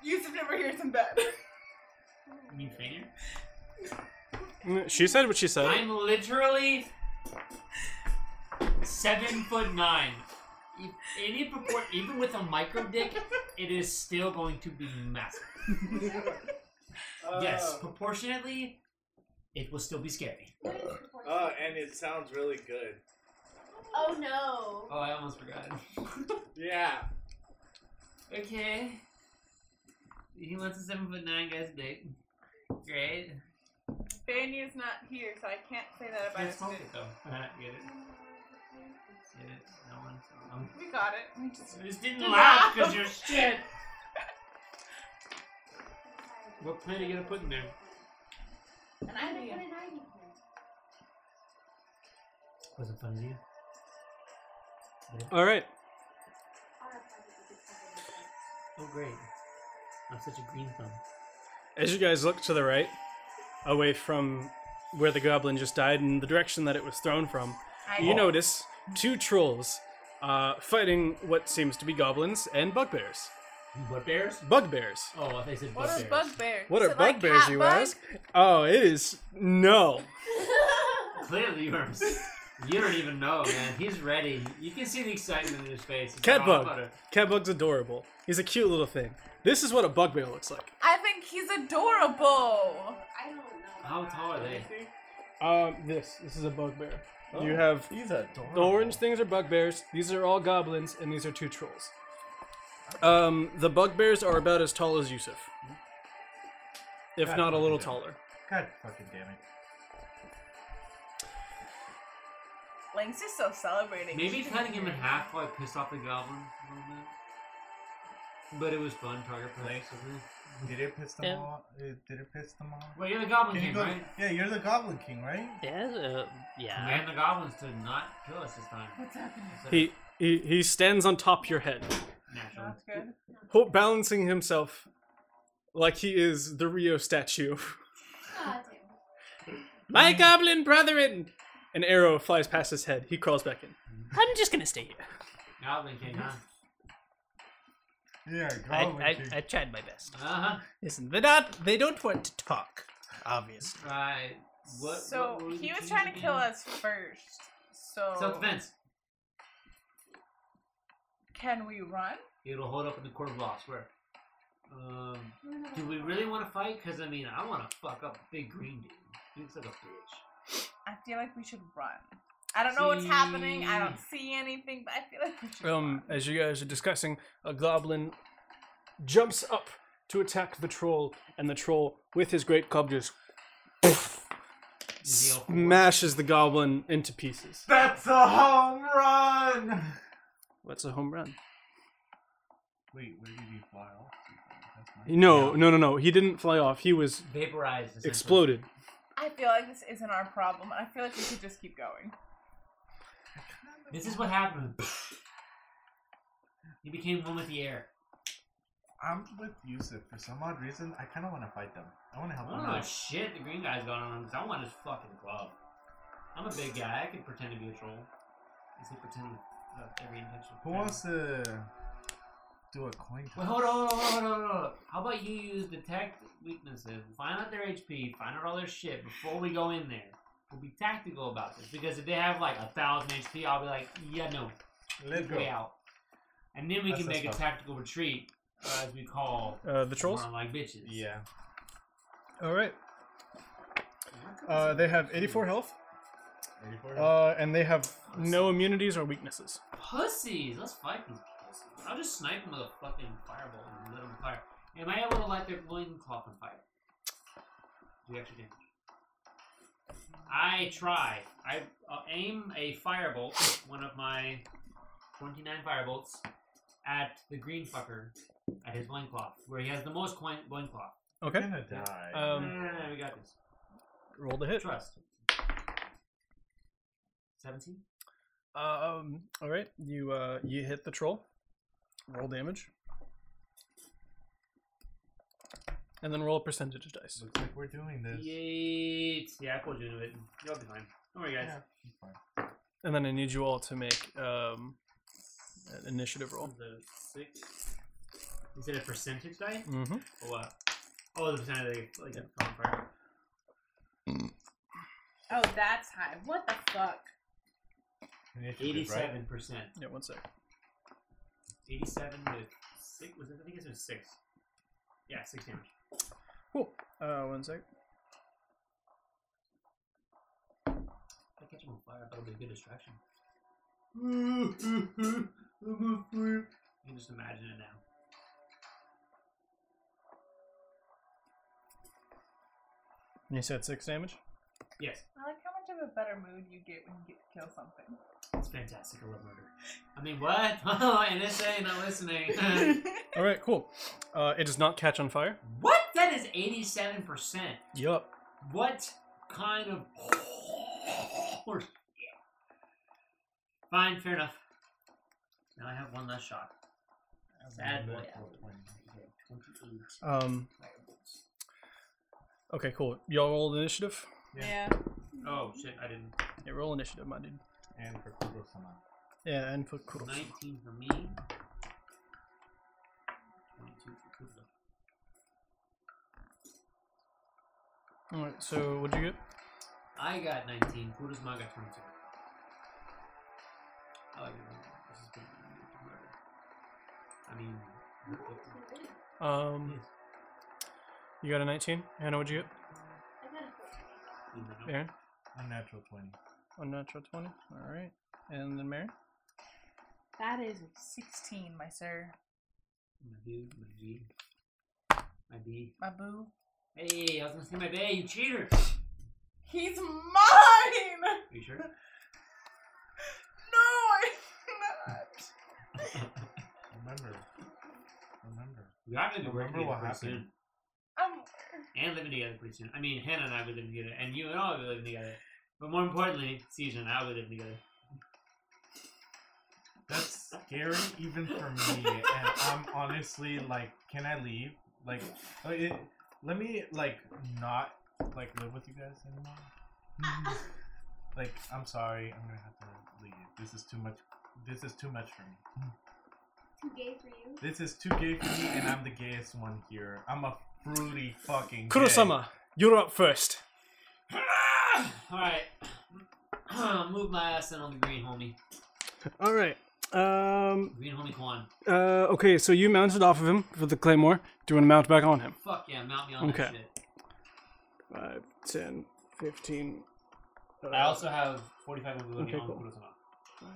[SPEAKER 6] Yusuf never hears in bed.
[SPEAKER 8] You mean finger?
[SPEAKER 4] She said what she said.
[SPEAKER 8] I'm literally seven foot nine. If Any purport, even with a micro dick, it is still going to be massive.
[SPEAKER 7] Uh,
[SPEAKER 8] yes, proportionately, it will still be scary.
[SPEAKER 9] What is the point?
[SPEAKER 8] Uh.
[SPEAKER 10] Oh, and it sounds really good.
[SPEAKER 9] oh no.
[SPEAKER 8] Oh, I almost forgot.
[SPEAKER 10] Yeah.
[SPEAKER 8] okay. He wants a seven foot nine guy's dick. Great.
[SPEAKER 6] Fanny is not here, so I can't say that about
[SPEAKER 8] Can't
[SPEAKER 6] us.
[SPEAKER 8] smoke it though. Get it? Get it? No one. No one.
[SPEAKER 6] We got it. We just
[SPEAKER 8] I just didn't laugh because you're shit. What plan are you gonna put in there?
[SPEAKER 9] And I don't want an ivy plant.
[SPEAKER 8] Was it fun to you?
[SPEAKER 4] All right.
[SPEAKER 8] Oh great. I'm such a green thumb.
[SPEAKER 4] As you guys look to the right, away from where the goblin just died and the direction that it was thrown from, you notice two trolls uh, fighting what seems to be goblins and bugbears.
[SPEAKER 8] What bears?
[SPEAKER 4] Bugbears.
[SPEAKER 8] Oh, I thought you said
[SPEAKER 6] What
[SPEAKER 8] bug
[SPEAKER 6] are
[SPEAKER 8] bears.
[SPEAKER 6] bugbears?
[SPEAKER 4] What
[SPEAKER 6] Is
[SPEAKER 4] are
[SPEAKER 6] it like
[SPEAKER 4] bugbears,
[SPEAKER 6] cat
[SPEAKER 4] you
[SPEAKER 6] bug?
[SPEAKER 4] ask? Oh, it is. No.
[SPEAKER 8] Clearly you are. You don't even know, man. He's ready. You can see the excitement in his face. He's "Oh,
[SPEAKER 4] Cat
[SPEAKER 8] all
[SPEAKER 4] bug.
[SPEAKER 8] about it.
[SPEAKER 4] Catbug's adorable. He's a cute little thing. This is what a bugbear looks like.
[SPEAKER 6] I think he's adorable.
[SPEAKER 9] I don't know.
[SPEAKER 8] How tall are they?
[SPEAKER 4] Um, this. This is a bugbear. You
[SPEAKER 7] Oh,
[SPEAKER 4] have
[SPEAKER 7] He's adorable.
[SPEAKER 4] The orange things are bugbears. These are all goblins, and these are two trolls. Um, the bugbears are about as tall as Yusuf, if
[SPEAKER 7] God
[SPEAKER 4] not a little
[SPEAKER 7] fucking
[SPEAKER 4] taller.
[SPEAKER 7] God fucking damn it.
[SPEAKER 6] Link's just so celebrating.
[SPEAKER 8] Maybe cutting him in half like pissed off the goblin a little bit. But it was fun target practice.
[SPEAKER 7] Like-
[SPEAKER 8] wasn't it?
[SPEAKER 7] Did it piss them
[SPEAKER 11] Yeah.
[SPEAKER 7] off? uh, Did it piss them off?
[SPEAKER 8] Well, you're the Goblin
[SPEAKER 7] Can you
[SPEAKER 8] King,
[SPEAKER 7] go-
[SPEAKER 8] right?
[SPEAKER 7] Yeah, you're the Goblin King, right?
[SPEAKER 11] Yeah, uh, yeah.
[SPEAKER 8] Command the goblins to not kill us this time. What's happening?
[SPEAKER 2] He he he stands on top of your head,
[SPEAKER 8] Natural.
[SPEAKER 6] good.
[SPEAKER 2] ho- balancing himself like he is the Rio statue.
[SPEAKER 9] Ah, damn.
[SPEAKER 11] My goblin brethren!
[SPEAKER 2] An arrow flies past his head. He crawls back in.
[SPEAKER 11] I'm just gonna stay here.
[SPEAKER 8] Goblin King, huh?
[SPEAKER 7] Yeah,
[SPEAKER 11] I,
[SPEAKER 7] Goblin
[SPEAKER 11] I,
[SPEAKER 7] King.
[SPEAKER 11] I tried my best.
[SPEAKER 8] Uh huh.
[SPEAKER 11] Listen, they're not, they don't want to talk, obviously.
[SPEAKER 8] Right. What?
[SPEAKER 6] so
[SPEAKER 8] what were
[SPEAKER 6] he
[SPEAKER 8] the
[SPEAKER 6] was
[SPEAKER 8] keys
[SPEAKER 6] trying to kill
[SPEAKER 8] again?
[SPEAKER 6] us first. So
[SPEAKER 8] Self-defense.
[SPEAKER 6] can we run?
[SPEAKER 8] It'll hold up in the court of law. I swear. Um, do we really want to fight? Because I mean, I want to fuck up Big Green Dude. He looks like a bitch.
[SPEAKER 6] I feel like we should run. I don't know what's happening. I don't
[SPEAKER 8] See.
[SPEAKER 6] see anything, but I feel like we should
[SPEAKER 2] Um, as you guys are discussing, a goblin jumps up to attack the troll, and the troll, with his great club, just
[SPEAKER 8] Is he all for it?
[SPEAKER 2] smashes the goblin into pieces.
[SPEAKER 7] That's a home run!
[SPEAKER 2] What's a home run?
[SPEAKER 7] Wait, where did he fly off? to? That's not-
[SPEAKER 2] No, no, no, no. He didn't fly off. He was
[SPEAKER 8] Vaporized. essentially.
[SPEAKER 2] exploded.
[SPEAKER 6] I feel like this isn't our problem. I feel like we should just keep going.
[SPEAKER 8] This is what happened. he became one with the air.
[SPEAKER 7] I'm with Yusuf. For some odd reason, I kind of want to fight them. I want to help them
[SPEAKER 8] Oh
[SPEAKER 7] out.
[SPEAKER 8] shit! The green guy's gone on. 'cause I want his fucking glove. I'm a big guy. I could pretend to be a troll. Is he pretend uh, every intention?
[SPEAKER 7] Who wants to do a coin
[SPEAKER 8] Well,
[SPEAKER 7] toss?
[SPEAKER 8] hold on, hold on, hold on, hold on. How about you use detect weaknesses, find out their HP, find out all their shit before we go in there. We'll be tactical about this because if they have like a thousand HP, I'll be like, yeah, no,
[SPEAKER 7] Let's
[SPEAKER 8] way
[SPEAKER 7] go.
[SPEAKER 8] out. And then we
[SPEAKER 7] That's
[SPEAKER 8] can make a
[SPEAKER 7] us go.
[SPEAKER 8] tactical retreat, uh, as we call
[SPEAKER 4] Uh, the trolls.
[SPEAKER 8] tomorrow like bitches.
[SPEAKER 7] Yeah.
[SPEAKER 4] All right. Uh, they have 84 health,
[SPEAKER 7] 84?
[SPEAKER 4] uh, and they have no immunities or weaknesses.
[SPEAKER 8] Pussies! Let's fight these pussies. I'll just snipe them with a fucking fireball and let them fire. Am I able to light their loincloth on fire? Do extra damage. I try. I I'll aim a firebolt, one of my 29 firebolts, at the green fucker, at his loincloth, where he has the most coin, loincloth.
[SPEAKER 7] I'm
[SPEAKER 4] Okay.
[SPEAKER 7] gonna die.
[SPEAKER 4] Um,
[SPEAKER 8] no, no, no, no, we got this.
[SPEAKER 4] roll the hit.
[SPEAKER 8] Trust. 17?
[SPEAKER 4] Um, all right. You uh, you hit the troll. Roll damage. And then roll a percentage dice.
[SPEAKER 7] Looks like we're doing this.
[SPEAKER 8] Yeet. Yeah, I pulled you into it. You'll be fine. Don't worry, guys.
[SPEAKER 7] Yeah, he's fine.
[SPEAKER 4] And then I need you all to make um, an initiative roll.
[SPEAKER 8] The six. Is it a percentage die?
[SPEAKER 4] Mm-hmm.
[SPEAKER 8] Or what? Oh, the percentage die, like on fire.
[SPEAKER 6] Oh, that's high. What the fuck?
[SPEAKER 7] Initiative, right?
[SPEAKER 8] Eighty-seven percent.
[SPEAKER 4] Yeah, one sec.
[SPEAKER 8] Eighty-seven with six. Was it? I think it was six. Yeah, six damage.
[SPEAKER 4] Cool. Uh, one sec.
[SPEAKER 8] If I catch him on fire, that'll be a good distraction. I'm on fire. You can just imagine it now.
[SPEAKER 4] You said six damage.
[SPEAKER 8] Yes,
[SPEAKER 6] I like how much of a better mood you get when you get to kill something.
[SPEAKER 8] it's fantastic. I love murder. I mean, what? Oh, NSA not listening.
[SPEAKER 4] All right. Cool. Uh, it does not catch on fire.
[SPEAKER 8] what? That is eighty-seven percent.
[SPEAKER 4] Yup.
[SPEAKER 8] What kind of horse? Fine, fair enough. Now I have one less shot. Sad boy. Twenty-eight.
[SPEAKER 4] Um. Okay. Cool. Y'all roll initiative.
[SPEAKER 6] yeah.
[SPEAKER 8] Oh shit! I didn't.
[SPEAKER 4] Yeah, roll initiative, my dude.
[SPEAKER 7] And for Kurosama.
[SPEAKER 4] Yeah, and for cool.
[SPEAKER 8] Nineteen for me. Twenty-two for Kuzo.
[SPEAKER 4] All right. So what'd you get?
[SPEAKER 8] I got 19. Kudos Ma got 22. I like it. This is good. I mean,
[SPEAKER 4] Um. You got a 19. Hannah, what'd you
[SPEAKER 9] I got a four.
[SPEAKER 4] get? Aaron,
[SPEAKER 7] Unnatural 20.
[SPEAKER 4] unnatural 20. All right. And then Mary.
[SPEAKER 6] That is a 16, my sir.
[SPEAKER 8] my dude, my G, my B.
[SPEAKER 6] My boo.
[SPEAKER 8] Hey, I was gonna say my bay, you cheater!
[SPEAKER 6] He's mine!
[SPEAKER 8] Are you sure?
[SPEAKER 6] No, I'm not.
[SPEAKER 7] Remember, remember.
[SPEAKER 8] We actually
[SPEAKER 7] Remember
[SPEAKER 8] worked together
[SPEAKER 7] what
[SPEAKER 8] pretty
[SPEAKER 7] happened.
[SPEAKER 6] Um,
[SPEAKER 8] soon. And living together pretty soon. I mean, Hannah and I were living together, and you and I were living together. But more importantly, Caesar and I were living together.
[SPEAKER 7] That's scary even for me, and I'm honestly like, can I leave? Like, uh, it, let me like not like live with you guys anymore. like, I'm sorry, I'm gonna have to leave. This is too much. This is too much for me.
[SPEAKER 9] Too gay for you.
[SPEAKER 7] This is too gay for me, and I'm the gayest one here. I'm a fruity fucking. gay.
[SPEAKER 4] Kurosama, you're up first.
[SPEAKER 8] Alright. Move my ass in on the green homie.
[SPEAKER 4] All right. Um.
[SPEAKER 8] Green homie Kwan.
[SPEAKER 4] Uh. Okay. So you mounted off of him with the claymore. Do you want to mount back on him?
[SPEAKER 8] Fuck yeah, mount me on
[SPEAKER 4] Okay.
[SPEAKER 8] that shit.
[SPEAKER 4] 5, 10, 15,
[SPEAKER 8] I also have 45 mobility
[SPEAKER 4] Okay,
[SPEAKER 8] on
[SPEAKER 4] cool.
[SPEAKER 8] Kurosama.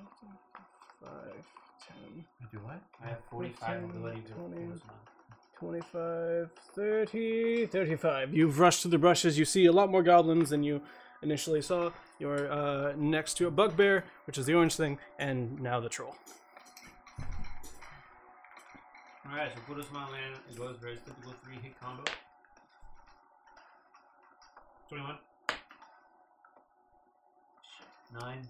[SPEAKER 4] 5, 10,
[SPEAKER 7] I do what?
[SPEAKER 8] I have 45 mobility to Kurosama.
[SPEAKER 4] 25, 30, 35. You've rushed to the brushes. You see a lot more goblins than you initially saw. You're uh, next to a bugbear, which is the orange thing, and now the troll.
[SPEAKER 8] Alright, so Kurosama land. It goes very typical 3 hit combo. 21. Shit. 9.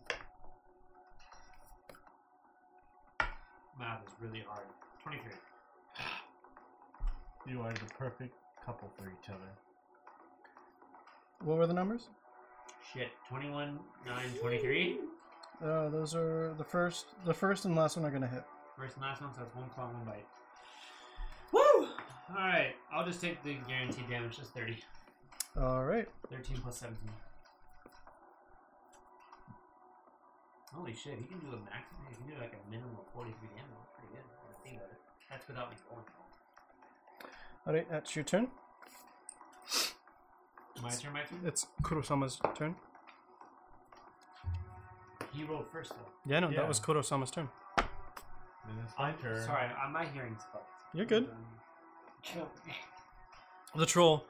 [SPEAKER 8] Math is really hard. 23.
[SPEAKER 7] You are the perfect couple for each other.
[SPEAKER 4] What were the numbers?
[SPEAKER 8] Shit. 21, 9, 23.
[SPEAKER 4] Uh, those are the first, the first and last one are gonna hit.
[SPEAKER 8] First and last one, so that's one claw, one bite. Woo! Alright, I'll just take the guaranteed damage, that's 30.
[SPEAKER 4] All right.
[SPEAKER 8] 13 plus 17. Holy shit, he can do a maximum, he can do like a minimum of 43 damage. That's pretty good. when I think about it. That's without me rolling.
[SPEAKER 4] All right. That's your turn.
[SPEAKER 8] My turn, my turn?
[SPEAKER 4] It's Kurosama's turn.
[SPEAKER 8] He rolled first though.
[SPEAKER 4] Yeah, no,
[SPEAKER 7] Yeah.
[SPEAKER 4] that was Kurosama's turn.
[SPEAKER 7] Then it's my turn.
[SPEAKER 8] Sorry, I- my hearing's fucked. Um,
[SPEAKER 4] You're good.
[SPEAKER 8] Chill.
[SPEAKER 4] The troll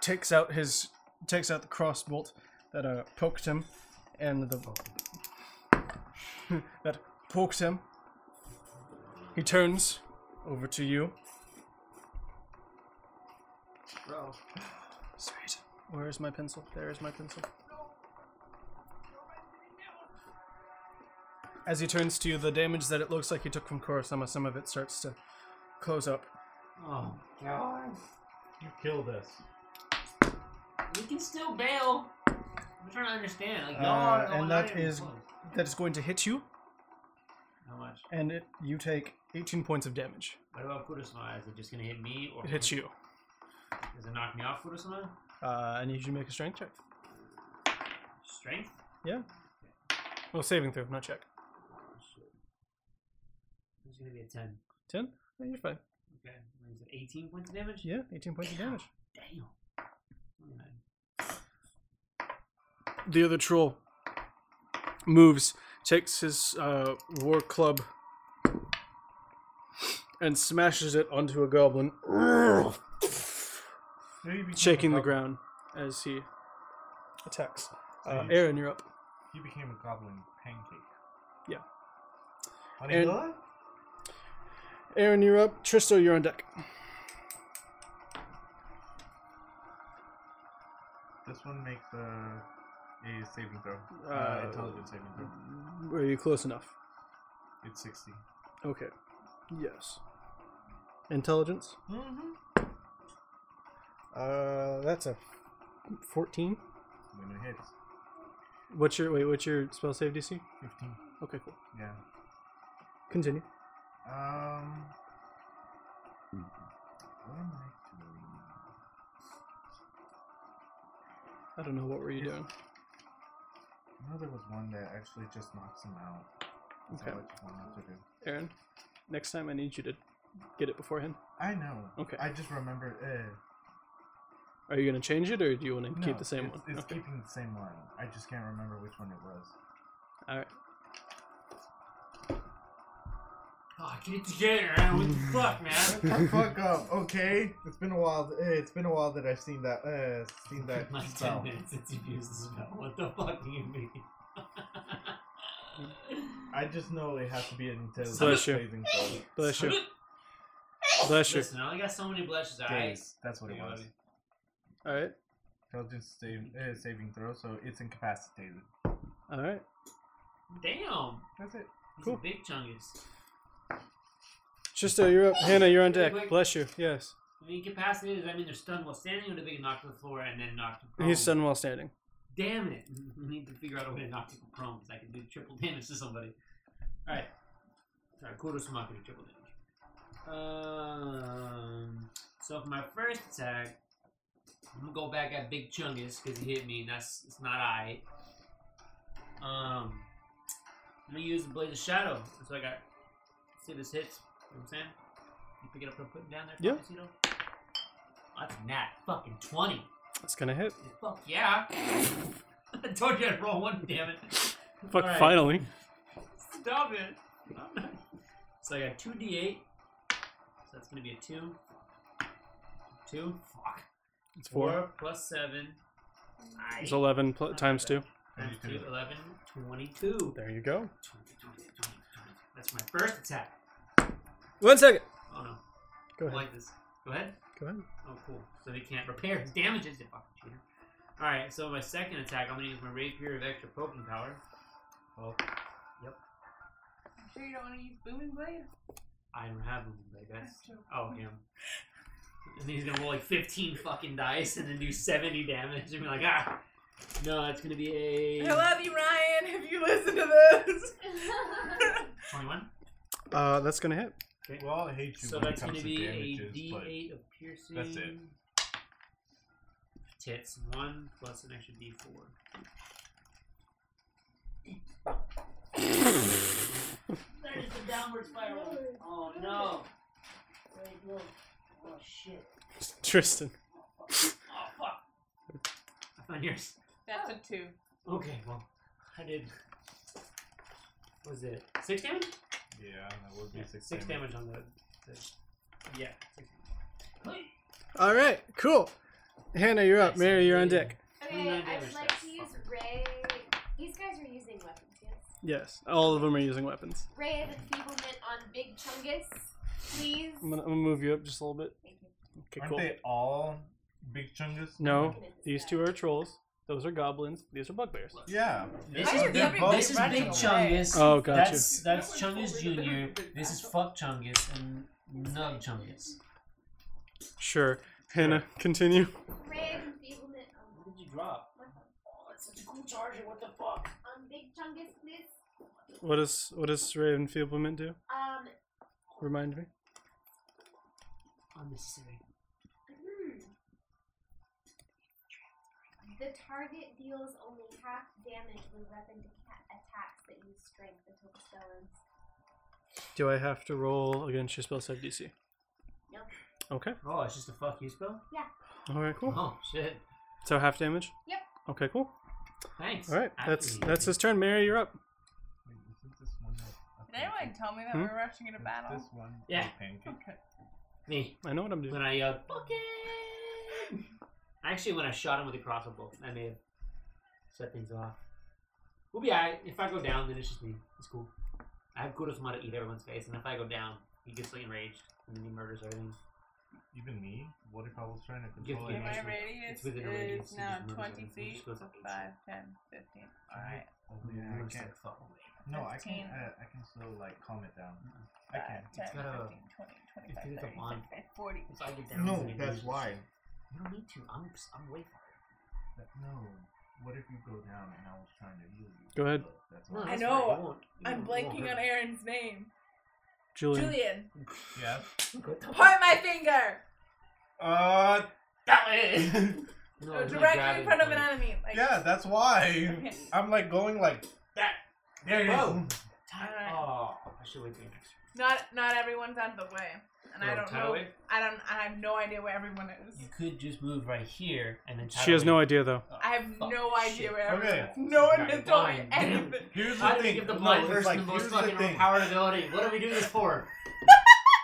[SPEAKER 4] takes out his takes out the crossbolt that uh, poked him, and the that poked him. He turns over to you.
[SPEAKER 8] Bro.
[SPEAKER 4] Sweet. Where is my pencil? There is my pencil. As he turns to you, the damage that it looks like he took from Kurosama, some of it starts to close up.
[SPEAKER 8] Oh, God.
[SPEAKER 7] You killed us.
[SPEAKER 8] We can still bail. I'm trying to understand. Like,
[SPEAKER 4] Uh,
[SPEAKER 8] y'all are,
[SPEAKER 4] and
[SPEAKER 8] not
[SPEAKER 4] that
[SPEAKER 8] even
[SPEAKER 4] is-
[SPEAKER 8] close.
[SPEAKER 4] That is going to hit you,
[SPEAKER 8] How much?
[SPEAKER 4] and it, you take 18 points of damage.
[SPEAKER 8] What about Kurosama? Is it just gonna hit me or
[SPEAKER 4] It hits you.
[SPEAKER 8] Does it knock me off Kurosama?
[SPEAKER 4] Uh, I need you to make a strength check.
[SPEAKER 8] Strength?
[SPEAKER 4] Yeah. Well, saving throw, not check.
[SPEAKER 8] Oh, shit. It's gonna be a 10.
[SPEAKER 4] 10? No, you're fine.
[SPEAKER 8] Okay. Is it 18 points of damage?
[SPEAKER 4] Yeah, 18 points of damage.
[SPEAKER 8] Damn. Alright.
[SPEAKER 4] the other troll moves, takes his uh, war club, and smashes it onto a goblin,
[SPEAKER 7] Maybe became a
[SPEAKER 4] shaking the
[SPEAKER 7] goblin.
[SPEAKER 4] ground as he attacks. Uh,
[SPEAKER 7] Jeez.
[SPEAKER 4] Aaron, you're up.
[SPEAKER 7] He became a goblin pancake.
[SPEAKER 4] Yeah.
[SPEAKER 7] Honey
[SPEAKER 4] And-
[SPEAKER 7] bun?
[SPEAKER 4] Aaron, you're up. Tristo, you're on deck.
[SPEAKER 7] This one makes a, a saving throw. Uh,
[SPEAKER 4] Uh,
[SPEAKER 7] intelligence saving throw.
[SPEAKER 4] Are you close enough?
[SPEAKER 7] It's 60.
[SPEAKER 4] Okay. Yes. Intelligence?
[SPEAKER 7] Mm-hmm.
[SPEAKER 4] Uh, that's a 14.
[SPEAKER 7] When it hits,
[SPEAKER 4] What's your wait? What's your spell save DC?
[SPEAKER 7] 15.
[SPEAKER 4] Okay, cool.
[SPEAKER 7] Yeah.
[SPEAKER 4] Continue.
[SPEAKER 7] Um. What am I doing?
[SPEAKER 4] I don't know what were you doing.
[SPEAKER 7] I know there was one that actually just knocks him out. That's
[SPEAKER 4] Okay.
[SPEAKER 7] all I just wanted to do.
[SPEAKER 4] Aaron, next time I need you to get it before him.
[SPEAKER 7] I know.
[SPEAKER 4] Okay.
[SPEAKER 7] I just remembered. Uh,
[SPEAKER 4] Are you going to change it or do you want to
[SPEAKER 7] no,
[SPEAKER 4] keep the same
[SPEAKER 7] it's,
[SPEAKER 4] one?
[SPEAKER 7] It's
[SPEAKER 4] okay.
[SPEAKER 7] keeping the same one. I just can't remember which one it was.
[SPEAKER 4] All right.
[SPEAKER 8] Ah, get it together, Aaron. What the fuck, man?
[SPEAKER 7] Shut the fuck up, okay? It's been a while. eh, It's been a while that I've seen that. Uh, seen that
[SPEAKER 8] like 10
[SPEAKER 7] spell.
[SPEAKER 8] minutes since you've used the spell. What the fuck do you mean?
[SPEAKER 7] I just know it has to be an intelligence
[SPEAKER 4] Bless you.
[SPEAKER 7] saving throw.
[SPEAKER 4] Bless you.
[SPEAKER 2] Bless you.
[SPEAKER 8] Listen, I only got so many blushes. all right?
[SPEAKER 7] Days. That's what it
[SPEAKER 8] You know
[SPEAKER 7] was.
[SPEAKER 8] I mean?
[SPEAKER 2] All right.
[SPEAKER 7] They'll just save, uh, saving throw, so it's incapacitated.
[SPEAKER 2] All right.
[SPEAKER 8] Damn.
[SPEAKER 7] That's it.
[SPEAKER 8] He's
[SPEAKER 2] Cool.
[SPEAKER 8] a big chungus.
[SPEAKER 2] Shisto, you're up. Hannah, you're on
[SPEAKER 8] Really
[SPEAKER 2] deck.
[SPEAKER 8] quick.
[SPEAKER 2] Bless you. Yes.
[SPEAKER 8] I mean, incapacitated, does that mean they're stunned while standing or do they get knocked to the floor and then knocked prone?
[SPEAKER 2] He's
[SPEAKER 7] Oh.
[SPEAKER 2] stunned while standing.
[SPEAKER 8] Damn it. I need to figure out a way to knock people prone because I can do triple damage to somebody. Alright. Alright, Kudos not going to triple damage. Um, so for my first attack, I'm gonna go back at Big Chungus because he hit me, and that's it's not I. Um, I'm gonna use the Blade of Shadow, so I got see if this hits. You know what I'm saying, you pick it up and put it down there.
[SPEAKER 2] Yeah.
[SPEAKER 8] Papacito? That's a nat fucking twenty.
[SPEAKER 2] That's gonna hit.
[SPEAKER 8] Fuck yeah! I told you I'd roll one. Damn it!
[SPEAKER 2] Fuck.
[SPEAKER 8] Alright.
[SPEAKER 2] Finally.
[SPEAKER 8] Stop it. I'm not- So I got two D8. So that's gonna be a two. Two. Fuck.
[SPEAKER 2] It's four.
[SPEAKER 8] plus seven. Nice.
[SPEAKER 2] It's eleven pl- times two.
[SPEAKER 8] Times two, 11, 22.
[SPEAKER 2] There you go.
[SPEAKER 8] That's my first attack.
[SPEAKER 2] One second.
[SPEAKER 8] Oh no.
[SPEAKER 2] Go
[SPEAKER 8] I
[SPEAKER 2] ahead.
[SPEAKER 8] like this. Go ahead.
[SPEAKER 2] Go ahead.
[SPEAKER 8] Oh, cool. So he can't repair his damages, you fucking cheater. Alright, so my second attack, I'm gonna use my rapier of extra poking power. Oh,
[SPEAKER 6] I'm sure you don't want to use booming blade.
[SPEAKER 8] I don't have them, like that's.
[SPEAKER 6] That's true.
[SPEAKER 8] Oh, him. And he's gonna roll like 15 fucking dice and then do 70 damage and be like, ah! No, it's gonna be a.
[SPEAKER 6] I love you, Ryan. If you listen to this,
[SPEAKER 8] 21.
[SPEAKER 2] Uh, that's gonna hit.
[SPEAKER 8] Okay.
[SPEAKER 7] Well, I hate you
[SPEAKER 8] So
[SPEAKER 7] when it
[SPEAKER 8] that's
[SPEAKER 7] comes
[SPEAKER 8] gonna
[SPEAKER 7] to
[SPEAKER 8] be
[SPEAKER 7] damages,
[SPEAKER 8] a
[SPEAKER 7] but
[SPEAKER 8] d8 of piercing.
[SPEAKER 7] that's it.
[SPEAKER 8] Tits. 1 plus an extra d4. There's the downward spiral. Oh no. Wait, look. Oh shit.
[SPEAKER 2] Tristan.
[SPEAKER 8] Oh fuck. I found yours.
[SPEAKER 6] that's a two.
[SPEAKER 8] Okay, well, I did. What was it six damage?
[SPEAKER 7] yeah, that would be six,
[SPEAKER 8] Six damage, on the. the- yeah. Six.
[SPEAKER 2] All right. Cool. Hannah, you're up. Mary, you're on deck.
[SPEAKER 9] Okay,
[SPEAKER 8] Nine
[SPEAKER 9] I'd
[SPEAKER 8] damage,
[SPEAKER 9] like
[SPEAKER 8] that's
[SPEAKER 9] to use Ray. These guys are using weapons, yes?
[SPEAKER 2] Yes. All of them are using weapons.
[SPEAKER 9] Ray of Enfeeblement on Big Chungus, please.
[SPEAKER 2] I'm gonna, I'm gonna move you up just a little bit.
[SPEAKER 9] Thank you.
[SPEAKER 2] Okay.
[SPEAKER 7] Aren't
[SPEAKER 2] Cool.
[SPEAKER 7] they all big chungus?
[SPEAKER 2] No, these two are trolls. Those are goblins. These are bugbears.
[SPEAKER 7] Yeah.
[SPEAKER 8] This
[SPEAKER 6] Why
[SPEAKER 8] is
[SPEAKER 6] are
[SPEAKER 8] Big,
[SPEAKER 6] everybody
[SPEAKER 8] this is
[SPEAKER 6] running
[SPEAKER 8] Big
[SPEAKER 6] away?
[SPEAKER 8] Chungus.
[SPEAKER 2] Oh, gotcha.
[SPEAKER 8] That's that's Chungus Junior. This is Fuck Chungus and Nug Chungus.
[SPEAKER 2] Sure. Hannah, continue.
[SPEAKER 9] Ray of Enfeeblement on,
[SPEAKER 8] What did you drop? Oh, that's such a cool charger. What the fuck?
[SPEAKER 9] on Big Chungus, please.
[SPEAKER 2] What does what does Raven Feeblement do?
[SPEAKER 9] Um,
[SPEAKER 2] Remind me.
[SPEAKER 8] Unnecessary.
[SPEAKER 9] hmm. The target deals only half damage when weapon deca- attacks that use strength until the spell ends.
[SPEAKER 2] Do I have to roll against your spell save DC?
[SPEAKER 9] No.
[SPEAKER 2] Okay.
[SPEAKER 8] Oh, it's just a fuck you spell.
[SPEAKER 2] All right. Cool.
[SPEAKER 8] Oh shit.
[SPEAKER 2] So half damage.
[SPEAKER 9] Yep.
[SPEAKER 2] Okay. Cool.
[SPEAKER 8] Thanks.
[SPEAKER 2] All right. That's
[SPEAKER 8] Actually,
[SPEAKER 2] that's his turn. Mary, you're up.
[SPEAKER 7] Wait, isn't this one? a-
[SPEAKER 6] Did anyone tell me that
[SPEAKER 2] Hmm?
[SPEAKER 6] we're rushing into
[SPEAKER 7] Is
[SPEAKER 6] battle?
[SPEAKER 7] This one. a
[SPEAKER 8] Yeah.
[SPEAKER 7] Pancake.
[SPEAKER 6] Okay.
[SPEAKER 8] me
[SPEAKER 2] I know what I'm doing.
[SPEAKER 8] when I yelled fuck it. Actually, when I shot him with a crossbow bolt, I may have set things off. We'll be alright. If I go down, then it's just me. It's cool. I have Kurosuma to eat everyone's face, and if I go down, he gets like enraged and then he murders everything.
[SPEAKER 7] Even me? What if I was trying to
[SPEAKER 8] Give
[SPEAKER 7] control
[SPEAKER 8] me
[SPEAKER 7] it?
[SPEAKER 6] Okay, my
[SPEAKER 8] it's-
[SPEAKER 6] radius
[SPEAKER 8] it's within a radius,
[SPEAKER 6] is
[SPEAKER 8] so
[SPEAKER 6] now
[SPEAKER 8] just move
[SPEAKER 6] 20
[SPEAKER 8] it.
[SPEAKER 6] feet,
[SPEAKER 8] Just goes
[SPEAKER 6] so
[SPEAKER 8] up each.
[SPEAKER 6] 5, 10, 15. Alright.
[SPEAKER 7] Oh,
[SPEAKER 8] And
[SPEAKER 7] yeah,
[SPEAKER 8] then
[SPEAKER 7] I
[SPEAKER 8] it's
[SPEAKER 7] can't.
[SPEAKER 8] like, fuck away.
[SPEAKER 7] No, I can.
[SPEAKER 6] Fifteen.
[SPEAKER 7] I, I can still like calm it down. I
[SPEAKER 6] 5,
[SPEAKER 7] can.
[SPEAKER 6] 10,
[SPEAKER 8] It's gotta-
[SPEAKER 6] 15, 20,
[SPEAKER 8] it's
[SPEAKER 6] 25, 30,
[SPEAKER 8] gotta get one.
[SPEAKER 6] 35, 40.
[SPEAKER 8] If I get down,
[SPEAKER 7] No,
[SPEAKER 8] then it
[SPEAKER 7] that's
[SPEAKER 8] loses.
[SPEAKER 7] why.
[SPEAKER 8] You don't need to. I'm I'm way farther.
[SPEAKER 7] That, no. What if you go down and I was trying to heal you?
[SPEAKER 2] Go ahead.
[SPEAKER 7] That's
[SPEAKER 8] No,
[SPEAKER 7] why.
[SPEAKER 6] I
[SPEAKER 8] that's
[SPEAKER 6] know.
[SPEAKER 8] fine. You won't- you
[SPEAKER 6] I'm
[SPEAKER 8] won't- you won't
[SPEAKER 6] blanking on
[SPEAKER 8] hurt.
[SPEAKER 6] Aaron's name.
[SPEAKER 2] Julian.
[SPEAKER 6] Julian,
[SPEAKER 7] Yeah.
[SPEAKER 8] What the
[SPEAKER 6] point my finger
[SPEAKER 7] Uh.
[SPEAKER 8] That way. No, it's not
[SPEAKER 6] directly
[SPEAKER 8] grabbing
[SPEAKER 6] in front of
[SPEAKER 8] the
[SPEAKER 6] an
[SPEAKER 8] point.
[SPEAKER 6] enemy. Like,
[SPEAKER 7] Yeah, that's why.
[SPEAKER 6] Okay.
[SPEAKER 7] I'm like going like that. There you go.
[SPEAKER 8] Whoa. Oh, I should wait for you next.
[SPEAKER 6] Not not everyone's out of the way, and I
[SPEAKER 8] No,
[SPEAKER 6] don't
[SPEAKER 8] tie
[SPEAKER 6] know.
[SPEAKER 8] away?
[SPEAKER 6] I don't. I have no idea where everyone is.
[SPEAKER 8] You could just move right here and then.
[SPEAKER 2] She has no idea though.
[SPEAKER 6] I have
[SPEAKER 8] fuck,
[SPEAKER 6] no idea
[SPEAKER 8] shit.
[SPEAKER 6] where everyone
[SPEAKER 7] Okay.
[SPEAKER 6] is. No one
[SPEAKER 8] Alright,
[SPEAKER 6] is doing
[SPEAKER 8] fine.
[SPEAKER 6] anything.
[SPEAKER 7] Here's the
[SPEAKER 8] Why do you
[SPEAKER 7] thing.
[SPEAKER 8] give the
[SPEAKER 7] No,
[SPEAKER 8] blind
[SPEAKER 7] it's
[SPEAKER 8] person
[SPEAKER 7] like,
[SPEAKER 8] the most
[SPEAKER 7] here's the
[SPEAKER 8] fucking
[SPEAKER 7] thing.
[SPEAKER 8] overpowered ability? What are we doing this for?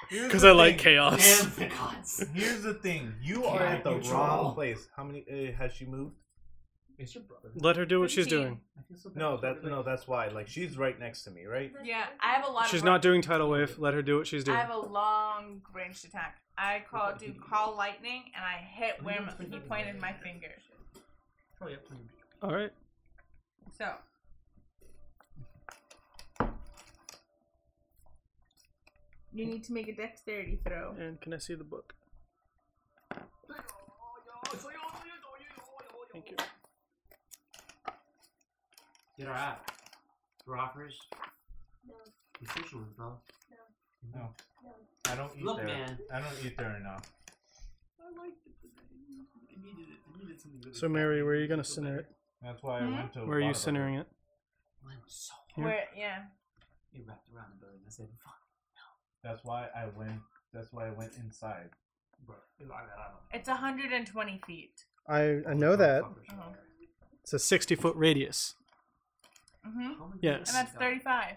[SPEAKER 7] Here's
[SPEAKER 2] Because
[SPEAKER 7] the
[SPEAKER 2] I like
[SPEAKER 7] thing.
[SPEAKER 2] chaos.
[SPEAKER 8] Damn the gods.
[SPEAKER 7] Here's the thing. You
[SPEAKER 8] Can
[SPEAKER 7] are
[SPEAKER 8] I
[SPEAKER 7] at the
[SPEAKER 8] control?
[SPEAKER 7] wrong place. How many uh, has she moved? It's your brother.
[SPEAKER 4] Let her do what she's doing.
[SPEAKER 7] No, that no, that's why. Like she's right next to me, right?
[SPEAKER 6] Yeah, I have a lot.
[SPEAKER 4] She's
[SPEAKER 6] of
[SPEAKER 4] not doing tidal wave. Let her do what she's
[SPEAKER 6] I
[SPEAKER 4] doing.
[SPEAKER 6] have a long ranged attack. I call do call lightning and I hit where m- he pointed my finger.
[SPEAKER 8] Probably up to you.
[SPEAKER 4] All right.
[SPEAKER 6] So. You need to make a dexterity throw.
[SPEAKER 4] And can I see the book? Thank you.
[SPEAKER 8] Get her out. Rockers.
[SPEAKER 9] No,
[SPEAKER 8] You fish ones, though.
[SPEAKER 7] No,
[SPEAKER 9] no.
[SPEAKER 7] I don't eat
[SPEAKER 8] Look,
[SPEAKER 7] there.
[SPEAKER 8] man.
[SPEAKER 7] I don't eat there enough.
[SPEAKER 8] I liked it. I needed it. I needed something really
[SPEAKER 4] So Mary, where are you gonna center it?
[SPEAKER 7] That's why
[SPEAKER 6] Hmm?
[SPEAKER 7] I went to.
[SPEAKER 4] Where are you
[SPEAKER 7] Whataburger.
[SPEAKER 4] centering it?
[SPEAKER 8] Mine was so
[SPEAKER 4] Here.
[SPEAKER 6] Where? Yeah.
[SPEAKER 8] it wrapped around the building. I said, fuck.
[SPEAKER 7] That's why I went. That's why I went inside.
[SPEAKER 8] Bro, I, I, I don't
[SPEAKER 6] It's 120 feet.
[SPEAKER 4] I I know that
[SPEAKER 6] Uh-huh.
[SPEAKER 4] Oh. it's a sixty foot radius.
[SPEAKER 6] hmm
[SPEAKER 8] How many
[SPEAKER 4] Yes.
[SPEAKER 6] And that's 35.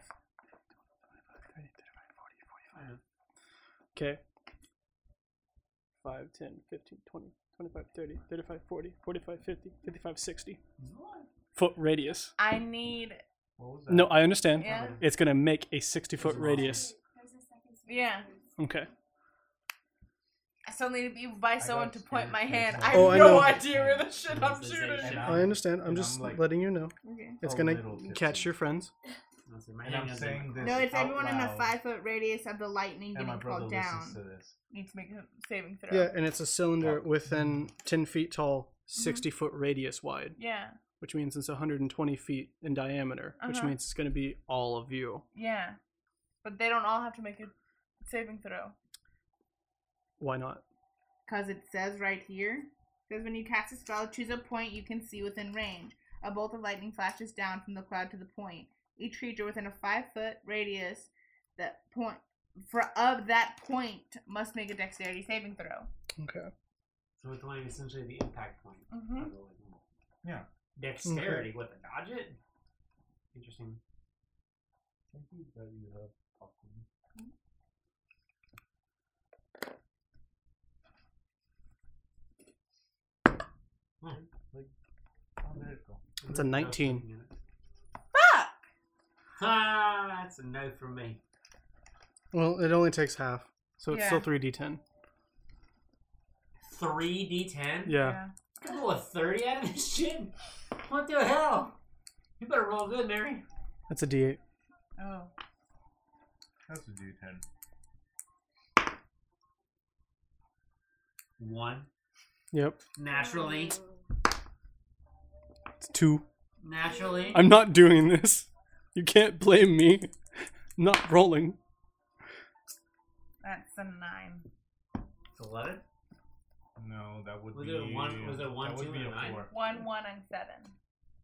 [SPEAKER 4] Okay. 5, 10, 15, 20, 25, 30, 35, 40, 45, 50, 55, 60. Foot radius.
[SPEAKER 6] I need.
[SPEAKER 7] What was that?
[SPEAKER 4] No, I understand.
[SPEAKER 6] Yeah.
[SPEAKER 4] It's going to make a 60 foot radius.
[SPEAKER 9] There's a second spell.
[SPEAKER 6] Yeah.
[SPEAKER 4] Okay.
[SPEAKER 6] I still need to be by someone
[SPEAKER 7] got
[SPEAKER 6] to point my
[SPEAKER 7] scared.
[SPEAKER 6] hand. I have
[SPEAKER 4] Oh, I
[SPEAKER 6] no
[SPEAKER 4] know.
[SPEAKER 6] idea where the shit I'm shooting.
[SPEAKER 7] And
[SPEAKER 8] I
[SPEAKER 7] I'm-
[SPEAKER 4] understand.
[SPEAKER 7] I'm just I'm like-
[SPEAKER 4] letting you know.
[SPEAKER 6] Okay.
[SPEAKER 7] It's a gonna little tipsy. catch your
[SPEAKER 4] friends.
[SPEAKER 8] My
[SPEAKER 7] And
[SPEAKER 8] hand
[SPEAKER 7] I'm
[SPEAKER 8] goes
[SPEAKER 7] saying
[SPEAKER 8] in.
[SPEAKER 7] this.
[SPEAKER 6] No, it's
[SPEAKER 7] out
[SPEAKER 6] everyone in a
[SPEAKER 7] loud,
[SPEAKER 6] five foot radius of the lightning
[SPEAKER 7] And my
[SPEAKER 6] getting
[SPEAKER 7] brother
[SPEAKER 6] called
[SPEAKER 7] listens to
[SPEAKER 6] down.
[SPEAKER 7] this.
[SPEAKER 6] Needs to make a saving throw.
[SPEAKER 4] Yeah, and it's a cylinder within 10 feet tall, 60 foot radius wide,
[SPEAKER 6] Yeah.
[SPEAKER 4] which means it's 120 feet in diameter, which
[SPEAKER 6] Uh-huh.
[SPEAKER 4] means it's going to be all of you.
[SPEAKER 6] Yeah. But they don't all have to make a saving throw.
[SPEAKER 4] Why not?
[SPEAKER 6] Because it says right here. Because when you cast a spell, choose a point you can see within range. A bolt of lightning flashes down from the cloud to the point. Each creature within a five foot radius that point for of that point must make a dexterity saving throw.
[SPEAKER 4] Okay.
[SPEAKER 8] So it's like essentially the impact point.
[SPEAKER 6] Mhm.
[SPEAKER 8] of the lightning bolt.
[SPEAKER 7] Yeah.
[SPEAKER 8] Dexterity with a dodge it? Interesting.
[SPEAKER 7] Thank you that you have popcorn.
[SPEAKER 8] Hmm.
[SPEAKER 7] Like, oh, there it go.
[SPEAKER 4] It's a 19.
[SPEAKER 6] Fuck!
[SPEAKER 8] Ah, that's a no from me.
[SPEAKER 4] Well, it only takes half, so it's still
[SPEAKER 6] Yeah.
[SPEAKER 4] 3d10.
[SPEAKER 8] 3d10?
[SPEAKER 4] Yeah.
[SPEAKER 8] I roll a 30 out of this shit? What the hell? You better roll good, Mary.
[SPEAKER 4] That's a D8.
[SPEAKER 6] Yeah. Oh.
[SPEAKER 7] That's a D10.
[SPEAKER 8] One.
[SPEAKER 4] Yep.
[SPEAKER 8] Naturally.
[SPEAKER 4] It's two.
[SPEAKER 8] Naturally.
[SPEAKER 4] I'm not doing this. You can't blame me. Not rolling.
[SPEAKER 6] That's a nine.
[SPEAKER 8] It's 11?
[SPEAKER 7] No, that would
[SPEAKER 8] Was
[SPEAKER 7] be.
[SPEAKER 8] it a one- was it a one,
[SPEAKER 7] that
[SPEAKER 8] two,
[SPEAKER 7] would be
[SPEAKER 8] and
[SPEAKER 7] a
[SPEAKER 8] a nine?
[SPEAKER 7] four.
[SPEAKER 6] One, one, and seven.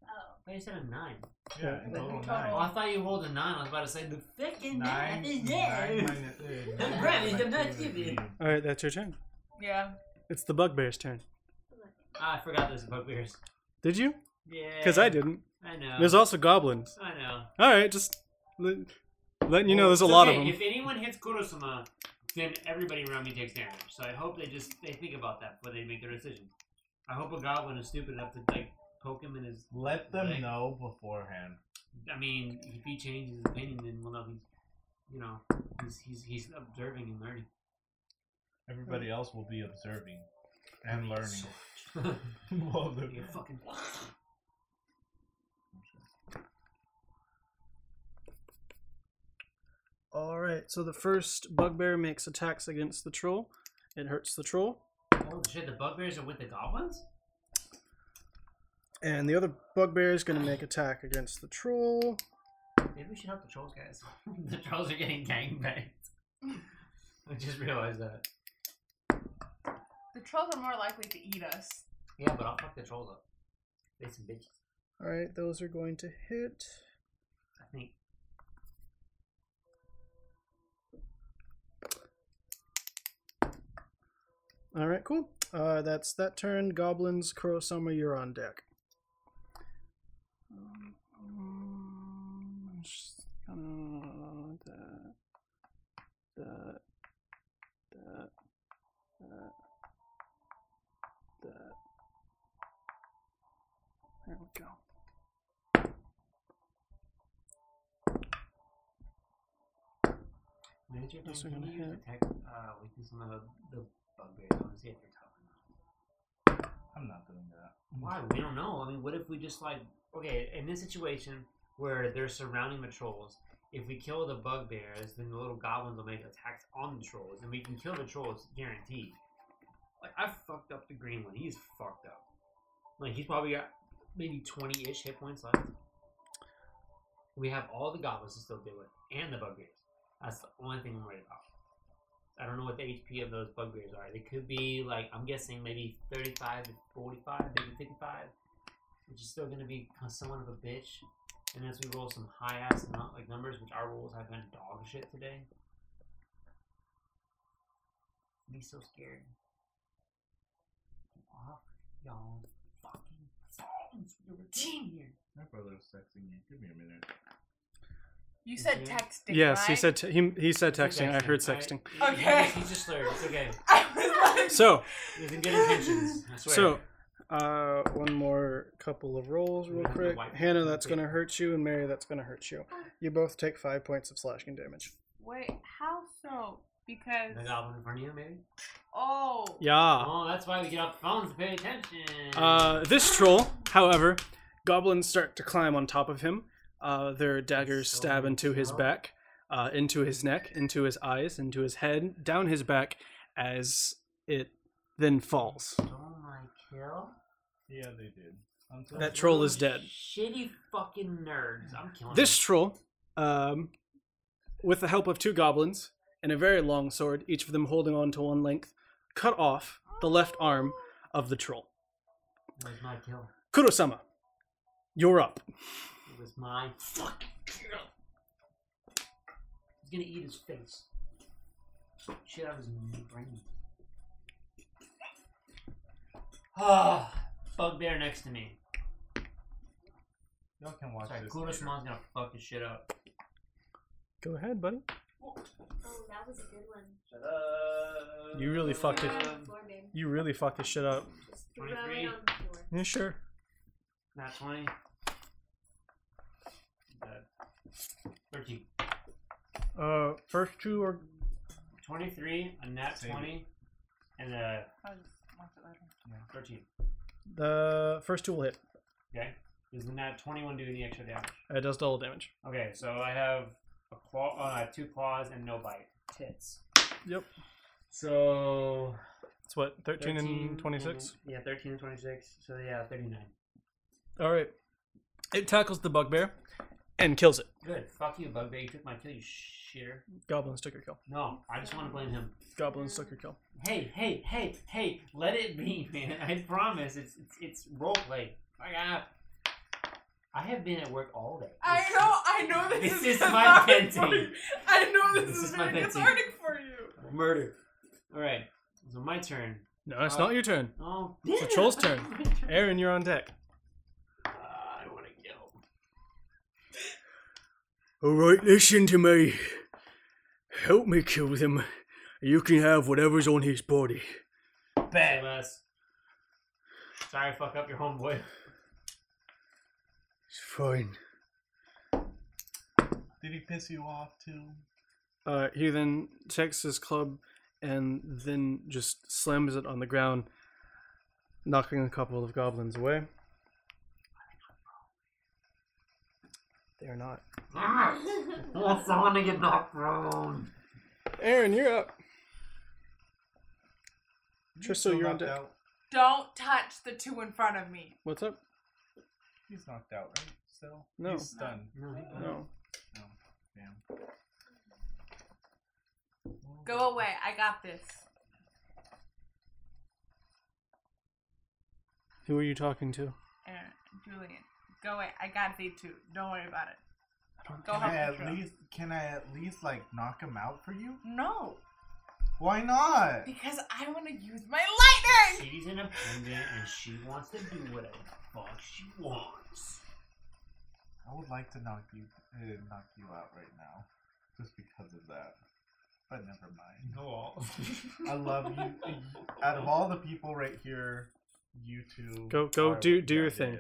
[SPEAKER 8] I thought you said a 9.
[SPEAKER 7] Yeah, in total
[SPEAKER 6] Oh.
[SPEAKER 8] Oh,
[SPEAKER 7] nine.
[SPEAKER 8] I thought you rolled a 9. I was about to say, the fucking
[SPEAKER 7] Nine.
[SPEAKER 8] math is
[SPEAKER 7] nine
[SPEAKER 8] there.
[SPEAKER 7] minus- eh,
[SPEAKER 8] Brad,
[SPEAKER 7] nine
[SPEAKER 8] it's
[SPEAKER 7] minus
[SPEAKER 8] a nice
[SPEAKER 7] two would be-
[SPEAKER 8] evening.
[SPEAKER 4] All right, that's your turn.
[SPEAKER 6] Yeah.
[SPEAKER 4] It's the bugbear's turn.
[SPEAKER 8] Ah, I forgot this about beers.
[SPEAKER 4] Did you?
[SPEAKER 8] Yeah. Um,
[SPEAKER 4] Because I didn't.
[SPEAKER 8] I know.
[SPEAKER 4] There's also goblins.
[SPEAKER 8] I know.
[SPEAKER 4] All right, just let, letting you know there's a lot of
[SPEAKER 8] Okay,
[SPEAKER 4] them.
[SPEAKER 8] If anyone hits Kurosuma, then everybody around me takes damage. So I hope they just they think about that before they make their decision. I hope a goblin is stupid enough to like poke him in his.
[SPEAKER 7] Let them
[SPEAKER 8] Like-
[SPEAKER 7] know beforehand.
[SPEAKER 8] I mean, if he changes his opinion, then we'll know he's, you know, he's he's, he's observing and learning.
[SPEAKER 7] Everybody else will be observing and learning. well, the,
[SPEAKER 8] you fucking. Oh,
[SPEAKER 4] All right, so the first bugbear makes attacks against the troll. It hurts the troll.
[SPEAKER 8] Oh shit! The bugbears are with the goblins.
[SPEAKER 4] And the other bugbear is going to make attack against the troll.
[SPEAKER 8] Maybe we should help the trolls, guys. the trolls are getting gangbanged. I just realized that.
[SPEAKER 6] The trolls are more likely to eat us.
[SPEAKER 8] Yeah, but I'll fuck the trolls up. They some bitches.
[SPEAKER 4] All right, those are going to hit.
[SPEAKER 8] I think.
[SPEAKER 4] All right, cool. Uh, that's that turn. Goblins, Kurosama, you're on deck. Um, just gonna- that- that- that- that- that. There we go.
[SPEAKER 8] Major
[SPEAKER 4] Those
[SPEAKER 8] thing,
[SPEAKER 4] are
[SPEAKER 8] can
[SPEAKER 4] gonna
[SPEAKER 8] you use
[SPEAKER 4] hit.
[SPEAKER 8] attack uh, weakness on the, the bugbear? I want to see if they're tough or not.
[SPEAKER 7] I'm not doing that.
[SPEAKER 4] Mm.
[SPEAKER 8] Why? We don't know. I mean, what if we just like okay in this situation where they're surrounding the trolls? If we kill the bugbears, then the little goblins will make attacks on the trolls, and we can kill the trolls guaranteed. Like I fucked up the green one. He's fucked up. Like he's probably got maybe twenty-ish hit points left. We have all the goblins to still deal with, and the bugbears. That's the only thing I'm worried about. I don't know what the HP of those bugbears are. They could be like I'm guessing maybe 35 to 45, maybe 55, which is still going to be somewhat of a bitch. And as we roll some high ass nu- like numbers, which our rolls have been dog shit today, be so scared. Off y'all fucking phones. We're a team here.
[SPEAKER 7] My brother was texting me. Give me a minute.
[SPEAKER 6] You said
[SPEAKER 8] Yeah.
[SPEAKER 6] texting.
[SPEAKER 4] Yes, he
[SPEAKER 6] right?
[SPEAKER 4] said t- he, he said
[SPEAKER 8] It's
[SPEAKER 4] texting. I heard sexting.
[SPEAKER 8] I- he-
[SPEAKER 6] Okay.
[SPEAKER 8] He's just slurred. It's okay.
[SPEAKER 4] So,
[SPEAKER 8] He was in good intentions. I swear.
[SPEAKER 4] so uh, one more couple of rolls real
[SPEAKER 8] Yeah, the
[SPEAKER 4] quick.
[SPEAKER 8] white-
[SPEAKER 4] Hannah, that's going to hurt you, and Mary, that's going to hurt you. You both take five points of slashing damage.
[SPEAKER 6] Wait, how so? Because
[SPEAKER 8] the goblin in front of you, maybe.
[SPEAKER 6] oh,
[SPEAKER 4] Yeah.
[SPEAKER 8] Oh, that's why we get off the phones to pay attention.
[SPEAKER 4] Uh, this troll, however, goblins start to climb on top of him. Uh, their daggers stab into his back, uh, into his neck, into his eyes, into his head, down his back, as it then falls.
[SPEAKER 8] Oh my kill.
[SPEAKER 7] Yeah, they did. I'm sorry.
[SPEAKER 4] That troll is dead.
[SPEAKER 8] Shitty fucking nerds. I'm killing
[SPEAKER 4] This troll, um, with the help of two goblins and a very long sword, each of them holding on to one length, cut off the left arm of the troll.
[SPEAKER 8] It was my kill.
[SPEAKER 4] Kurosama, you're up.
[SPEAKER 8] It was my fucking kill. He's gonna eat his face. Shit out of his brain. Ah, bugbear next to me.
[SPEAKER 7] Y'all can watch
[SPEAKER 8] Sorry,
[SPEAKER 7] this.
[SPEAKER 8] Kudos
[SPEAKER 7] later.
[SPEAKER 8] mom's gonna fuck his shit up.
[SPEAKER 4] Go ahead, buddy.
[SPEAKER 9] Oh, that was a good one.
[SPEAKER 8] Shut up.
[SPEAKER 4] You really fucked it.
[SPEAKER 9] On the floor, babe.
[SPEAKER 4] You really fucked this shit up.
[SPEAKER 9] Just throw it right
[SPEAKER 8] 23.
[SPEAKER 9] on the floor.
[SPEAKER 4] Yeah, sure.
[SPEAKER 8] Not Uh, 20. Dead. 13.
[SPEAKER 4] Uh, first two are
[SPEAKER 8] 23, a nat
[SPEAKER 7] Save
[SPEAKER 8] 20, and a
[SPEAKER 6] I'll just watch it later.
[SPEAKER 8] 13.
[SPEAKER 4] the first two will hit.
[SPEAKER 8] Okay? Does the nat 21 do any extra damage?
[SPEAKER 4] It does double damage.
[SPEAKER 8] Okay, so I have a claw, uh, two claws and no bite. Tits.
[SPEAKER 4] Yep.
[SPEAKER 8] So.
[SPEAKER 4] It's what thirteen, and twenty six.
[SPEAKER 8] and- yeah, 13 and 26. So yeah, 39.
[SPEAKER 4] All right. It tackles the bugbear and kills it.
[SPEAKER 8] Good. Fuck you, Bugbear. You took my kill, you shitter.
[SPEAKER 4] Goblins took your kill.
[SPEAKER 8] No, I just want to blame him.
[SPEAKER 4] Goblins took your kill.
[SPEAKER 8] Hey, hey, hey, hey, let it be, man. I promise. It's it's, it's role play. I got. I have been at work all day.
[SPEAKER 6] I
[SPEAKER 8] This-
[SPEAKER 6] know, I know this,
[SPEAKER 8] This is my
[SPEAKER 6] cathartic for
[SPEAKER 8] venting.
[SPEAKER 6] you. I know this,
[SPEAKER 8] This
[SPEAKER 6] is
[SPEAKER 8] is my
[SPEAKER 6] very
[SPEAKER 8] venting.
[SPEAKER 6] cathartic for you.
[SPEAKER 8] Murder. All right. So my turn.
[SPEAKER 4] No, it's
[SPEAKER 8] Uh,
[SPEAKER 4] not your turn.
[SPEAKER 8] Oh,
[SPEAKER 4] It's the troll's turn. Aaron, you're on deck.
[SPEAKER 8] Uh, I want to kill.
[SPEAKER 1] All right, listen to me. Help me kill them. You can have whatever's on his body.
[SPEAKER 8] Bad. Sorry, I fuck up your homeboy.
[SPEAKER 1] It's fine.
[SPEAKER 7] Did he piss you off too?
[SPEAKER 4] Uh, he then takes his club and then just slams it on the ground, knocking a couple of goblins away. They are not.
[SPEAKER 8] Ah. I want someone to get knocked prone.
[SPEAKER 4] Aaron, you're up. Tristan,
[SPEAKER 7] Still
[SPEAKER 4] you're on
[SPEAKER 7] knocked
[SPEAKER 4] deck.
[SPEAKER 7] out.
[SPEAKER 6] Don't touch the two in front of me.
[SPEAKER 4] What's up?
[SPEAKER 7] He's knocked out, right? Still?
[SPEAKER 4] No.
[SPEAKER 7] He's stunned.
[SPEAKER 4] No.
[SPEAKER 7] No. Damn.
[SPEAKER 6] Go away. I got this.
[SPEAKER 4] Who are you talking to?
[SPEAKER 6] Aaron, Julian, go away. I got they two. Don't worry about it. Go
[SPEAKER 7] Can I
[SPEAKER 6] help the
[SPEAKER 7] at
[SPEAKER 6] troll.
[SPEAKER 7] least can I at least like knock him out for you?
[SPEAKER 6] No,
[SPEAKER 7] Why not?
[SPEAKER 6] because I want to use my lightning.
[SPEAKER 8] She's independent and she wants to do whatever the fuck she wants.
[SPEAKER 7] I would like to knock you uh, knock you out right now, just because of that. But never mind.
[SPEAKER 8] Go off.
[SPEAKER 7] I love you. Out of all the people right here, you two.
[SPEAKER 4] Go- go
[SPEAKER 7] are-
[SPEAKER 4] do- do
[SPEAKER 7] yeah,
[SPEAKER 4] your
[SPEAKER 7] yeah,
[SPEAKER 4] thing.
[SPEAKER 7] yeah.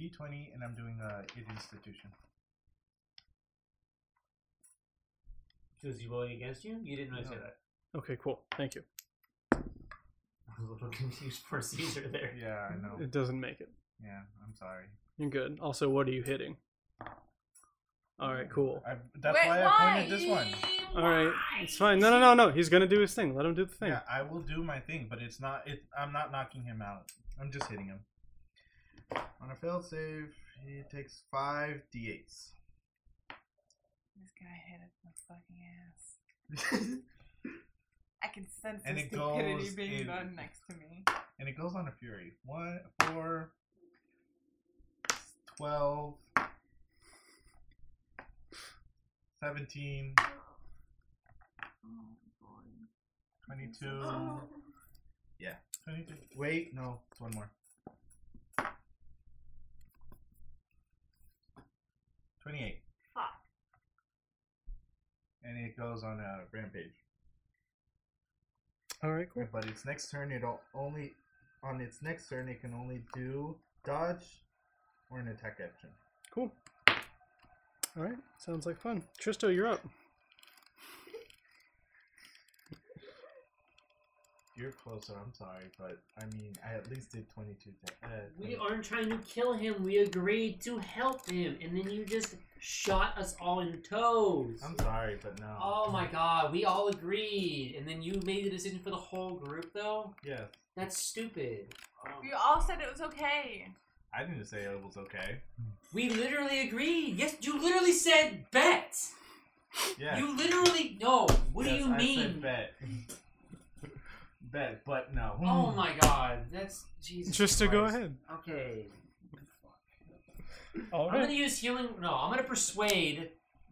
[SPEAKER 7] D20, and I'm doing uh, it institution.
[SPEAKER 8] Because you rolling against you? You didn't really say that.
[SPEAKER 4] Okay, cool. Thank you.
[SPEAKER 8] I was a little confused for Caesar there.
[SPEAKER 7] Yeah, I know.
[SPEAKER 4] It doesn't make it.
[SPEAKER 7] Yeah, I'm sorry.
[SPEAKER 4] You're good. Also, what are you hitting? All right, cool.
[SPEAKER 7] I, that's
[SPEAKER 6] Wait,
[SPEAKER 7] why I
[SPEAKER 6] why?
[SPEAKER 7] painted this one.
[SPEAKER 4] All right, it's fine. No, no, no, no. He's gonna do his thing. Let him do the thing.
[SPEAKER 7] Yeah, I will do my thing, but it's not. It, I'm not knocking him out. I'm just hitting him. On a failed save, he takes five d8s.
[SPEAKER 6] This guy hit it in the fucking ass. I can sense
[SPEAKER 7] And
[SPEAKER 6] the
[SPEAKER 7] it
[SPEAKER 6] stupidity
[SPEAKER 7] goes
[SPEAKER 6] being
[SPEAKER 7] in-
[SPEAKER 6] done next to me.
[SPEAKER 7] and it goes on a fury. One, four, twelve, seventeen, twenty-two. Yeah, twenty-two. Wait, no, it's one more. Twenty-eight,
[SPEAKER 9] Fuck.
[SPEAKER 7] and it goes on a rampage.
[SPEAKER 4] All right, cool.
[SPEAKER 7] But its next turn, it'll only on its next turn, it can only do dodge or an attack action.
[SPEAKER 4] Cool. All right, sounds like fun. Tristo, you're up.
[SPEAKER 7] You're closer. I'm sorry, but I mean, I at least did 22. Da- uh,
[SPEAKER 8] We
[SPEAKER 7] 20
[SPEAKER 8] aren't trying to kill him. We agreed to help him, and then you just shot us all in toes.
[SPEAKER 7] I'm sorry, but no.
[SPEAKER 8] Oh my god, we all agreed, and then you made the decision for the whole group, though.
[SPEAKER 7] Yes,
[SPEAKER 8] That's stupid.
[SPEAKER 6] You all said it was okay.
[SPEAKER 7] I didn't say it was okay.
[SPEAKER 8] We literally agreed. Yes, you literally said bet.
[SPEAKER 7] Yeah.
[SPEAKER 8] You literally no. What
[SPEAKER 7] Yes,
[SPEAKER 8] do you
[SPEAKER 7] I
[SPEAKER 8] mean?
[SPEAKER 7] said bet. bet, but no.
[SPEAKER 8] Oh my god, that's Jesus.
[SPEAKER 4] Tristo, go
[SPEAKER 8] Christ.
[SPEAKER 4] ahead.
[SPEAKER 8] Okay,
[SPEAKER 4] All
[SPEAKER 8] I'm gonna
[SPEAKER 4] right.
[SPEAKER 8] use healing. No, I'm gonna persuade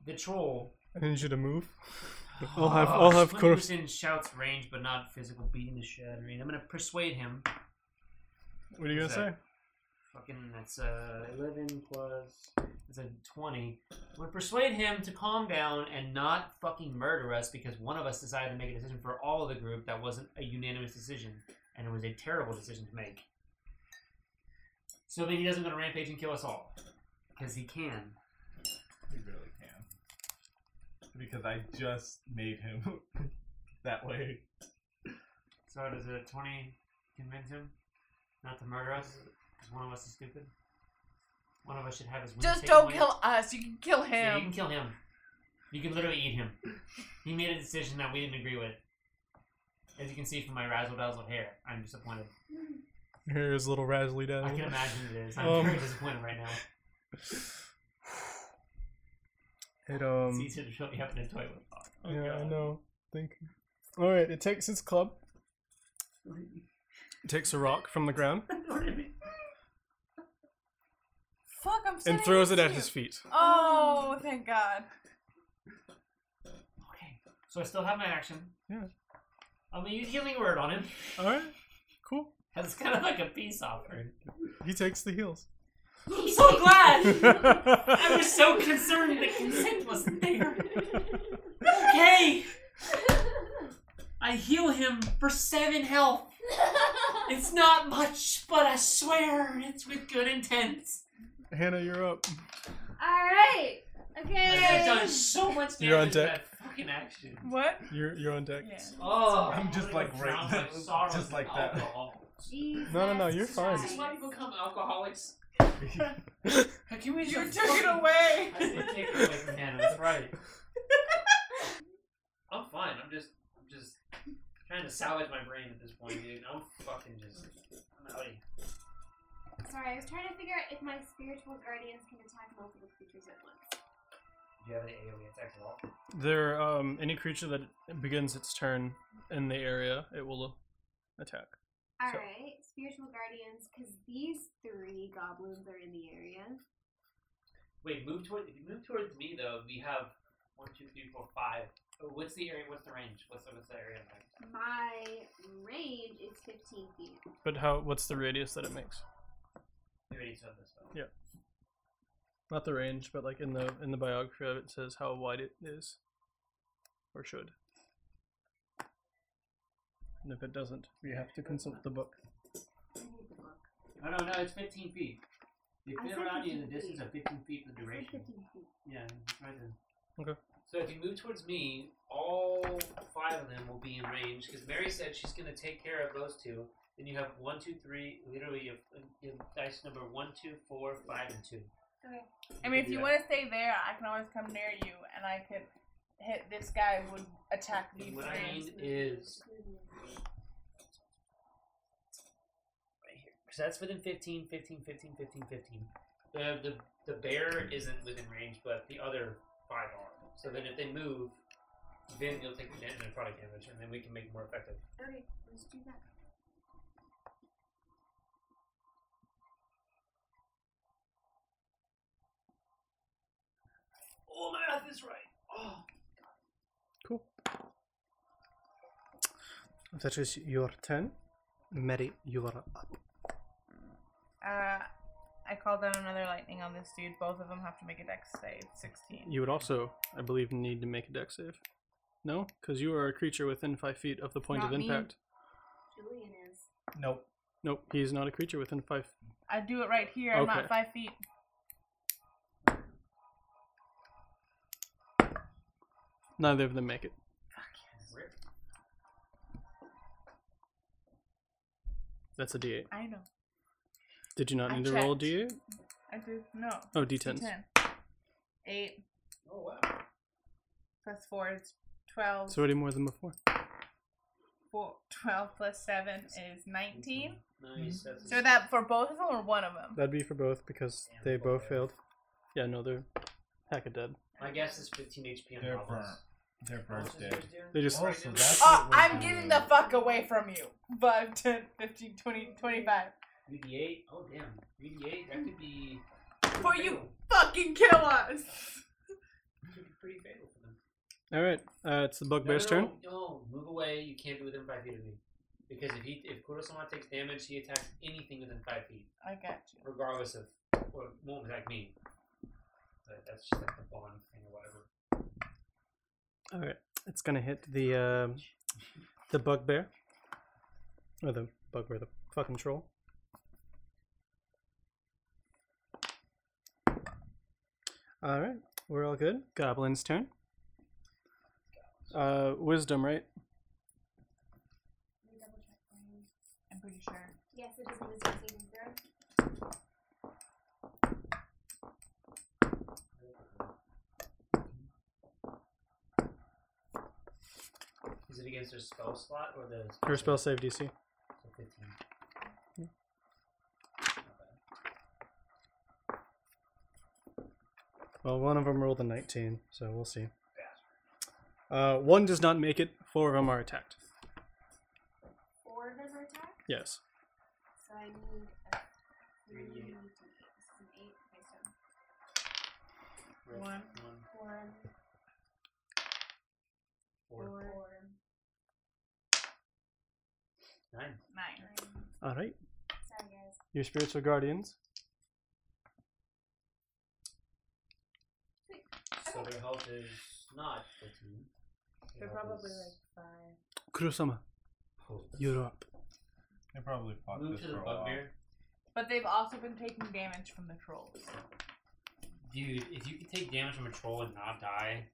[SPEAKER 8] the troll.
[SPEAKER 4] I need you to move. I'll have, I'll have
[SPEAKER 8] When he
[SPEAKER 4] Kor-
[SPEAKER 8] was in shouts range, but not physical beating the shit out of me. I'm gonna persuade him.
[SPEAKER 4] What are you gonna
[SPEAKER 8] What's
[SPEAKER 4] say?
[SPEAKER 8] Fucking, that's uh, 11 plus. That's a 20. I'm gonna persuade him to calm down and not fucking murder us because one of us decided to make a decision for all of the group that wasn't a unanimous decision, and it was a terrible decision to make. So that he doesn't go to rampage and kill us all, because he can.
[SPEAKER 7] You really can. Because I just made him that way.
[SPEAKER 8] So does a twenty convince him not to murder us? Because one of us is stupid. One of us should have his. wings
[SPEAKER 6] Just
[SPEAKER 8] taken
[SPEAKER 6] don't
[SPEAKER 8] away.
[SPEAKER 6] kill us. You can kill
[SPEAKER 8] Yeah, you can
[SPEAKER 6] him.
[SPEAKER 8] kill him. You can literally eat him. He made a decision that we didn't agree with. As you can see from my razzle dazzle hair, I'm disappointed.
[SPEAKER 4] Here's little razzly
[SPEAKER 8] I
[SPEAKER 4] dazzle.
[SPEAKER 8] can imagine it is. I'm
[SPEAKER 4] Um,
[SPEAKER 8] very disappointed right now.
[SPEAKER 4] It
[SPEAKER 8] It's
[SPEAKER 4] um.
[SPEAKER 8] easier to show me up in a toilet. Oh,
[SPEAKER 4] yeah, I
[SPEAKER 8] God.
[SPEAKER 4] know. Thank you. All right, it takes its club. Takes a rock from the ground
[SPEAKER 6] Fuck, I'm sitting
[SPEAKER 4] and throws it
[SPEAKER 6] next
[SPEAKER 4] at
[SPEAKER 6] to
[SPEAKER 4] his
[SPEAKER 6] you.
[SPEAKER 4] feet.
[SPEAKER 6] Oh, thank God.
[SPEAKER 8] Okay, so I still have my action.
[SPEAKER 4] Yeah.
[SPEAKER 8] I'm gonna use healing word on him.
[SPEAKER 4] All right, cool.
[SPEAKER 8] That's kind of like a peace offering.
[SPEAKER 4] He takes the heels.
[SPEAKER 8] I'm so glad. I was so concerned that consent wasn't there. Okay. I heal him for seven health. It's not much, but I swear it's with good intent.
[SPEAKER 4] Hannah, you're up.
[SPEAKER 9] All right.
[SPEAKER 8] I've
[SPEAKER 9] Okay.
[SPEAKER 8] done so much damage
[SPEAKER 4] You're on
[SPEAKER 8] with
[SPEAKER 4] deck.
[SPEAKER 8] that fucking action.
[SPEAKER 6] What?
[SPEAKER 4] You're you're on deck.
[SPEAKER 6] Yeah.
[SPEAKER 8] Oh,
[SPEAKER 7] I'm just
[SPEAKER 8] gonna
[SPEAKER 7] like
[SPEAKER 8] go
[SPEAKER 7] right
[SPEAKER 8] drown
[SPEAKER 7] now,
[SPEAKER 8] my sorrows
[SPEAKER 7] just like
[SPEAKER 8] in
[SPEAKER 7] that.
[SPEAKER 8] alcohol.
[SPEAKER 9] Jesus
[SPEAKER 4] No, no, no, you're fine.
[SPEAKER 8] Is this why we become alcoholics? Can we
[SPEAKER 6] You
[SPEAKER 8] just
[SPEAKER 6] took it
[SPEAKER 8] fucking-
[SPEAKER 6] away.
[SPEAKER 8] I did take it away from Hannah. That's right. I'm fine. I'm just, I'm just trying to salvage my brain at this point, dude. I'm fucking just, I'm out
[SPEAKER 9] Sorry, I was trying to figure out if my spiritual guardians can attack multiple creatures at once.
[SPEAKER 8] Do you have any AoE attacks at all?
[SPEAKER 4] There, um, any creature that begins its turn in the area, it will attack.
[SPEAKER 9] All
[SPEAKER 4] So-
[SPEAKER 9] right, spiritual guardians, because these three goblins are in the area.
[SPEAKER 8] Wait, move toward. If you move towards me, though, we have one, two, three, four, five. Oh, what's the area? What's the range? What's the, what's the area? Like?
[SPEAKER 9] My range is 15 feet.
[SPEAKER 4] But how? What's the radius that it makes?
[SPEAKER 8] You already said this. Though.
[SPEAKER 4] Yeah. Not the range, but like in the in the biography of it it says how wide it is, or should. And if it doesn't, we have to consult the book.
[SPEAKER 9] I need the book.
[SPEAKER 8] No, no, no. It's 15 feet. They
[SPEAKER 9] I
[SPEAKER 8] fit
[SPEAKER 9] said
[SPEAKER 8] around you in
[SPEAKER 9] 15
[SPEAKER 8] the distance
[SPEAKER 9] feet.
[SPEAKER 8] of 15 feet in
[SPEAKER 9] I said
[SPEAKER 8] duration.
[SPEAKER 9] 15 feet.
[SPEAKER 8] Yeah, right then.
[SPEAKER 4] Okay.
[SPEAKER 8] So if you move towards me, all five of them will be in range because Mary said she's going to take care of those two. Then you have one, two, three. Literally, you have, uh, you have dice number one, two, four, five, and two.
[SPEAKER 6] Okay. I mean, if
[SPEAKER 8] do
[SPEAKER 6] you
[SPEAKER 8] that.
[SPEAKER 6] want to stay there, I can always come near you, and I could hit this guy and would attack these
[SPEAKER 8] And what I
[SPEAKER 6] things.
[SPEAKER 8] need is right here because that's within 15, 15, 15, 15, 15. The, the the bear isn't within range, but the other five are. So then if they move, then you'll take the damage and product damage, and then we can make it more effective.
[SPEAKER 9] Okay, let's do that.
[SPEAKER 8] Oh, my math is right. Oh.
[SPEAKER 4] Cool. That is your turn. Mary, you are up.
[SPEAKER 6] Uh, I called down another lightning on this dude. Both of them have to make a dex save. 16.
[SPEAKER 4] You would also, I believe, need to make a deck save. No? Because you are a creature within five feet of the point of
[SPEAKER 6] Not me.
[SPEAKER 4] impact.
[SPEAKER 9] Julian is.
[SPEAKER 4] Nope. Nope, he is not a creature within five.
[SPEAKER 6] I do it right here. I'm
[SPEAKER 4] Okay.
[SPEAKER 6] not five feet.
[SPEAKER 4] Neither of them make it.
[SPEAKER 8] Rip.
[SPEAKER 4] That's a d8.
[SPEAKER 6] I know.
[SPEAKER 4] Did you not
[SPEAKER 6] I
[SPEAKER 4] need to roll a d8?
[SPEAKER 6] checked. I do. No.
[SPEAKER 4] Oh, D10s.
[SPEAKER 6] D10. 8
[SPEAKER 8] Oh wow.
[SPEAKER 6] plus 4 is 12.
[SPEAKER 4] It's already more than before.
[SPEAKER 6] Four, 12 plus 7 is 19.
[SPEAKER 8] Nice. That's
[SPEAKER 6] So that for both of them or one of them?
[SPEAKER 4] That'd be for both because they both failed. Yeah, no, they're heck of dead.
[SPEAKER 8] my guess is 15 HP on
[SPEAKER 7] They're
[SPEAKER 8] goblins.
[SPEAKER 7] burnt. They're burnt
[SPEAKER 8] Monsters
[SPEAKER 7] dead.
[SPEAKER 8] dead.
[SPEAKER 4] They just-
[SPEAKER 7] Oh, so that's
[SPEAKER 6] Oh,
[SPEAKER 7] what we're
[SPEAKER 6] I'm getting
[SPEAKER 7] doing.
[SPEAKER 6] the fuck away from you. 5, 10, 15, 20, 25.
[SPEAKER 8] UD8. Oh damn. UD8. That could be.
[SPEAKER 6] For you fucking kill us!
[SPEAKER 8] That could be pretty fatal for them.
[SPEAKER 4] Alright, uh, it's the
[SPEAKER 8] No, no,
[SPEAKER 4] bugbear's
[SPEAKER 8] no,
[SPEAKER 4] turn.
[SPEAKER 8] No, move away. You can't be within five feet of me. Because if he if Kurosama takes damage, he attacks anything within five feet,
[SPEAKER 6] I got you.
[SPEAKER 8] regardless of or it won't attack me. But that's just like the bond thing or whatever.
[SPEAKER 4] Alright, it's gonna hit the um the bugbear. Or the bugbear, the fucking troll. Alright, we're all good. Goblin's turn. Uh, wisdom, right?
[SPEAKER 9] Let me double check for you.
[SPEAKER 6] I'm pretty sure.
[SPEAKER 9] Yes, it is a wisdom saving throw.
[SPEAKER 8] Is it against their spell slot or the
[SPEAKER 4] Your spell save DC.
[SPEAKER 8] So 15.
[SPEAKER 4] Well, one of them rolled a 19, so we'll see. Uh, one does not make it, four of them are attacked.
[SPEAKER 9] Four of them are attacked,
[SPEAKER 4] Yes.
[SPEAKER 9] so I need a three
[SPEAKER 8] Three D eight.
[SPEAKER 9] D8. This is an eight. Okay, so
[SPEAKER 8] Roll
[SPEAKER 6] One.
[SPEAKER 8] one,
[SPEAKER 9] one,
[SPEAKER 8] four,
[SPEAKER 9] four,
[SPEAKER 8] nine.
[SPEAKER 6] Nine.
[SPEAKER 9] nine.
[SPEAKER 4] Alright,
[SPEAKER 9] Sorry, guys.
[SPEAKER 4] your spiritual guardians.
[SPEAKER 8] So their health is not 15. Their
[SPEAKER 6] They're
[SPEAKER 8] health
[SPEAKER 6] probably
[SPEAKER 8] is-
[SPEAKER 6] like five.
[SPEAKER 4] Kurosama, you're up.
[SPEAKER 7] They probably fought
[SPEAKER 8] Move
[SPEAKER 7] this
[SPEAKER 8] to the
[SPEAKER 7] for a while.
[SPEAKER 8] bugbear.
[SPEAKER 6] But they've also been taking damage from the trolls.
[SPEAKER 8] Dude, if you could take damage from a troll and not die,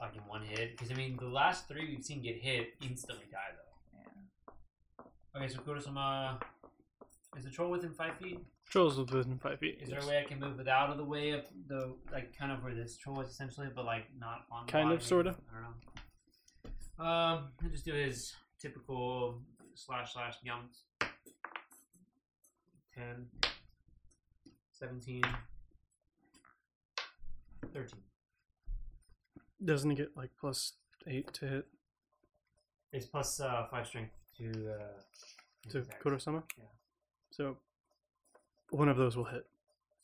[SPEAKER 8] like in one hit, because I mean, the last three we've seen get hit instantly die though. Yeah. Okay, so Kurosama, uh, is the troll within five feet?
[SPEAKER 4] Trolls within five feet.
[SPEAKER 8] Is
[SPEAKER 4] yes.
[SPEAKER 8] there a way I can move without of the way of the like kind of where this troll is essentially, but like not on the
[SPEAKER 4] Kind of,
[SPEAKER 8] body?
[SPEAKER 4] sorta.
[SPEAKER 8] I don't know. Um, I just do his typical slash slash yums. 10, 17, 13.
[SPEAKER 4] Doesn't it get like plus eight to hit
[SPEAKER 8] It's plus uh, five strength to uh,
[SPEAKER 4] to
[SPEAKER 8] attack.
[SPEAKER 4] Kurosama?
[SPEAKER 8] Yeah.
[SPEAKER 4] So one of those will hit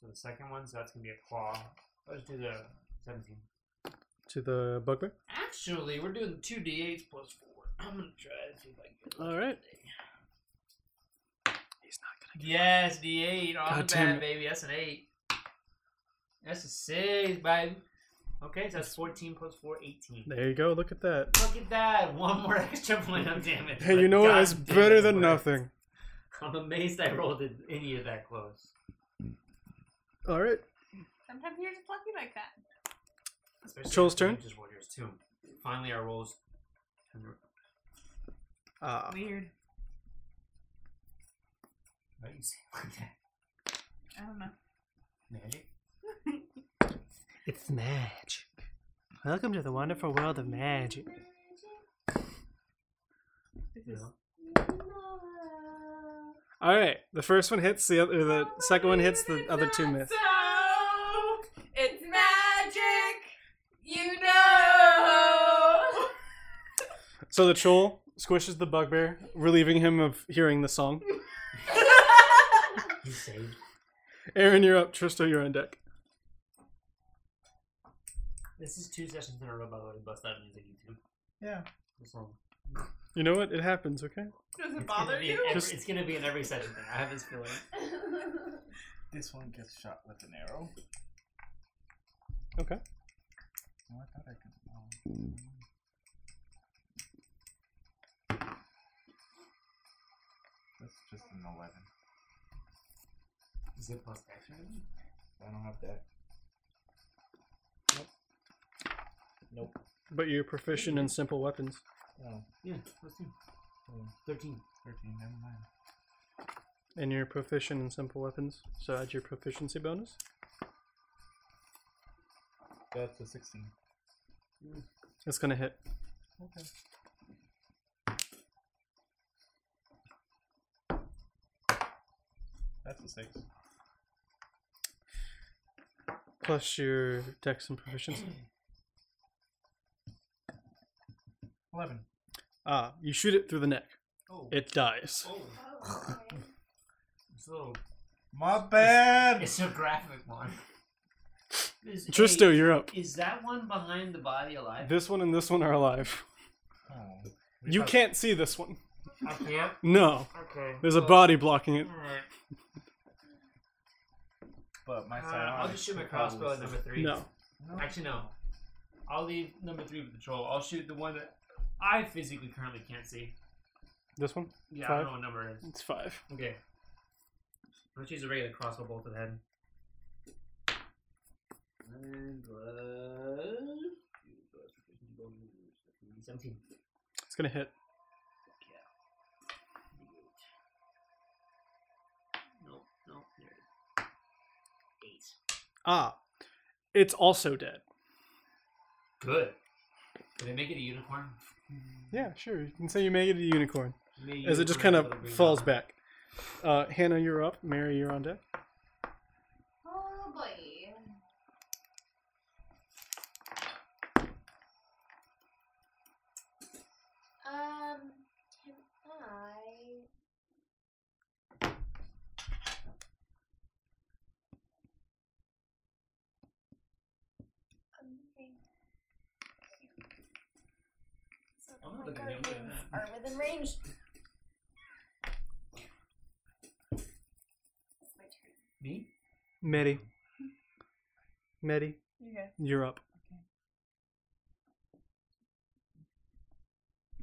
[SPEAKER 8] So the second one, so that's gonna be a claw. Let's do the seventeen.
[SPEAKER 4] to the bugbear.
[SPEAKER 8] Actually, we're doing two d8s plus four. I'm gonna try to see if I can.
[SPEAKER 4] All right.
[SPEAKER 8] He's not gonna. Get yes, d8 on
[SPEAKER 4] God
[SPEAKER 8] the
[SPEAKER 4] damn
[SPEAKER 8] bat,
[SPEAKER 4] it.
[SPEAKER 8] baby. That's an eight. That's a six, baby. Okay, so that's fourteen plus four, 18.
[SPEAKER 4] There you go. Look at that.
[SPEAKER 8] Look at that! One more extra point of damage.
[SPEAKER 4] Hey, you know what?
[SPEAKER 8] God
[SPEAKER 4] It's
[SPEAKER 8] damn
[SPEAKER 4] better
[SPEAKER 8] it
[SPEAKER 4] than
[SPEAKER 8] worked.
[SPEAKER 4] nothing.
[SPEAKER 8] I'm amazed I rolled it any of that close.
[SPEAKER 4] All right.
[SPEAKER 6] Sometimes you're just lucky like that.
[SPEAKER 8] Especially
[SPEAKER 4] Troll's
[SPEAKER 8] with
[SPEAKER 4] turn?
[SPEAKER 8] Just warriors too. Finally, our rolls. turned around.
[SPEAKER 12] Uh,
[SPEAKER 6] Weird.
[SPEAKER 8] Why do you say it like that?
[SPEAKER 6] I don't know.
[SPEAKER 8] Magic.
[SPEAKER 12] it's magic. Welcome to the wonderful world of magic.
[SPEAKER 4] All right. The first one hits the other. The second one hits the other two myths.
[SPEAKER 6] So it's magic, you know.
[SPEAKER 4] So the troll squishes the bugbear, relieving him of hearing the song.
[SPEAKER 8] He's saved.
[SPEAKER 4] Aaron, you're up. Tristo, you're on deck.
[SPEAKER 8] This is two sessions in a row, by the way. Bust out music, you two.
[SPEAKER 7] Yeah.
[SPEAKER 8] This long.
[SPEAKER 4] You know what? It happens. Okay.
[SPEAKER 6] Does it
[SPEAKER 8] It's
[SPEAKER 6] bother
[SPEAKER 8] gonna be in
[SPEAKER 6] you?
[SPEAKER 8] every-
[SPEAKER 4] Just-
[SPEAKER 8] it's gonna be in every session. Thing. I have this feeling.
[SPEAKER 7] This one gets shot with an arrow.
[SPEAKER 4] Okay.
[SPEAKER 7] Oh, I thought I could. Um, um, that's just an 11.
[SPEAKER 8] Is it plus action?
[SPEAKER 7] I don't have that. Nope.
[SPEAKER 4] But you're proficient in simple weapons.
[SPEAKER 7] Nope. Oh,
[SPEAKER 8] Yeah, plus two.
[SPEAKER 7] oh,
[SPEAKER 8] Thirteen.
[SPEAKER 7] 13. Never mind.
[SPEAKER 4] And you're proficient in simple weapons. So add your proficiency bonus.
[SPEAKER 7] That's a 16.
[SPEAKER 4] It's going to hit.
[SPEAKER 7] Okay. That's a 6.
[SPEAKER 4] Plus your dex and proficiency.
[SPEAKER 7] 11.
[SPEAKER 4] Ah, you shoot it through the neck.
[SPEAKER 8] Oh.
[SPEAKER 4] It dies.
[SPEAKER 8] Oh. It's a little.
[SPEAKER 7] My bad!
[SPEAKER 8] It's a graphic one. Is,
[SPEAKER 4] Tristo,
[SPEAKER 8] hey,
[SPEAKER 4] you're up.
[SPEAKER 8] Is that one behind the body alive?
[SPEAKER 4] This one and this one are alive.
[SPEAKER 7] Oh.
[SPEAKER 4] You can't see this one.
[SPEAKER 8] I can't.
[SPEAKER 4] No.
[SPEAKER 8] Okay.
[SPEAKER 4] There's a
[SPEAKER 8] well,
[SPEAKER 4] body blocking it.
[SPEAKER 8] alright.
[SPEAKER 7] But my
[SPEAKER 8] Uh,
[SPEAKER 7] psionics
[SPEAKER 8] I'll just shoot my
[SPEAKER 7] could probably
[SPEAKER 8] crossbow at
[SPEAKER 7] still-
[SPEAKER 8] number three.
[SPEAKER 4] No.
[SPEAKER 7] No.
[SPEAKER 8] Actually, no. I'll leave number three with the troll. I'll shoot the one that I physically currently can't see.
[SPEAKER 4] This one?
[SPEAKER 8] Yeah, I
[SPEAKER 4] Five?
[SPEAKER 8] don't know what number it is.
[SPEAKER 4] It's five.
[SPEAKER 8] Okay. I'm gonna choose a regular crossbow bolt to the head. And blood. 17.
[SPEAKER 4] It's going to hit.
[SPEAKER 8] Nope, nope, there it is. Eight.
[SPEAKER 4] Ah. It's also dead.
[SPEAKER 8] Good. Did I make it a unicorn?
[SPEAKER 4] Yeah, sure. You can say you make it a unicorn.
[SPEAKER 8] Maybe
[SPEAKER 4] As it just
[SPEAKER 8] unicorn
[SPEAKER 4] kind
[SPEAKER 8] with a little
[SPEAKER 4] of
[SPEAKER 8] green
[SPEAKER 4] falls
[SPEAKER 8] dot.
[SPEAKER 4] back. Uh, Hannah, you're up. Mary, you're on deck.
[SPEAKER 9] Oh boy. Um, can I? I'm moving. So
[SPEAKER 8] I'm
[SPEAKER 9] my
[SPEAKER 8] looking at
[SPEAKER 9] guardians
[SPEAKER 8] that.
[SPEAKER 9] are within range. It's my turn.
[SPEAKER 8] Me?
[SPEAKER 4] Mary. Mary,
[SPEAKER 6] You guys.
[SPEAKER 4] you're up.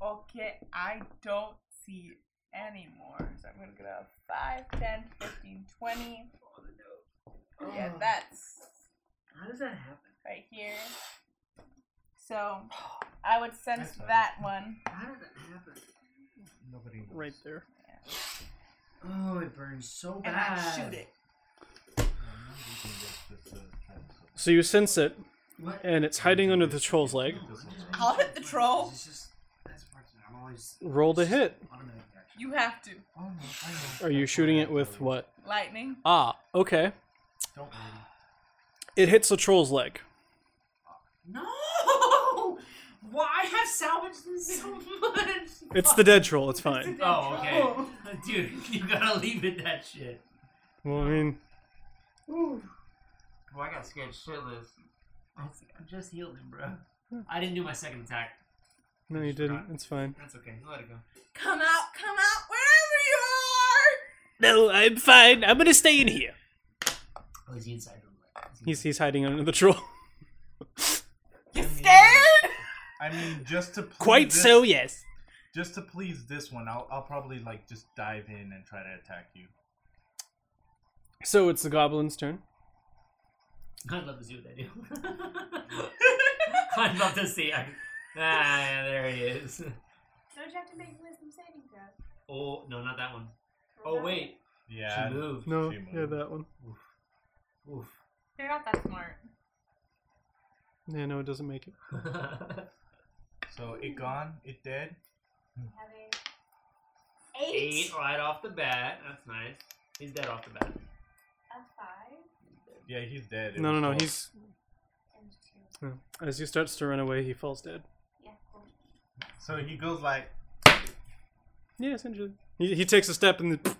[SPEAKER 6] Okay, I don't see anymore. So I'm gonna go down 5, 10, 15, 20. Yeah,
[SPEAKER 8] Oh,
[SPEAKER 6] that's
[SPEAKER 8] How does that happen?
[SPEAKER 6] right here. So I would sense
[SPEAKER 7] That's fine.
[SPEAKER 6] that one.
[SPEAKER 8] How did that happen?
[SPEAKER 7] Nobody knows.
[SPEAKER 4] Right there.
[SPEAKER 8] Oh, it burns so
[SPEAKER 6] And
[SPEAKER 8] bad.
[SPEAKER 6] I shoot it.
[SPEAKER 7] Yeah, I'm not using this- this, uh, kind of stuff.
[SPEAKER 4] So you sense it,
[SPEAKER 8] What?
[SPEAKER 4] and it's hiding under the troll's leg.
[SPEAKER 7] This one.
[SPEAKER 6] I'll hit the troll.
[SPEAKER 8] It's just, that's part of it. I'm always
[SPEAKER 4] Roll to hit.
[SPEAKER 8] automatic reaction.
[SPEAKER 6] You have to.
[SPEAKER 7] Oh, no, I know.
[SPEAKER 4] Are you
[SPEAKER 7] That's
[SPEAKER 4] shooting
[SPEAKER 7] what
[SPEAKER 4] it
[SPEAKER 7] I
[SPEAKER 4] with
[SPEAKER 7] told you.
[SPEAKER 4] what?
[SPEAKER 6] Lightning.
[SPEAKER 4] Ah, okay.
[SPEAKER 7] Don't worry.
[SPEAKER 4] It hits the troll's leg.
[SPEAKER 8] No! Why I have salvaged this so much?
[SPEAKER 4] It's the dead troll. It's fine.
[SPEAKER 8] Oh, okay. Dude, you gotta leave it that shit.
[SPEAKER 4] Well, I mean,
[SPEAKER 8] Well, I got scared shitless. I was like, I just healed him, bro. I didn't do my second attack.
[SPEAKER 4] no, you didn't. It's fine.
[SPEAKER 8] That's okay. Let it go.
[SPEAKER 6] Come out, come out, wherever you are!
[SPEAKER 12] No, I'm fine. I'm gonna stay in here.
[SPEAKER 8] Oh, is he inside the room? Is he
[SPEAKER 4] He's he's hiding under the troll.
[SPEAKER 6] You
[SPEAKER 7] I mean-
[SPEAKER 6] scared?
[SPEAKER 7] I mean, just to please
[SPEAKER 12] Quite
[SPEAKER 7] this-
[SPEAKER 12] so, yes.
[SPEAKER 7] Just to please this one, I'll, I'll probably like just dive in and try to attack you.
[SPEAKER 4] So it's the goblin's turn.
[SPEAKER 8] I'd love to see what they do. I'd love to see. I, ah, yeah, there he is.
[SPEAKER 9] Don't you have to make a wisdom saving throw?
[SPEAKER 8] Oh no, not that one. Oh wait.
[SPEAKER 7] Yeah.
[SPEAKER 8] She moved.
[SPEAKER 4] No,
[SPEAKER 7] She
[SPEAKER 4] yeah, that one.
[SPEAKER 8] Oof.
[SPEAKER 6] They're not that smart.
[SPEAKER 4] Yeah, no, it doesn't make it.
[SPEAKER 7] So it gone, it dead.
[SPEAKER 9] Having
[SPEAKER 8] Eight
[SPEAKER 9] eight
[SPEAKER 8] right off the bat. That's nice. He's dead off the bat.
[SPEAKER 9] of five
[SPEAKER 7] Yeah, he's dead. It
[SPEAKER 4] No, no,
[SPEAKER 7] was
[SPEAKER 4] no.
[SPEAKER 7] close.
[SPEAKER 4] He's
[SPEAKER 9] and two.
[SPEAKER 4] no. as he starts to run away, he falls dead.
[SPEAKER 9] Yeah, cool.
[SPEAKER 7] So he goes like,
[SPEAKER 4] Yeah, essentially. He, he takes a step and the,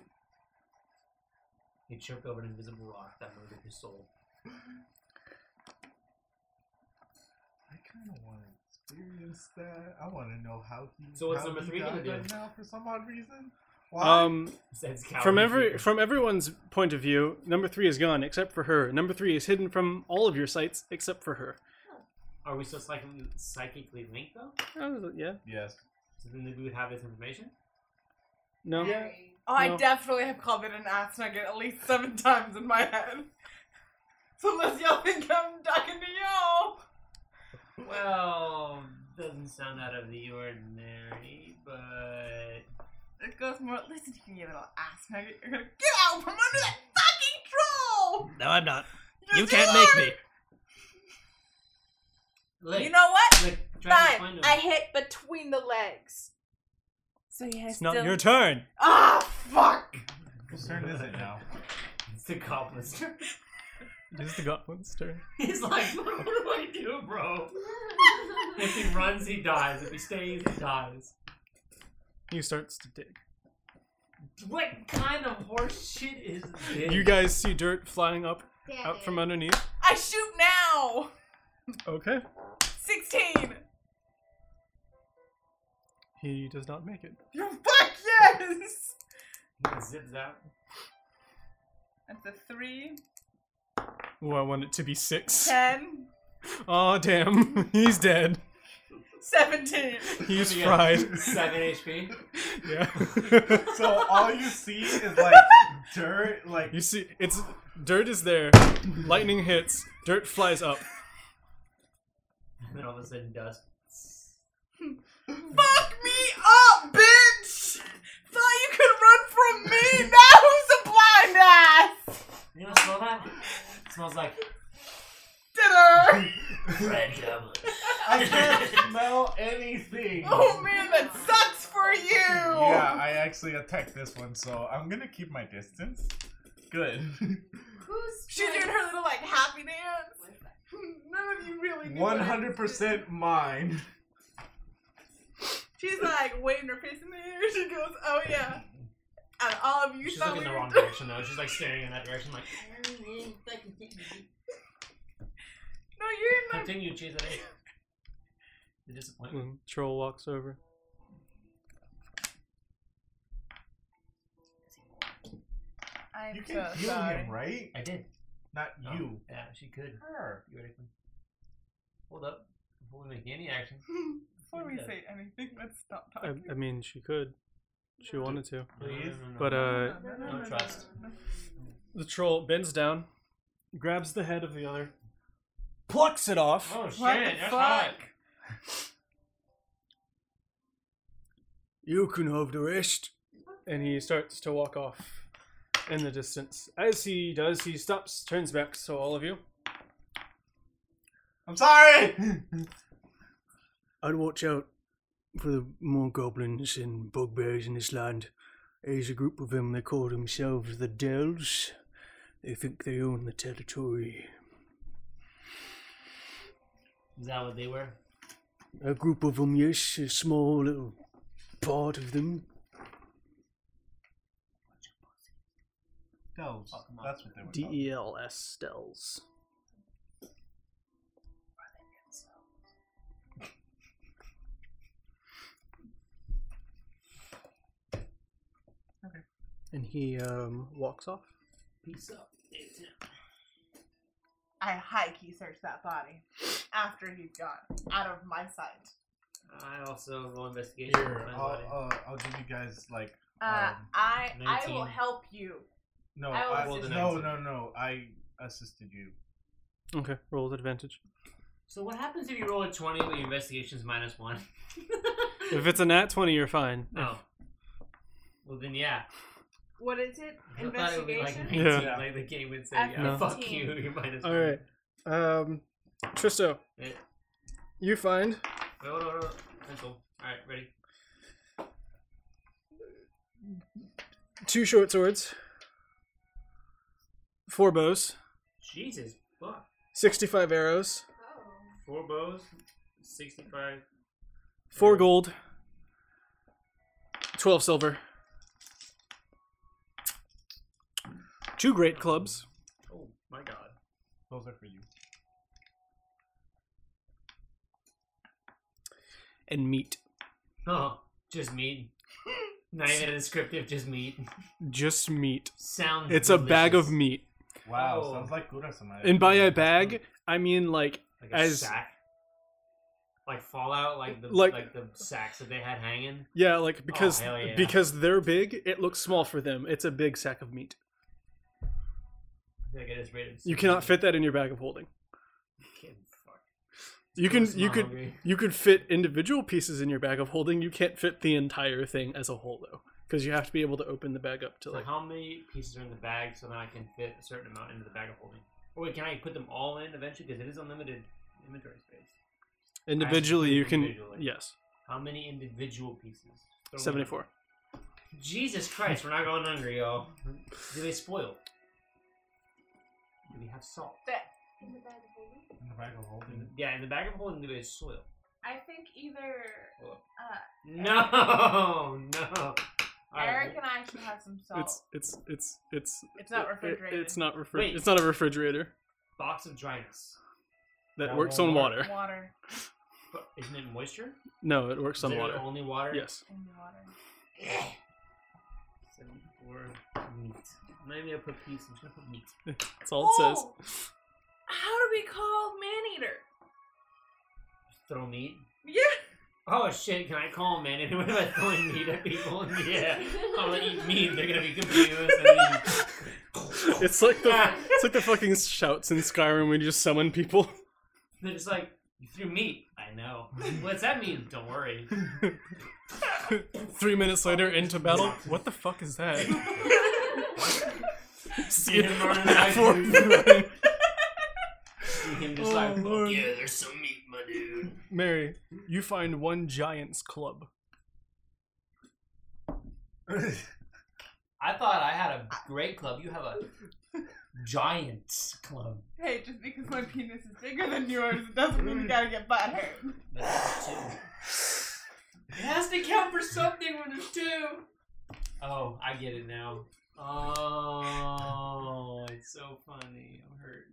[SPEAKER 8] He tripped over an invisible rock that murdered his soul.
[SPEAKER 7] I kind of want to experience that. I want to know how he.
[SPEAKER 8] So what's
[SPEAKER 7] how
[SPEAKER 8] number
[SPEAKER 7] he
[SPEAKER 8] three gonna
[SPEAKER 7] died
[SPEAKER 8] do?
[SPEAKER 7] Right now, for some odd reason. Why?
[SPEAKER 4] um
[SPEAKER 8] Says coward.
[SPEAKER 4] from every from everyone's point of view, number three is gone except for her. Number three is hidden from all of your sights except for her.
[SPEAKER 8] Are we still psychically, psychically linked though?
[SPEAKER 4] Oh, yeah.
[SPEAKER 7] yes.
[SPEAKER 8] So then we would have this information.
[SPEAKER 4] No.
[SPEAKER 6] Oh, I
[SPEAKER 4] No.
[SPEAKER 6] definitely have called it an ass nugget at least seven times in my head. So unless y'all think I'm talking to y'all.
[SPEAKER 8] Well, doesn't sound out of the ordinary, but
[SPEAKER 6] It goes more. Listen, you can get a little ass nugget. You're gonna get out from under that fucking troll.
[SPEAKER 11] No, I'm not.
[SPEAKER 6] Yes,
[SPEAKER 11] you can't make
[SPEAKER 6] are.
[SPEAKER 11] me.
[SPEAKER 8] Lick,
[SPEAKER 6] You know what?
[SPEAKER 8] lick, try to
[SPEAKER 6] Fine.
[SPEAKER 8] find him.
[SPEAKER 6] I hit between the legs. So yeah,
[SPEAKER 11] It's not your turn.
[SPEAKER 6] Ah, fuck.
[SPEAKER 7] Whose turn is it now?
[SPEAKER 8] It's the goblin's turn.
[SPEAKER 4] It is the goblin's turn.
[SPEAKER 8] He's like, what do I do, bro? If he runs, he dies. If he stays, he dies.
[SPEAKER 4] He starts to dig.
[SPEAKER 8] What kind of horse shit is this?
[SPEAKER 4] You guys see dirt flying up
[SPEAKER 9] Damn
[SPEAKER 4] out
[SPEAKER 9] it.
[SPEAKER 4] from underneath.
[SPEAKER 6] I shoot now.
[SPEAKER 4] Okay.
[SPEAKER 6] Sixteen.
[SPEAKER 4] He does not make it.
[SPEAKER 6] You fuck yes.
[SPEAKER 8] He zips out.
[SPEAKER 6] That's a three,
[SPEAKER 4] Oh, I want it to be six.
[SPEAKER 6] ten,
[SPEAKER 4] Oh damn. He's dead.
[SPEAKER 6] seventeen.
[SPEAKER 4] He's
[SPEAKER 8] You get
[SPEAKER 4] fried.
[SPEAKER 8] Seven HP.
[SPEAKER 4] Yeah.
[SPEAKER 7] So all you see is like dirt, like
[SPEAKER 4] you see it's dirt is there. Lightning hits. Dirt flies up.
[SPEAKER 8] And then all of a sudden, dust.
[SPEAKER 6] Fuck me up, bitch! Thought you could run from me? Now who's a blind ass?
[SPEAKER 8] You know, smell that? It smells like
[SPEAKER 6] Dinner!
[SPEAKER 8] red goblin.
[SPEAKER 7] I can't smell anything.
[SPEAKER 6] Oh man, that sucks for you!
[SPEAKER 7] Yeah, I actually attacked this one, so I'm gonna keep my distance. Good.
[SPEAKER 9] Who's
[SPEAKER 6] She's doing her little like happy dance. None of you really knew what
[SPEAKER 7] One
[SPEAKER 6] it
[SPEAKER 7] hundred percent mine.
[SPEAKER 6] was. She's like waving her face in the air. She goes, oh yeah. And all of you
[SPEAKER 8] She's
[SPEAKER 6] thought
[SPEAKER 8] looking
[SPEAKER 6] we
[SPEAKER 8] in the
[SPEAKER 6] were
[SPEAKER 8] wrong direction though. She's like staring in that direction, like
[SPEAKER 6] No, you're in the.
[SPEAKER 8] continue, chase it. The disappointment.
[SPEAKER 4] And troll walks over.
[SPEAKER 6] I'm
[SPEAKER 7] You can
[SPEAKER 6] so
[SPEAKER 7] heal
[SPEAKER 6] sorry.
[SPEAKER 7] him, right?
[SPEAKER 8] I did.
[SPEAKER 7] Not
[SPEAKER 6] Oh.
[SPEAKER 7] you.
[SPEAKER 8] Yeah, she could.
[SPEAKER 7] Her.
[SPEAKER 8] Theoretically. Hold up. Before we make any action,
[SPEAKER 6] Before we say anything, let's stop
[SPEAKER 4] I,
[SPEAKER 6] talking.
[SPEAKER 4] I mean, she could. She wanted to.
[SPEAKER 7] Please.
[SPEAKER 4] But uh
[SPEAKER 6] No, no,
[SPEAKER 8] no
[SPEAKER 6] no,
[SPEAKER 8] trust.
[SPEAKER 6] no, no.
[SPEAKER 4] the troll bends down, grabs the head of the other, plucks it off.
[SPEAKER 8] oh shit,
[SPEAKER 6] What the
[SPEAKER 8] that's
[SPEAKER 6] fuck?
[SPEAKER 8] hot.
[SPEAKER 1] You can have the rest.
[SPEAKER 4] and he starts to walk off in the distance. As he does, he stops, turns back, so all of you.
[SPEAKER 7] I'm sorry.
[SPEAKER 1] I'd watch out for the more goblins and bugbears in this land. There's a group of them, they call themselves the Dells. They think they own the territory.
[SPEAKER 8] Is that what they were?
[SPEAKER 1] A group of them, yes, a small little part of them.
[SPEAKER 7] Dells. That's what they were.
[SPEAKER 11] D
[SPEAKER 7] called.
[SPEAKER 11] E L S Stells.
[SPEAKER 4] And he um, walks off.
[SPEAKER 8] Peace up. It's him.
[SPEAKER 6] I high key search that body after he's gone out of my sight.
[SPEAKER 8] I also roll investigation. to
[SPEAKER 7] Here,
[SPEAKER 8] find
[SPEAKER 7] I'll,
[SPEAKER 8] what it-
[SPEAKER 7] uh, I'll give you guys like.
[SPEAKER 6] Uh,
[SPEAKER 8] Oh,
[SPEAKER 7] um,
[SPEAKER 6] I I
[SPEAKER 8] 19.
[SPEAKER 6] will help you.
[SPEAKER 7] no,
[SPEAKER 6] I will
[SPEAKER 7] I,
[SPEAKER 6] roll the
[SPEAKER 7] no,
[SPEAKER 8] 19.
[SPEAKER 7] no, no. I assisted you.
[SPEAKER 4] Okay, roll with advantage.
[SPEAKER 8] So what happens if you roll a twenty but your investigation's minus one?
[SPEAKER 4] If it's a nat 20, you're fine.
[SPEAKER 8] Oh. Well then, yeah.
[SPEAKER 6] What is it?
[SPEAKER 8] I thought it would be like
[SPEAKER 6] Investigation?
[SPEAKER 8] 19,
[SPEAKER 4] Yeah.
[SPEAKER 8] like the game would say,
[SPEAKER 6] At
[SPEAKER 8] yeah,
[SPEAKER 4] No.
[SPEAKER 8] fuck
[SPEAKER 6] 15.
[SPEAKER 8] you, you're minus
[SPEAKER 4] All
[SPEAKER 8] one.
[SPEAKER 4] right. Um, Tristo,
[SPEAKER 8] Eh,
[SPEAKER 4] you find
[SPEAKER 8] Wait, hold on, hold on. Pencil. All right, ready.
[SPEAKER 4] two short swords, four bows,
[SPEAKER 8] Jesus, fuck.
[SPEAKER 4] 65 arrows,
[SPEAKER 8] Four bows, sixty-five.
[SPEAKER 4] four gold, 12 silver, two great clubs,
[SPEAKER 8] Oh my god.
[SPEAKER 7] Those are for you.
[SPEAKER 4] and meat.
[SPEAKER 8] Oh, just meat. Not even a descriptive, just meat.
[SPEAKER 4] Just meat.
[SPEAKER 8] Sounds.
[SPEAKER 4] It's a bag of
[SPEAKER 8] Oh, delicious.
[SPEAKER 4] meat.
[SPEAKER 7] Wow,
[SPEAKER 8] Oh.
[SPEAKER 7] sounds like Kurasama.
[SPEAKER 4] And by a bag, I mean like
[SPEAKER 8] Like a
[SPEAKER 4] as
[SPEAKER 8] sack. Like Fallout, like the
[SPEAKER 4] Like-
[SPEAKER 8] like, the sacks that they had hanging.
[SPEAKER 4] yeah, like because
[SPEAKER 8] Oh, hell yeah.
[SPEAKER 4] because they're big, it looks small for them. It's a big sack of meat.
[SPEAKER 8] I feel like I just rated.
[SPEAKER 4] You cannot fit that in your bag of holding.
[SPEAKER 8] Kid, fuck.
[SPEAKER 4] You
[SPEAKER 8] Makes
[SPEAKER 4] can
[SPEAKER 8] me
[SPEAKER 4] you could
[SPEAKER 8] hungry.
[SPEAKER 4] you could fit individual pieces in your bag of holding. You can't fit the entire thing as a whole though, because you have to be able to open the bag up to
[SPEAKER 8] So
[SPEAKER 4] like.
[SPEAKER 8] how many pieces are in the bag so then I can fit a certain amount into the bag of holding? Or wait, can I put them all in eventually? Because it is unlimited inventory space.
[SPEAKER 4] Individually,
[SPEAKER 8] I
[SPEAKER 4] you can
[SPEAKER 8] individually.
[SPEAKER 4] yes,
[SPEAKER 8] How many individual pieces? Throw me-
[SPEAKER 4] seventy four.
[SPEAKER 8] Jesus Christ, we're not going hungry, y'all. Do they spoil? Do they have salt?
[SPEAKER 9] In the bag of holding?
[SPEAKER 7] In the bag of holding.
[SPEAKER 8] Yeah, in the bag of holding, do they soil?
[SPEAKER 6] I think either
[SPEAKER 8] Hold up.
[SPEAKER 6] uh,
[SPEAKER 8] No, no.
[SPEAKER 6] Eric and I should have some salt.
[SPEAKER 4] It's it's it's it's
[SPEAKER 6] It's not
[SPEAKER 4] it- it-
[SPEAKER 6] refrigerated.
[SPEAKER 4] it's not refri-
[SPEAKER 8] Wait.
[SPEAKER 4] It's not a refrigerator
[SPEAKER 8] box of dryness.
[SPEAKER 4] that
[SPEAKER 7] That
[SPEAKER 4] works on
[SPEAKER 7] won't work.
[SPEAKER 4] water.
[SPEAKER 6] water.
[SPEAKER 8] But isn't it moisture?
[SPEAKER 4] No, it works
[SPEAKER 8] Is
[SPEAKER 4] on
[SPEAKER 8] it
[SPEAKER 4] water.
[SPEAKER 8] Only water.
[SPEAKER 4] Yes.
[SPEAKER 6] In water.
[SPEAKER 8] Seventy-four meat. I'm not even gonna put peas. I'm just gonna put meat.
[SPEAKER 4] That's all it says.
[SPEAKER 6] Oh! How do we call man eater?
[SPEAKER 8] Just throw meat.
[SPEAKER 6] Yeah.
[SPEAKER 8] Oh shit! Can I call him in? And what about throwing meat at people? Yeah, I'm gonna eat meat. They're gonna be confused. I mean,
[SPEAKER 4] It's like the
[SPEAKER 8] Yeah.
[SPEAKER 4] it's like the fucking shouts in Skyrim when you just summon people.
[SPEAKER 8] They're just like, you threw meat. I know. What's that mean? Don't worry.
[SPEAKER 4] Three minutes later, into battle. What the fuck is that? See
[SPEAKER 8] Yeah,
[SPEAKER 4] it
[SPEAKER 8] Martin,
[SPEAKER 4] on that
[SPEAKER 8] I-
[SPEAKER 4] fourth line.
[SPEAKER 8] You can just
[SPEAKER 4] Oh,
[SPEAKER 8] like,
[SPEAKER 4] Lord.
[SPEAKER 8] yeah, there's some meat, my dude.
[SPEAKER 4] Mary, you find one giant's club.
[SPEAKER 8] I thought I had a great club. You have a giant's club.
[SPEAKER 6] Hey, just because my penis is bigger than yours it doesn't
[SPEAKER 4] Mm.
[SPEAKER 6] mean you gotta get butt hurt.
[SPEAKER 8] That's two. It has to count for something when there's two. Oh, I get it now. Oh, it's so funny. I'm hurt.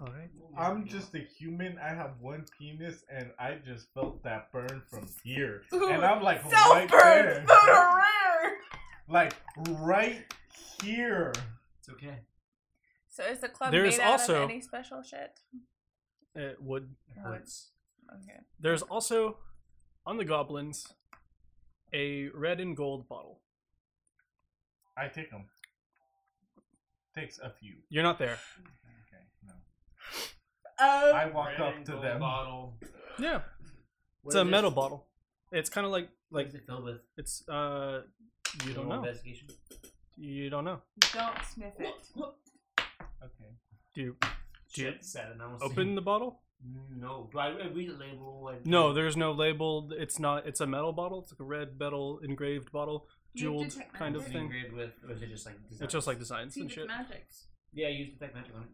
[SPEAKER 4] All right.
[SPEAKER 7] I'm just a human. I have one penis, and I just felt that burn from here, and I'm like
[SPEAKER 6] Self
[SPEAKER 7] right there,
[SPEAKER 6] burn! So rare!
[SPEAKER 7] like right here.
[SPEAKER 8] It's okay.
[SPEAKER 6] So is the club
[SPEAKER 4] There's
[SPEAKER 6] made out
[SPEAKER 4] also-
[SPEAKER 6] of any special shit?
[SPEAKER 4] Uh, wood.
[SPEAKER 8] It hurts.
[SPEAKER 6] Okay.
[SPEAKER 4] There's also on the goblins a red and gold bottle.
[SPEAKER 7] I take them. Takes a few.
[SPEAKER 4] You're not there.
[SPEAKER 7] Okay, no.
[SPEAKER 6] Oh,
[SPEAKER 7] I walk
[SPEAKER 8] Red
[SPEAKER 7] up
[SPEAKER 8] and
[SPEAKER 7] to
[SPEAKER 8] gold
[SPEAKER 7] them.
[SPEAKER 8] Bottle.
[SPEAKER 4] Yeah,
[SPEAKER 8] What
[SPEAKER 4] it's a
[SPEAKER 8] is
[SPEAKER 4] metal
[SPEAKER 8] it-
[SPEAKER 4] bottle. It's kind of like
[SPEAKER 8] What
[SPEAKER 4] like
[SPEAKER 8] is it filled with?
[SPEAKER 4] it's uh you don't
[SPEAKER 8] Little
[SPEAKER 4] know.
[SPEAKER 8] Investigation.
[SPEAKER 4] You don't know.
[SPEAKER 6] don't sniff it.
[SPEAKER 7] Okay.
[SPEAKER 4] Do you Do you
[SPEAKER 8] Shit, sad analysis.
[SPEAKER 4] open the bottle?
[SPEAKER 8] No. Do I read the label? Like,
[SPEAKER 4] No, there's no label. It's not. It's a metal bottle. It's like a red metal engraved bottle,
[SPEAKER 6] You
[SPEAKER 4] jeweled
[SPEAKER 6] detect
[SPEAKER 4] kind of
[SPEAKER 8] Is it
[SPEAKER 4] thing.
[SPEAKER 8] engraved with, or is it just like?
[SPEAKER 4] It's just like designs
[SPEAKER 6] See,
[SPEAKER 4] and
[SPEAKER 6] it's
[SPEAKER 4] shit.
[SPEAKER 6] magic.
[SPEAKER 8] Yeah, use detect magic on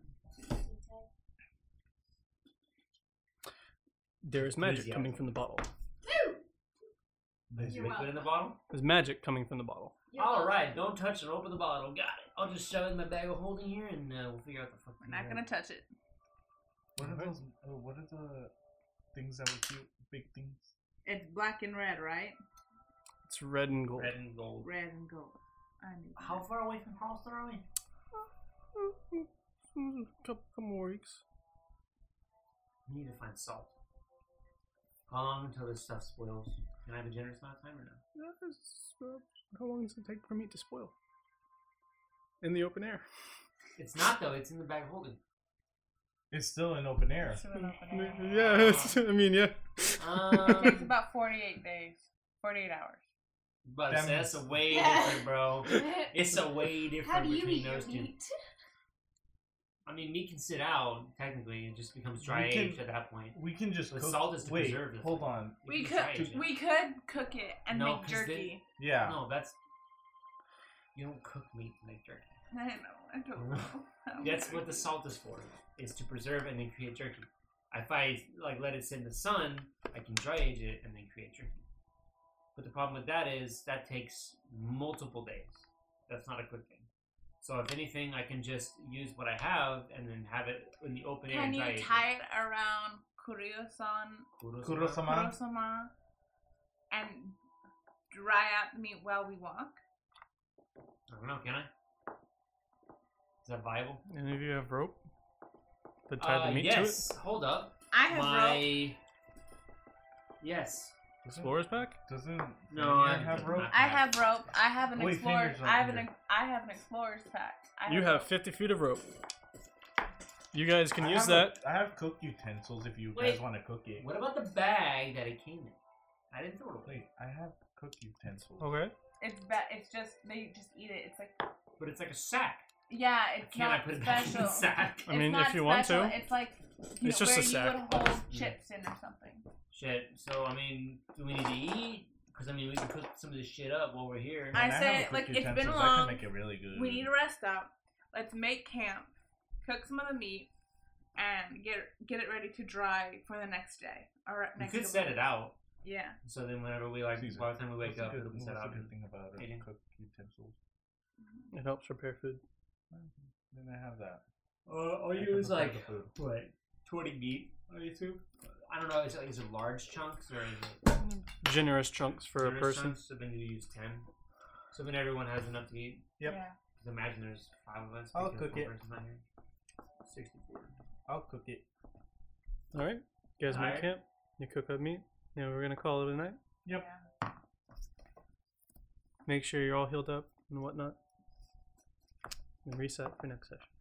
[SPEAKER 8] it.
[SPEAKER 4] There is magic
[SPEAKER 8] Yeah.
[SPEAKER 4] coming from the bottle.
[SPEAKER 8] There's
[SPEAKER 9] You're
[SPEAKER 8] liquid in the
[SPEAKER 9] welcome.
[SPEAKER 8] bottle.
[SPEAKER 4] There's magic coming from the bottle.
[SPEAKER 8] All right, don't touch it. Open the bottle. Got it. I'll just shove it in my bag of holding here, and uh, we'll figure out the uh, fuck.
[SPEAKER 6] We're not gonna touch it.
[SPEAKER 7] What are those? Uh, what are the things that were cute? Big things.
[SPEAKER 6] It's black and red, right?
[SPEAKER 4] It's red and gold.
[SPEAKER 8] Red and gold.
[SPEAKER 6] Red and gold. I knew that.
[SPEAKER 8] How far away from Charleston are we?
[SPEAKER 4] Couple, couple more weeks.
[SPEAKER 8] We need to find salt. How long until this stuff spoils? Can I have a generous amount of time or no?
[SPEAKER 4] How long does it take for meat to spoil? In the open air.
[SPEAKER 8] It's not though. It's in the bag of holding.
[SPEAKER 7] It's still in open air.
[SPEAKER 4] Yeah, it's, I mean, yeah.
[SPEAKER 8] Um,
[SPEAKER 6] it's about 48 days, 48 hours.
[SPEAKER 8] But
[SPEAKER 7] That
[SPEAKER 8] it's- that's a
[SPEAKER 7] means-
[SPEAKER 8] way
[SPEAKER 6] Yeah.
[SPEAKER 8] different, bro. It's a way
[SPEAKER 9] How
[SPEAKER 8] different
[SPEAKER 9] do you
[SPEAKER 8] between
[SPEAKER 9] eat your
[SPEAKER 8] those two.
[SPEAKER 9] meat?
[SPEAKER 8] I mean, meat can sit out technically; it just becomes dry
[SPEAKER 7] We can-
[SPEAKER 8] aged at that point.
[SPEAKER 7] We can just
[SPEAKER 8] The
[SPEAKER 7] cook.
[SPEAKER 8] salt is to
[SPEAKER 7] Wait,
[SPEAKER 8] preserve the
[SPEAKER 7] hold
[SPEAKER 8] thing.
[SPEAKER 7] on.
[SPEAKER 8] It
[SPEAKER 6] We
[SPEAKER 8] becomes
[SPEAKER 6] could
[SPEAKER 8] dry aged.
[SPEAKER 6] we could cook it and
[SPEAKER 8] No,
[SPEAKER 6] make
[SPEAKER 8] 'cause they-
[SPEAKER 6] jerky.
[SPEAKER 7] Yeah.
[SPEAKER 8] No, that's you don't cook meat to make jerky.
[SPEAKER 6] I know. I don't know. I don't
[SPEAKER 8] That's
[SPEAKER 6] know.
[SPEAKER 8] what the salt is for, is to preserve and then create jerky. If I like let it sit in the sun, I can dry age it and then create jerky. But the problem with that is that takes multiple days. That's not a quick thing. So if anything, I can just use what I have and then have it in the open air
[SPEAKER 6] Can
[SPEAKER 8] and dry
[SPEAKER 6] you
[SPEAKER 8] age.
[SPEAKER 6] tie it around Kuryosan
[SPEAKER 8] Kurosama?
[SPEAKER 7] Kurosama?
[SPEAKER 6] Kurosama and dry out the meat while we walk?
[SPEAKER 8] I don't know. Can I? Is that viable?
[SPEAKER 4] And if you have rope to tie
[SPEAKER 8] Uh,
[SPEAKER 4] the meat
[SPEAKER 8] yes. Hold up.
[SPEAKER 6] I have
[SPEAKER 8] My
[SPEAKER 6] rope.
[SPEAKER 8] yes.
[SPEAKER 4] to it, explorer's pack.
[SPEAKER 7] Doesn't
[SPEAKER 8] No,
[SPEAKER 7] Vineyard
[SPEAKER 8] I-
[SPEAKER 7] have rope?
[SPEAKER 6] I have rope. I have an
[SPEAKER 7] Wait,
[SPEAKER 6] explorer.
[SPEAKER 7] fingers on
[SPEAKER 6] I have an.
[SPEAKER 7] here.
[SPEAKER 6] I have an explorer's pack. I
[SPEAKER 4] You have 50 feet of rope. You guys can use that.
[SPEAKER 7] I have cooked utensils if you guys
[SPEAKER 8] Wait.
[SPEAKER 7] want to cook it.
[SPEAKER 8] What about the bag that it came in? I didn't throw it away.
[SPEAKER 7] Wait, I have cooked utensils.
[SPEAKER 4] Okay.
[SPEAKER 6] It's be- It's just they just eat it. It's like
[SPEAKER 8] But it's like a sack.
[SPEAKER 6] yeah. It's
[SPEAKER 8] Can I
[SPEAKER 6] not
[SPEAKER 8] put it back in
[SPEAKER 6] special.
[SPEAKER 8] the sack?
[SPEAKER 4] I
[SPEAKER 6] It's
[SPEAKER 4] mean,
[SPEAKER 6] not
[SPEAKER 4] if you want
[SPEAKER 6] special,
[SPEAKER 4] to.
[SPEAKER 6] it's like you
[SPEAKER 4] It's
[SPEAKER 6] know,
[SPEAKER 4] just
[SPEAKER 6] where
[SPEAKER 4] a
[SPEAKER 6] you
[SPEAKER 4] sack.
[SPEAKER 6] would hold
[SPEAKER 8] Mm.
[SPEAKER 6] chips in or something.
[SPEAKER 8] Shit. So I mean, do we need to eat? Because I mean, we can cook some of this shit up while we're here.
[SPEAKER 6] I
[SPEAKER 7] And
[SPEAKER 6] say
[SPEAKER 7] haven't
[SPEAKER 6] it like
[SPEAKER 7] cooked
[SPEAKER 6] it's been
[SPEAKER 7] utensils, I
[SPEAKER 6] long.
[SPEAKER 7] can make it really good.
[SPEAKER 6] We need to rest up. Let's make camp, cook some of the meat, and get get it ready to dry for the next day. All right,
[SPEAKER 8] we
[SPEAKER 6] next
[SPEAKER 8] could set it out.
[SPEAKER 6] Yeah,
[SPEAKER 8] So then, whenever we like,
[SPEAKER 7] Caesar,
[SPEAKER 8] by the time we
[SPEAKER 7] What's
[SPEAKER 8] wake
[SPEAKER 7] the
[SPEAKER 8] up,
[SPEAKER 7] good,
[SPEAKER 8] it'll be
[SPEAKER 7] what's
[SPEAKER 8] set
[SPEAKER 7] the
[SPEAKER 8] out.
[SPEAKER 7] good thing about it?
[SPEAKER 8] Eating.
[SPEAKER 7] Cooked utensils.
[SPEAKER 4] It helps prepare food.
[SPEAKER 7] Mm-hmm. Then I have that.
[SPEAKER 8] Uh,
[SPEAKER 7] I
[SPEAKER 8] all you
[SPEAKER 7] can
[SPEAKER 8] do is
[SPEAKER 7] prepare
[SPEAKER 8] like
[SPEAKER 7] the food.
[SPEAKER 8] what twenty meat. I assume. I don't know. Is it, is it large chunks or is it
[SPEAKER 4] Generous chunks for a
[SPEAKER 8] generous
[SPEAKER 4] person.
[SPEAKER 8] Chunks? So then you use ten. So then everyone has enough to eat.
[SPEAKER 7] Yep.
[SPEAKER 6] yeah.
[SPEAKER 8] Just imagine there's five of us.
[SPEAKER 7] I'll
[SPEAKER 8] because
[SPEAKER 7] cook
[SPEAKER 8] one
[SPEAKER 7] it.
[SPEAKER 8] person's not here. Sixty-four.
[SPEAKER 7] I'll cook it.
[SPEAKER 4] All right. You guys make
[SPEAKER 8] Alright.
[SPEAKER 4] camp. You cook up meat. Now we're gonna call it a night.
[SPEAKER 7] Yep.
[SPEAKER 4] Make sure you're all healed up and whatnot. And reset for next session.